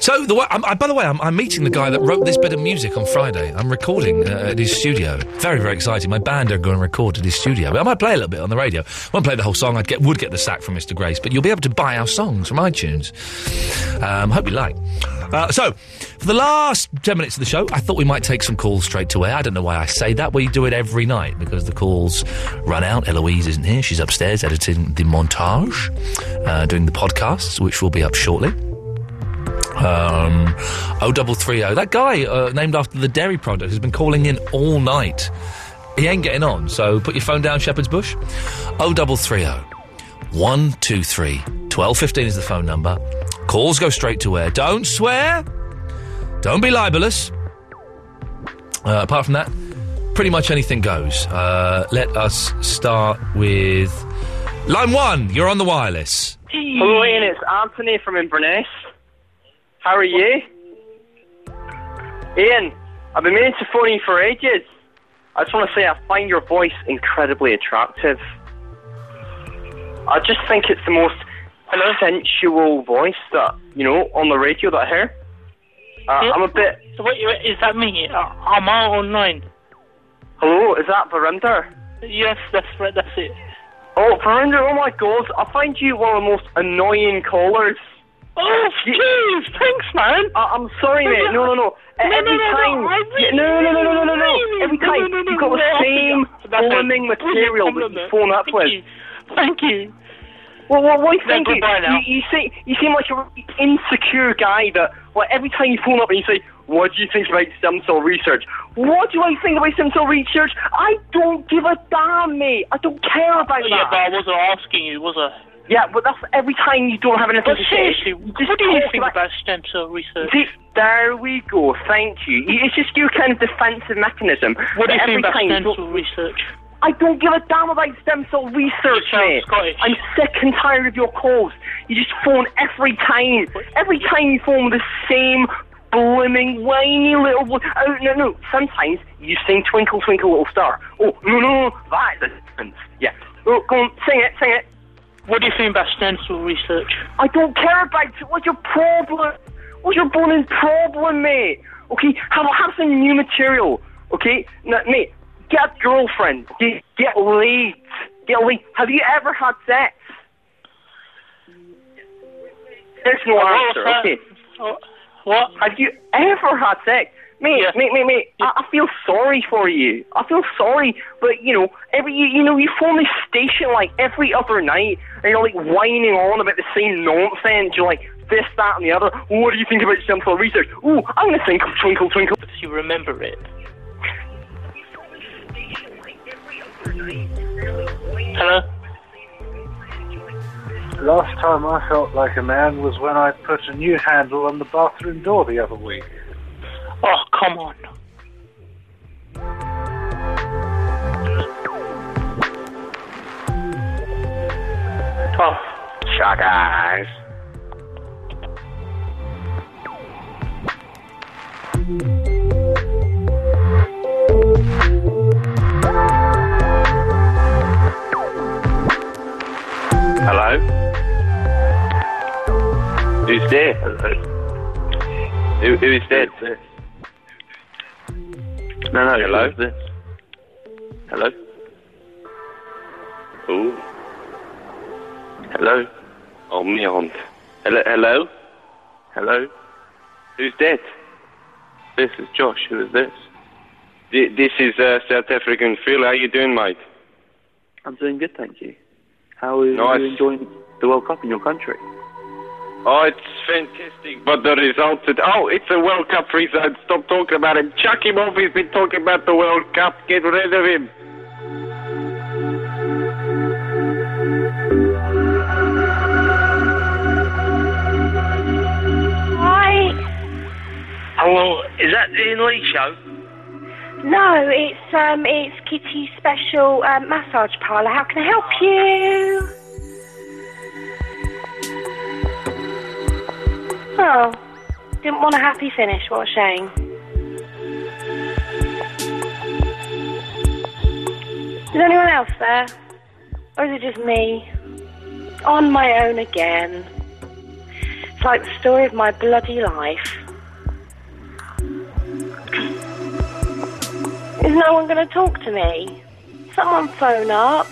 So, the way, I'm, I, by the way, I'm, I'm meeting the guy that wrote this bit of music on Friday. I'm recording uh, at his studio. Very, very exciting. My band are going to record at his studio. I might play a little bit on the radio. Won't play the whole song. I get would get the sack from Mr. Grace, but you'll be able to buy our songs from iTunes. Um, hope you like. Uh, so, for the last ten minutes of the show, I thought we might take some calls straight to air. I don't know why I say that. We do it every night because the calls run out. Eloise isn't here. She's upstairs editing the montage, uh, doing the podcasts, which will be up shortly. Um, 0330. That guy uh, named after the dairy product has been calling in all night. He ain't getting on, so put your phone down, Shepherd's Bush. Oh, 0330 123 1215 is the phone number. Calls go straight to air. Don't swear. Don't be libelous. Uh, apart from that, pretty much anything goes. Uh, let us start with line one. You're on the wireless.
Hello, Ian. It's Anthony from Inverness. How are you? Ian, I've been meaning to phone you for ages. I just want to say I find your voice incredibly attractive. I just think it's the most sensual voice that, you know, on the radio that I hear. Uh,
Hmm?
I'm a bit...
So wait, wait, is that me? Uh, I'm out online.
Hello, is that Verinder?
Yes, that's right. That's it.
Oh, Verinder, oh my god, I find you one of the most annoying callers.
Oh, jeez, thanks, man.
I- I'm sorry, mate. No,
No,
no, no.
no,
Every
no, no,
time,
I really-
no, no, no, no, no, no, no.
really-
Every
no,
time
no, no,
you've got
no,
the
no,
same
that's a
bombing material that you
compliment.
phone up
Thank
with.
you. Thank you.
Well, what, what are you
Then
thinking?
goodbye now.
You, you, see, you seem like an insecure guy that, like, every time you phone up and you say, what do you think about stem cell research? What do I think about stem cell research? I don't give a damn, mate. I don't care about
Oh, Yeah,
that.
but I wasn't asking you, was I?
Yeah, but that's every time you don't have anything
But
to say.
seriously,
Just
what do you
talk
think
about-
about stem cell research?
See, there we go. Thank you. It's just your kind of defensive mechanism.
What do you
that
think
every
about
time
stem cell research?
I don't give a damn about stem cell research, mate. I'm sick and tired of your calls. You just phone every time. Every time you phone with the same blooming whiny little. wo- Oh no no. Sometimes you sing Twinkle Twinkle Little Star. Oh no no, no. that's a difference. Yeah. Oh, go on, sing it, sing it.
What do you think about stem cell research?
I don't care about it. What's your problem? What's your blooming problem, mate? Okay, have have some new material. Okay, now, mate, get a girlfriend. Get, get laid. Get laid. Have you ever had sex? There's no
Well,
answer.
uh,
Okay.
What?
Have you ever had sex? Mate, mate, mate, mate, I, I feel sorry for you. I feel sorry, but you know, every you, you know, you phone the station like every other night, and you're like whining on about the same nonsense. You're like this, that, and the other. What do you think about stem cell research? Ooh, I'm gonna think of twinkle, twinkle.
Do you remember it? Hello?
Last time I felt like a man was when I put a new handle on the bathroom door the other week.
Oh, come on. Oh.
Shock eyes.
Hello? Who's there? Who, who is dead? No, no. Hello? Hello? Ooh. Hello? Oh, me aunt. Hello? Hello? Hello? Who's dead? This is Josh. Who is this? Th- This is uh, South African Phil. How you doing, mate?
I'm doing good, thank you. How are
Nice.
you enjoying the World Cup in your country?
Oh, it's fantastic, but the results. It, oh, it's a World Cup result. Stop talking about him. Chuck him off. He's been talking about the World Cup. Get rid of him.
Hi.
Hello, is that the Lee show?
No, it's um, it's Kitty's special um, massage parlour. How can I help you? Oh, didn't want a happy finish. What a shame. Is anyone else there, or is it just me? On my own again. It's like the story of my bloody life. Is no one going to talk to me? Someone phone up.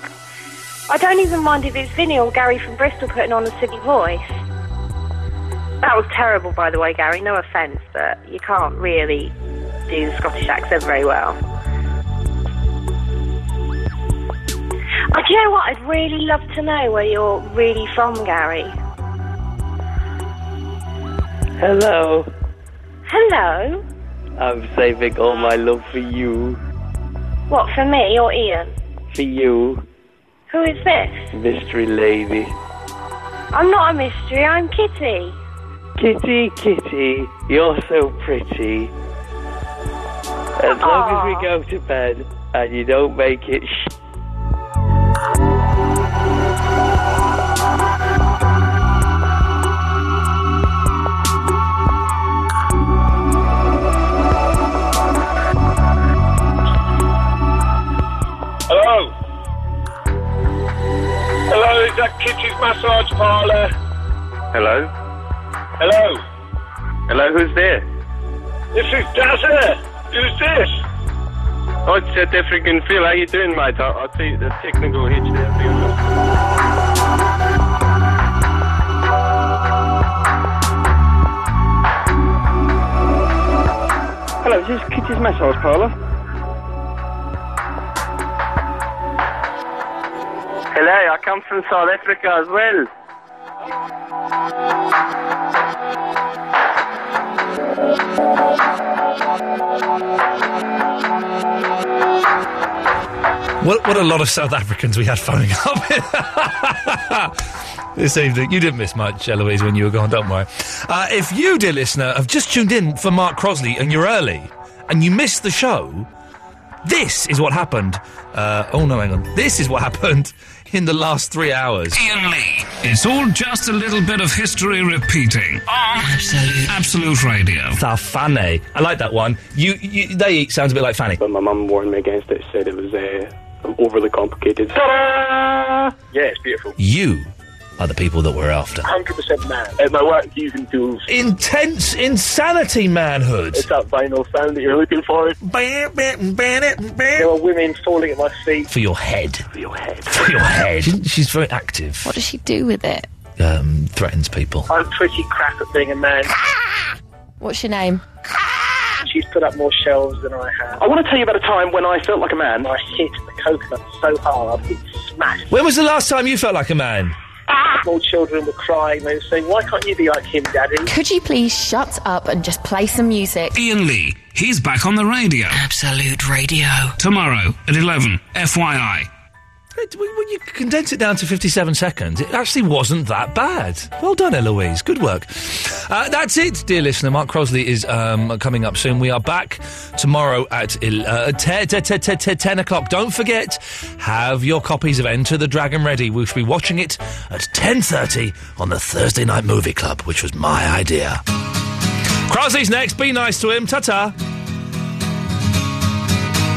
I don't even mind if it's Vinny or Gary from Bristol putting on a silly voice. That was terrible, by the way, Gary. No offence, but you can't really do the Scottish accent very well. Oh, do you know what? I'd really love to know where you're really from, Gary.
Hello.
Hello?
I'm saving all my love for you.
What, for me or Ian?
For you,
Who is this?
mystery lady.
I'm not a mystery, I'm Kitty.
Kitty, kitty, you're so pretty. As long as we go to bed and you don't make it sh-
Hello. Hello, is that Kitty's massage parlour?
Hello?
Hello.
Hello, who's there?
This is Dazza. Who's this?
Oh, it's South African Phil. How you doing, mate? I, I see the technical hitch there. Hang on.
Hello, is this Kitty's Massage Parlour?
Hello, I come from South Africa as well.
What, what a lot of South Africans we had phoning up this evening. You didn't miss much, Eloise, when you were gone, don't worry. Uh, if you, dear listener, have just tuned in for Mark Crosley and you're early and you missed the show, this is what happened. Uh, oh, no, hang on. This is what happened in the last three hours.
Ian Lee. It's all just a little bit of history repeating. On Absolute, Radio.
The Fanny. I like that one. You, you They eat sounds a bit like Fanny.
But my mum warned me against it. Said it was uh, overly complicated.
Yeah, it's beautiful.
You are the people that we're after.
100% man. At my work, using tools.
Intense insanity manhood.
It's that vinyl sound that you're looking for. There were women falling at my feet.
For your head. For your head. For your head. She- she's very active. What
does she do with it?
Um, threatens people.
I'm pretty crap at being a man.
What's your name?
She's put up more shelves than I have.
I want to tell you about a time when I felt like a man.
I hit the coconut so hard, it smashed.
When was the last time you felt like a man?
Small Ah. children were crying. They were saying, Why can't you be like him, Daddy?
Could you please shut up and just play some music?
Ian Lee. He's back on the radio.
Absolute Radio.
Tomorrow at 11. FYI.
When you condense it down to 57 seconds, it actually wasn't that bad. Well done, Eloise. Good work. Uh, that's it, dear listener. Mark Crosley is um, coming up soon. We are back tomorrow at el- uh, te- te- te- te- te- 10 o'clock. Don't forget, have your copies of Enter the Dragon ready. We shall be watching it at 10.30 on the Thursday Night Movie Club, which was my idea. Crosley's next. Be nice to him. Ta-ta.